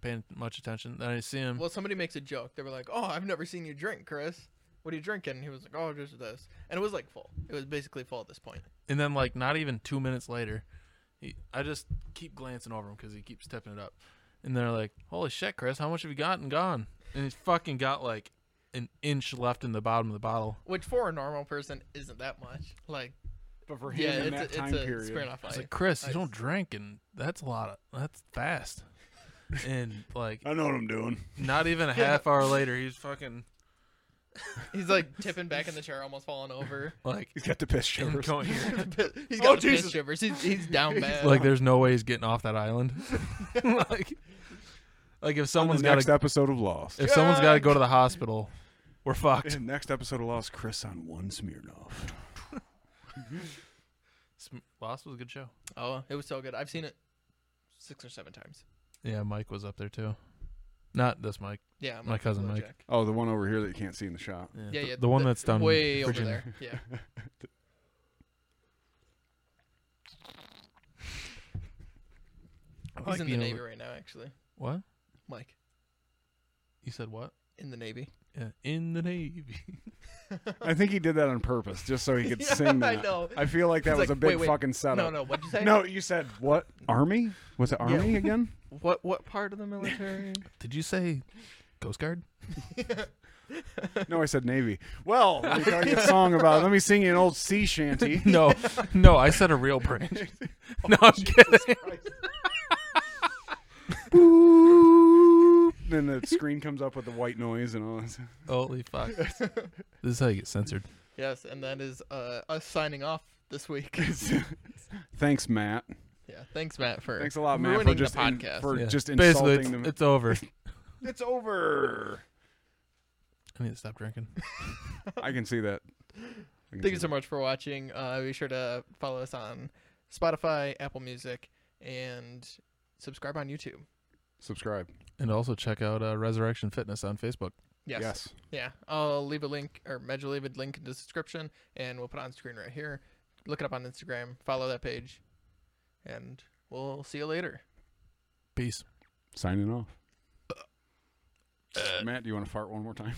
[SPEAKER 3] paying much attention. Then I see him.
[SPEAKER 2] Well, somebody makes a joke. They were like, "Oh, I've never seen you drink, Chris. What are you drinking?" And he was like, "Oh, just this." And it was like full. It was basically full at this point.
[SPEAKER 3] And then, like, not even two minutes later, he, I just keep glancing over him because he keeps tipping it up. And they're like, "Holy shit, Chris! How much have you got and gone?" And he's fucking got like an inch left in the bottom of the bottle.
[SPEAKER 2] Which for a normal person isn't that much. Like,
[SPEAKER 1] But for him
[SPEAKER 2] yeah,
[SPEAKER 1] in
[SPEAKER 2] it's, a,
[SPEAKER 1] that
[SPEAKER 2] it's
[SPEAKER 1] time
[SPEAKER 2] a
[SPEAKER 1] period,
[SPEAKER 2] Smirnoff
[SPEAKER 3] I
[SPEAKER 2] Ice.
[SPEAKER 3] was like, "Chris, you
[SPEAKER 2] Nice.
[SPEAKER 3] don't drink, and that's a lot. Of, that's
[SPEAKER 1] *laughs*
[SPEAKER 3] fast." And like,
[SPEAKER 1] I know what I'm doing.
[SPEAKER 3] not even a half hour later, he's fucking
[SPEAKER 2] He's like tipping back in the chair, almost falling
[SPEAKER 3] *laughs*
[SPEAKER 2] over.
[SPEAKER 1] *laughs*
[SPEAKER 3] like
[SPEAKER 1] He's got the
[SPEAKER 2] *laughs*
[SPEAKER 1] piss
[SPEAKER 3] *laughs*
[SPEAKER 1] shivers. *laughs*
[SPEAKER 3] incoherent.
[SPEAKER 2] he's
[SPEAKER 1] Oh,
[SPEAKER 2] got the
[SPEAKER 1] Jesus.
[SPEAKER 2] piss shivers. He's, he's down bad.
[SPEAKER 3] like, there's no way he's getting off that island. *laughs* like, like if
[SPEAKER 1] On the
[SPEAKER 3] someone's got
[SPEAKER 1] next
[SPEAKER 3] to,
[SPEAKER 1] episode of Lost.
[SPEAKER 3] if someone's got to go to the hospital, we're fucked.
[SPEAKER 1] And next episode of Lost, Chris on one Smirnoff.
[SPEAKER 3] Sm- Lost was a good show.
[SPEAKER 2] oh, it was so good. I've seen it six or seven times.
[SPEAKER 3] Yeah, Mike was up there too. Not this Mike.
[SPEAKER 2] Yeah,
[SPEAKER 3] My cousin Mike.
[SPEAKER 2] Jack.
[SPEAKER 1] Oh, the one over here that you can't see in the shop.
[SPEAKER 2] Yeah,
[SPEAKER 3] th-
[SPEAKER 2] yeah,
[SPEAKER 3] the, one that's down in
[SPEAKER 2] way over
[SPEAKER 3] Virginia.
[SPEAKER 2] there.
[SPEAKER 3] *laughs*
[SPEAKER 2] Yeah.
[SPEAKER 3] I
[SPEAKER 2] He's
[SPEAKER 3] like
[SPEAKER 2] in the
[SPEAKER 3] being
[SPEAKER 2] Navy
[SPEAKER 3] over-
[SPEAKER 2] right now, actually.
[SPEAKER 3] What
[SPEAKER 2] Mike.
[SPEAKER 3] you said? What?
[SPEAKER 2] in the Navy.
[SPEAKER 3] Yeah, in the Navy.
[SPEAKER 1] *laughs* I think he did that on purpose, just so he could
[SPEAKER 2] *laughs* Yeah,
[SPEAKER 1] sing
[SPEAKER 2] I
[SPEAKER 1] that.
[SPEAKER 2] know.
[SPEAKER 1] I feel like that
[SPEAKER 2] He's
[SPEAKER 1] was
[SPEAKER 2] like,
[SPEAKER 1] a big
[SPEAKER 2] "Wait, wait,
[SPEAKER 1] fucking
[SPEAKER 2] No,
[SPEAKER 1] setup.
[SPEAKER 2] no. What'd you say?
[SPEAKER 1] No, you said what? Army? Was it Army
[SPEAKER 2] *laughs*
[SPEAKER 1] again?
[SPEAKER 2] What what part of
[SPEAKER 1] *laughs*
[SPEAKER 2] the military?
[SPEAKER 3] *laughs* Did you say Coast Guard?
[SPEAKER 1] No, I said Navy. Well, let me tell
[SPEAKER 2] *laughs*
[SPEAKER 1] you a song about. Let me sing you an old sea shanty.
[SPEAKER 3] *laughs*
[SPEAKER 1] *laughs*
[SPEAKER 3] *laughs* no, no, I said a real *laughs* branch. no, I'm kidding.
[SPEAKER 1] Boop. Then the screen comes up with the white noise and all that.
[SPEAKER 3] *laughs* Holy fuck! this is how you get censored.
[SPEAKER 2] yes, and that is uh, us signing off
[SPEAKER 1] *laughs*
[SPEAKER 2] this week.
[SPEAKER 1] Thanks, Matt.
[SPEAKER 2] yeah. Thanks, Matt, for
[SPEAKER 1] Thanks a lot, Matt,
[SPEAKER 2] ruining
[SPEAKER 1] for just
[SPEAKER 2] the
[SPEAKER 1] in-
[SPEAKER 2] podcast.
[SPEAKER 1] for
[SPEAKER 3] Yeah.
[SPEAKER 1] just
[SPEAKER 3] Basically,
[SPEAKER 1] insulting
[SPEAKER 3] it's,
[SPEAKER 1] them.
[SPEAKER 3] it's over.
[SPEAKER 1] it's over.
[SPEAKER 3] I need to stop drinking.
[SPEAKER 1] I can see that. I can
[SPEAKER 2] Thank you
[SPEAKER 1] see
[SPEAKER 2] so
[SPEAKER 1] that.
[SPEAKER 2] much for watching. Uh, be sure to follow us on Spotify, Apple Music, and subscribe on YouTube.
[SPEAKER 1] Subscribe.
[SPEAKER 3] And also check out uh, Resurrection Fitness on Facebook.
[SPEAKER 2] Yes.
[SPEAKER 1] yes.
[SPEAKER 2] Yeah. I'll leave a link or Medj will leave a link in the description and we'll put it on screen right here. Look it up on Instagram, follow that page, and we'll see you later.
[SPEAKER 3] Peace.
[SPEAKER 1] Signing off.
[SPEAKER 2] Uh,
[SPEAKER 1] Matt, do you want to fart one more time?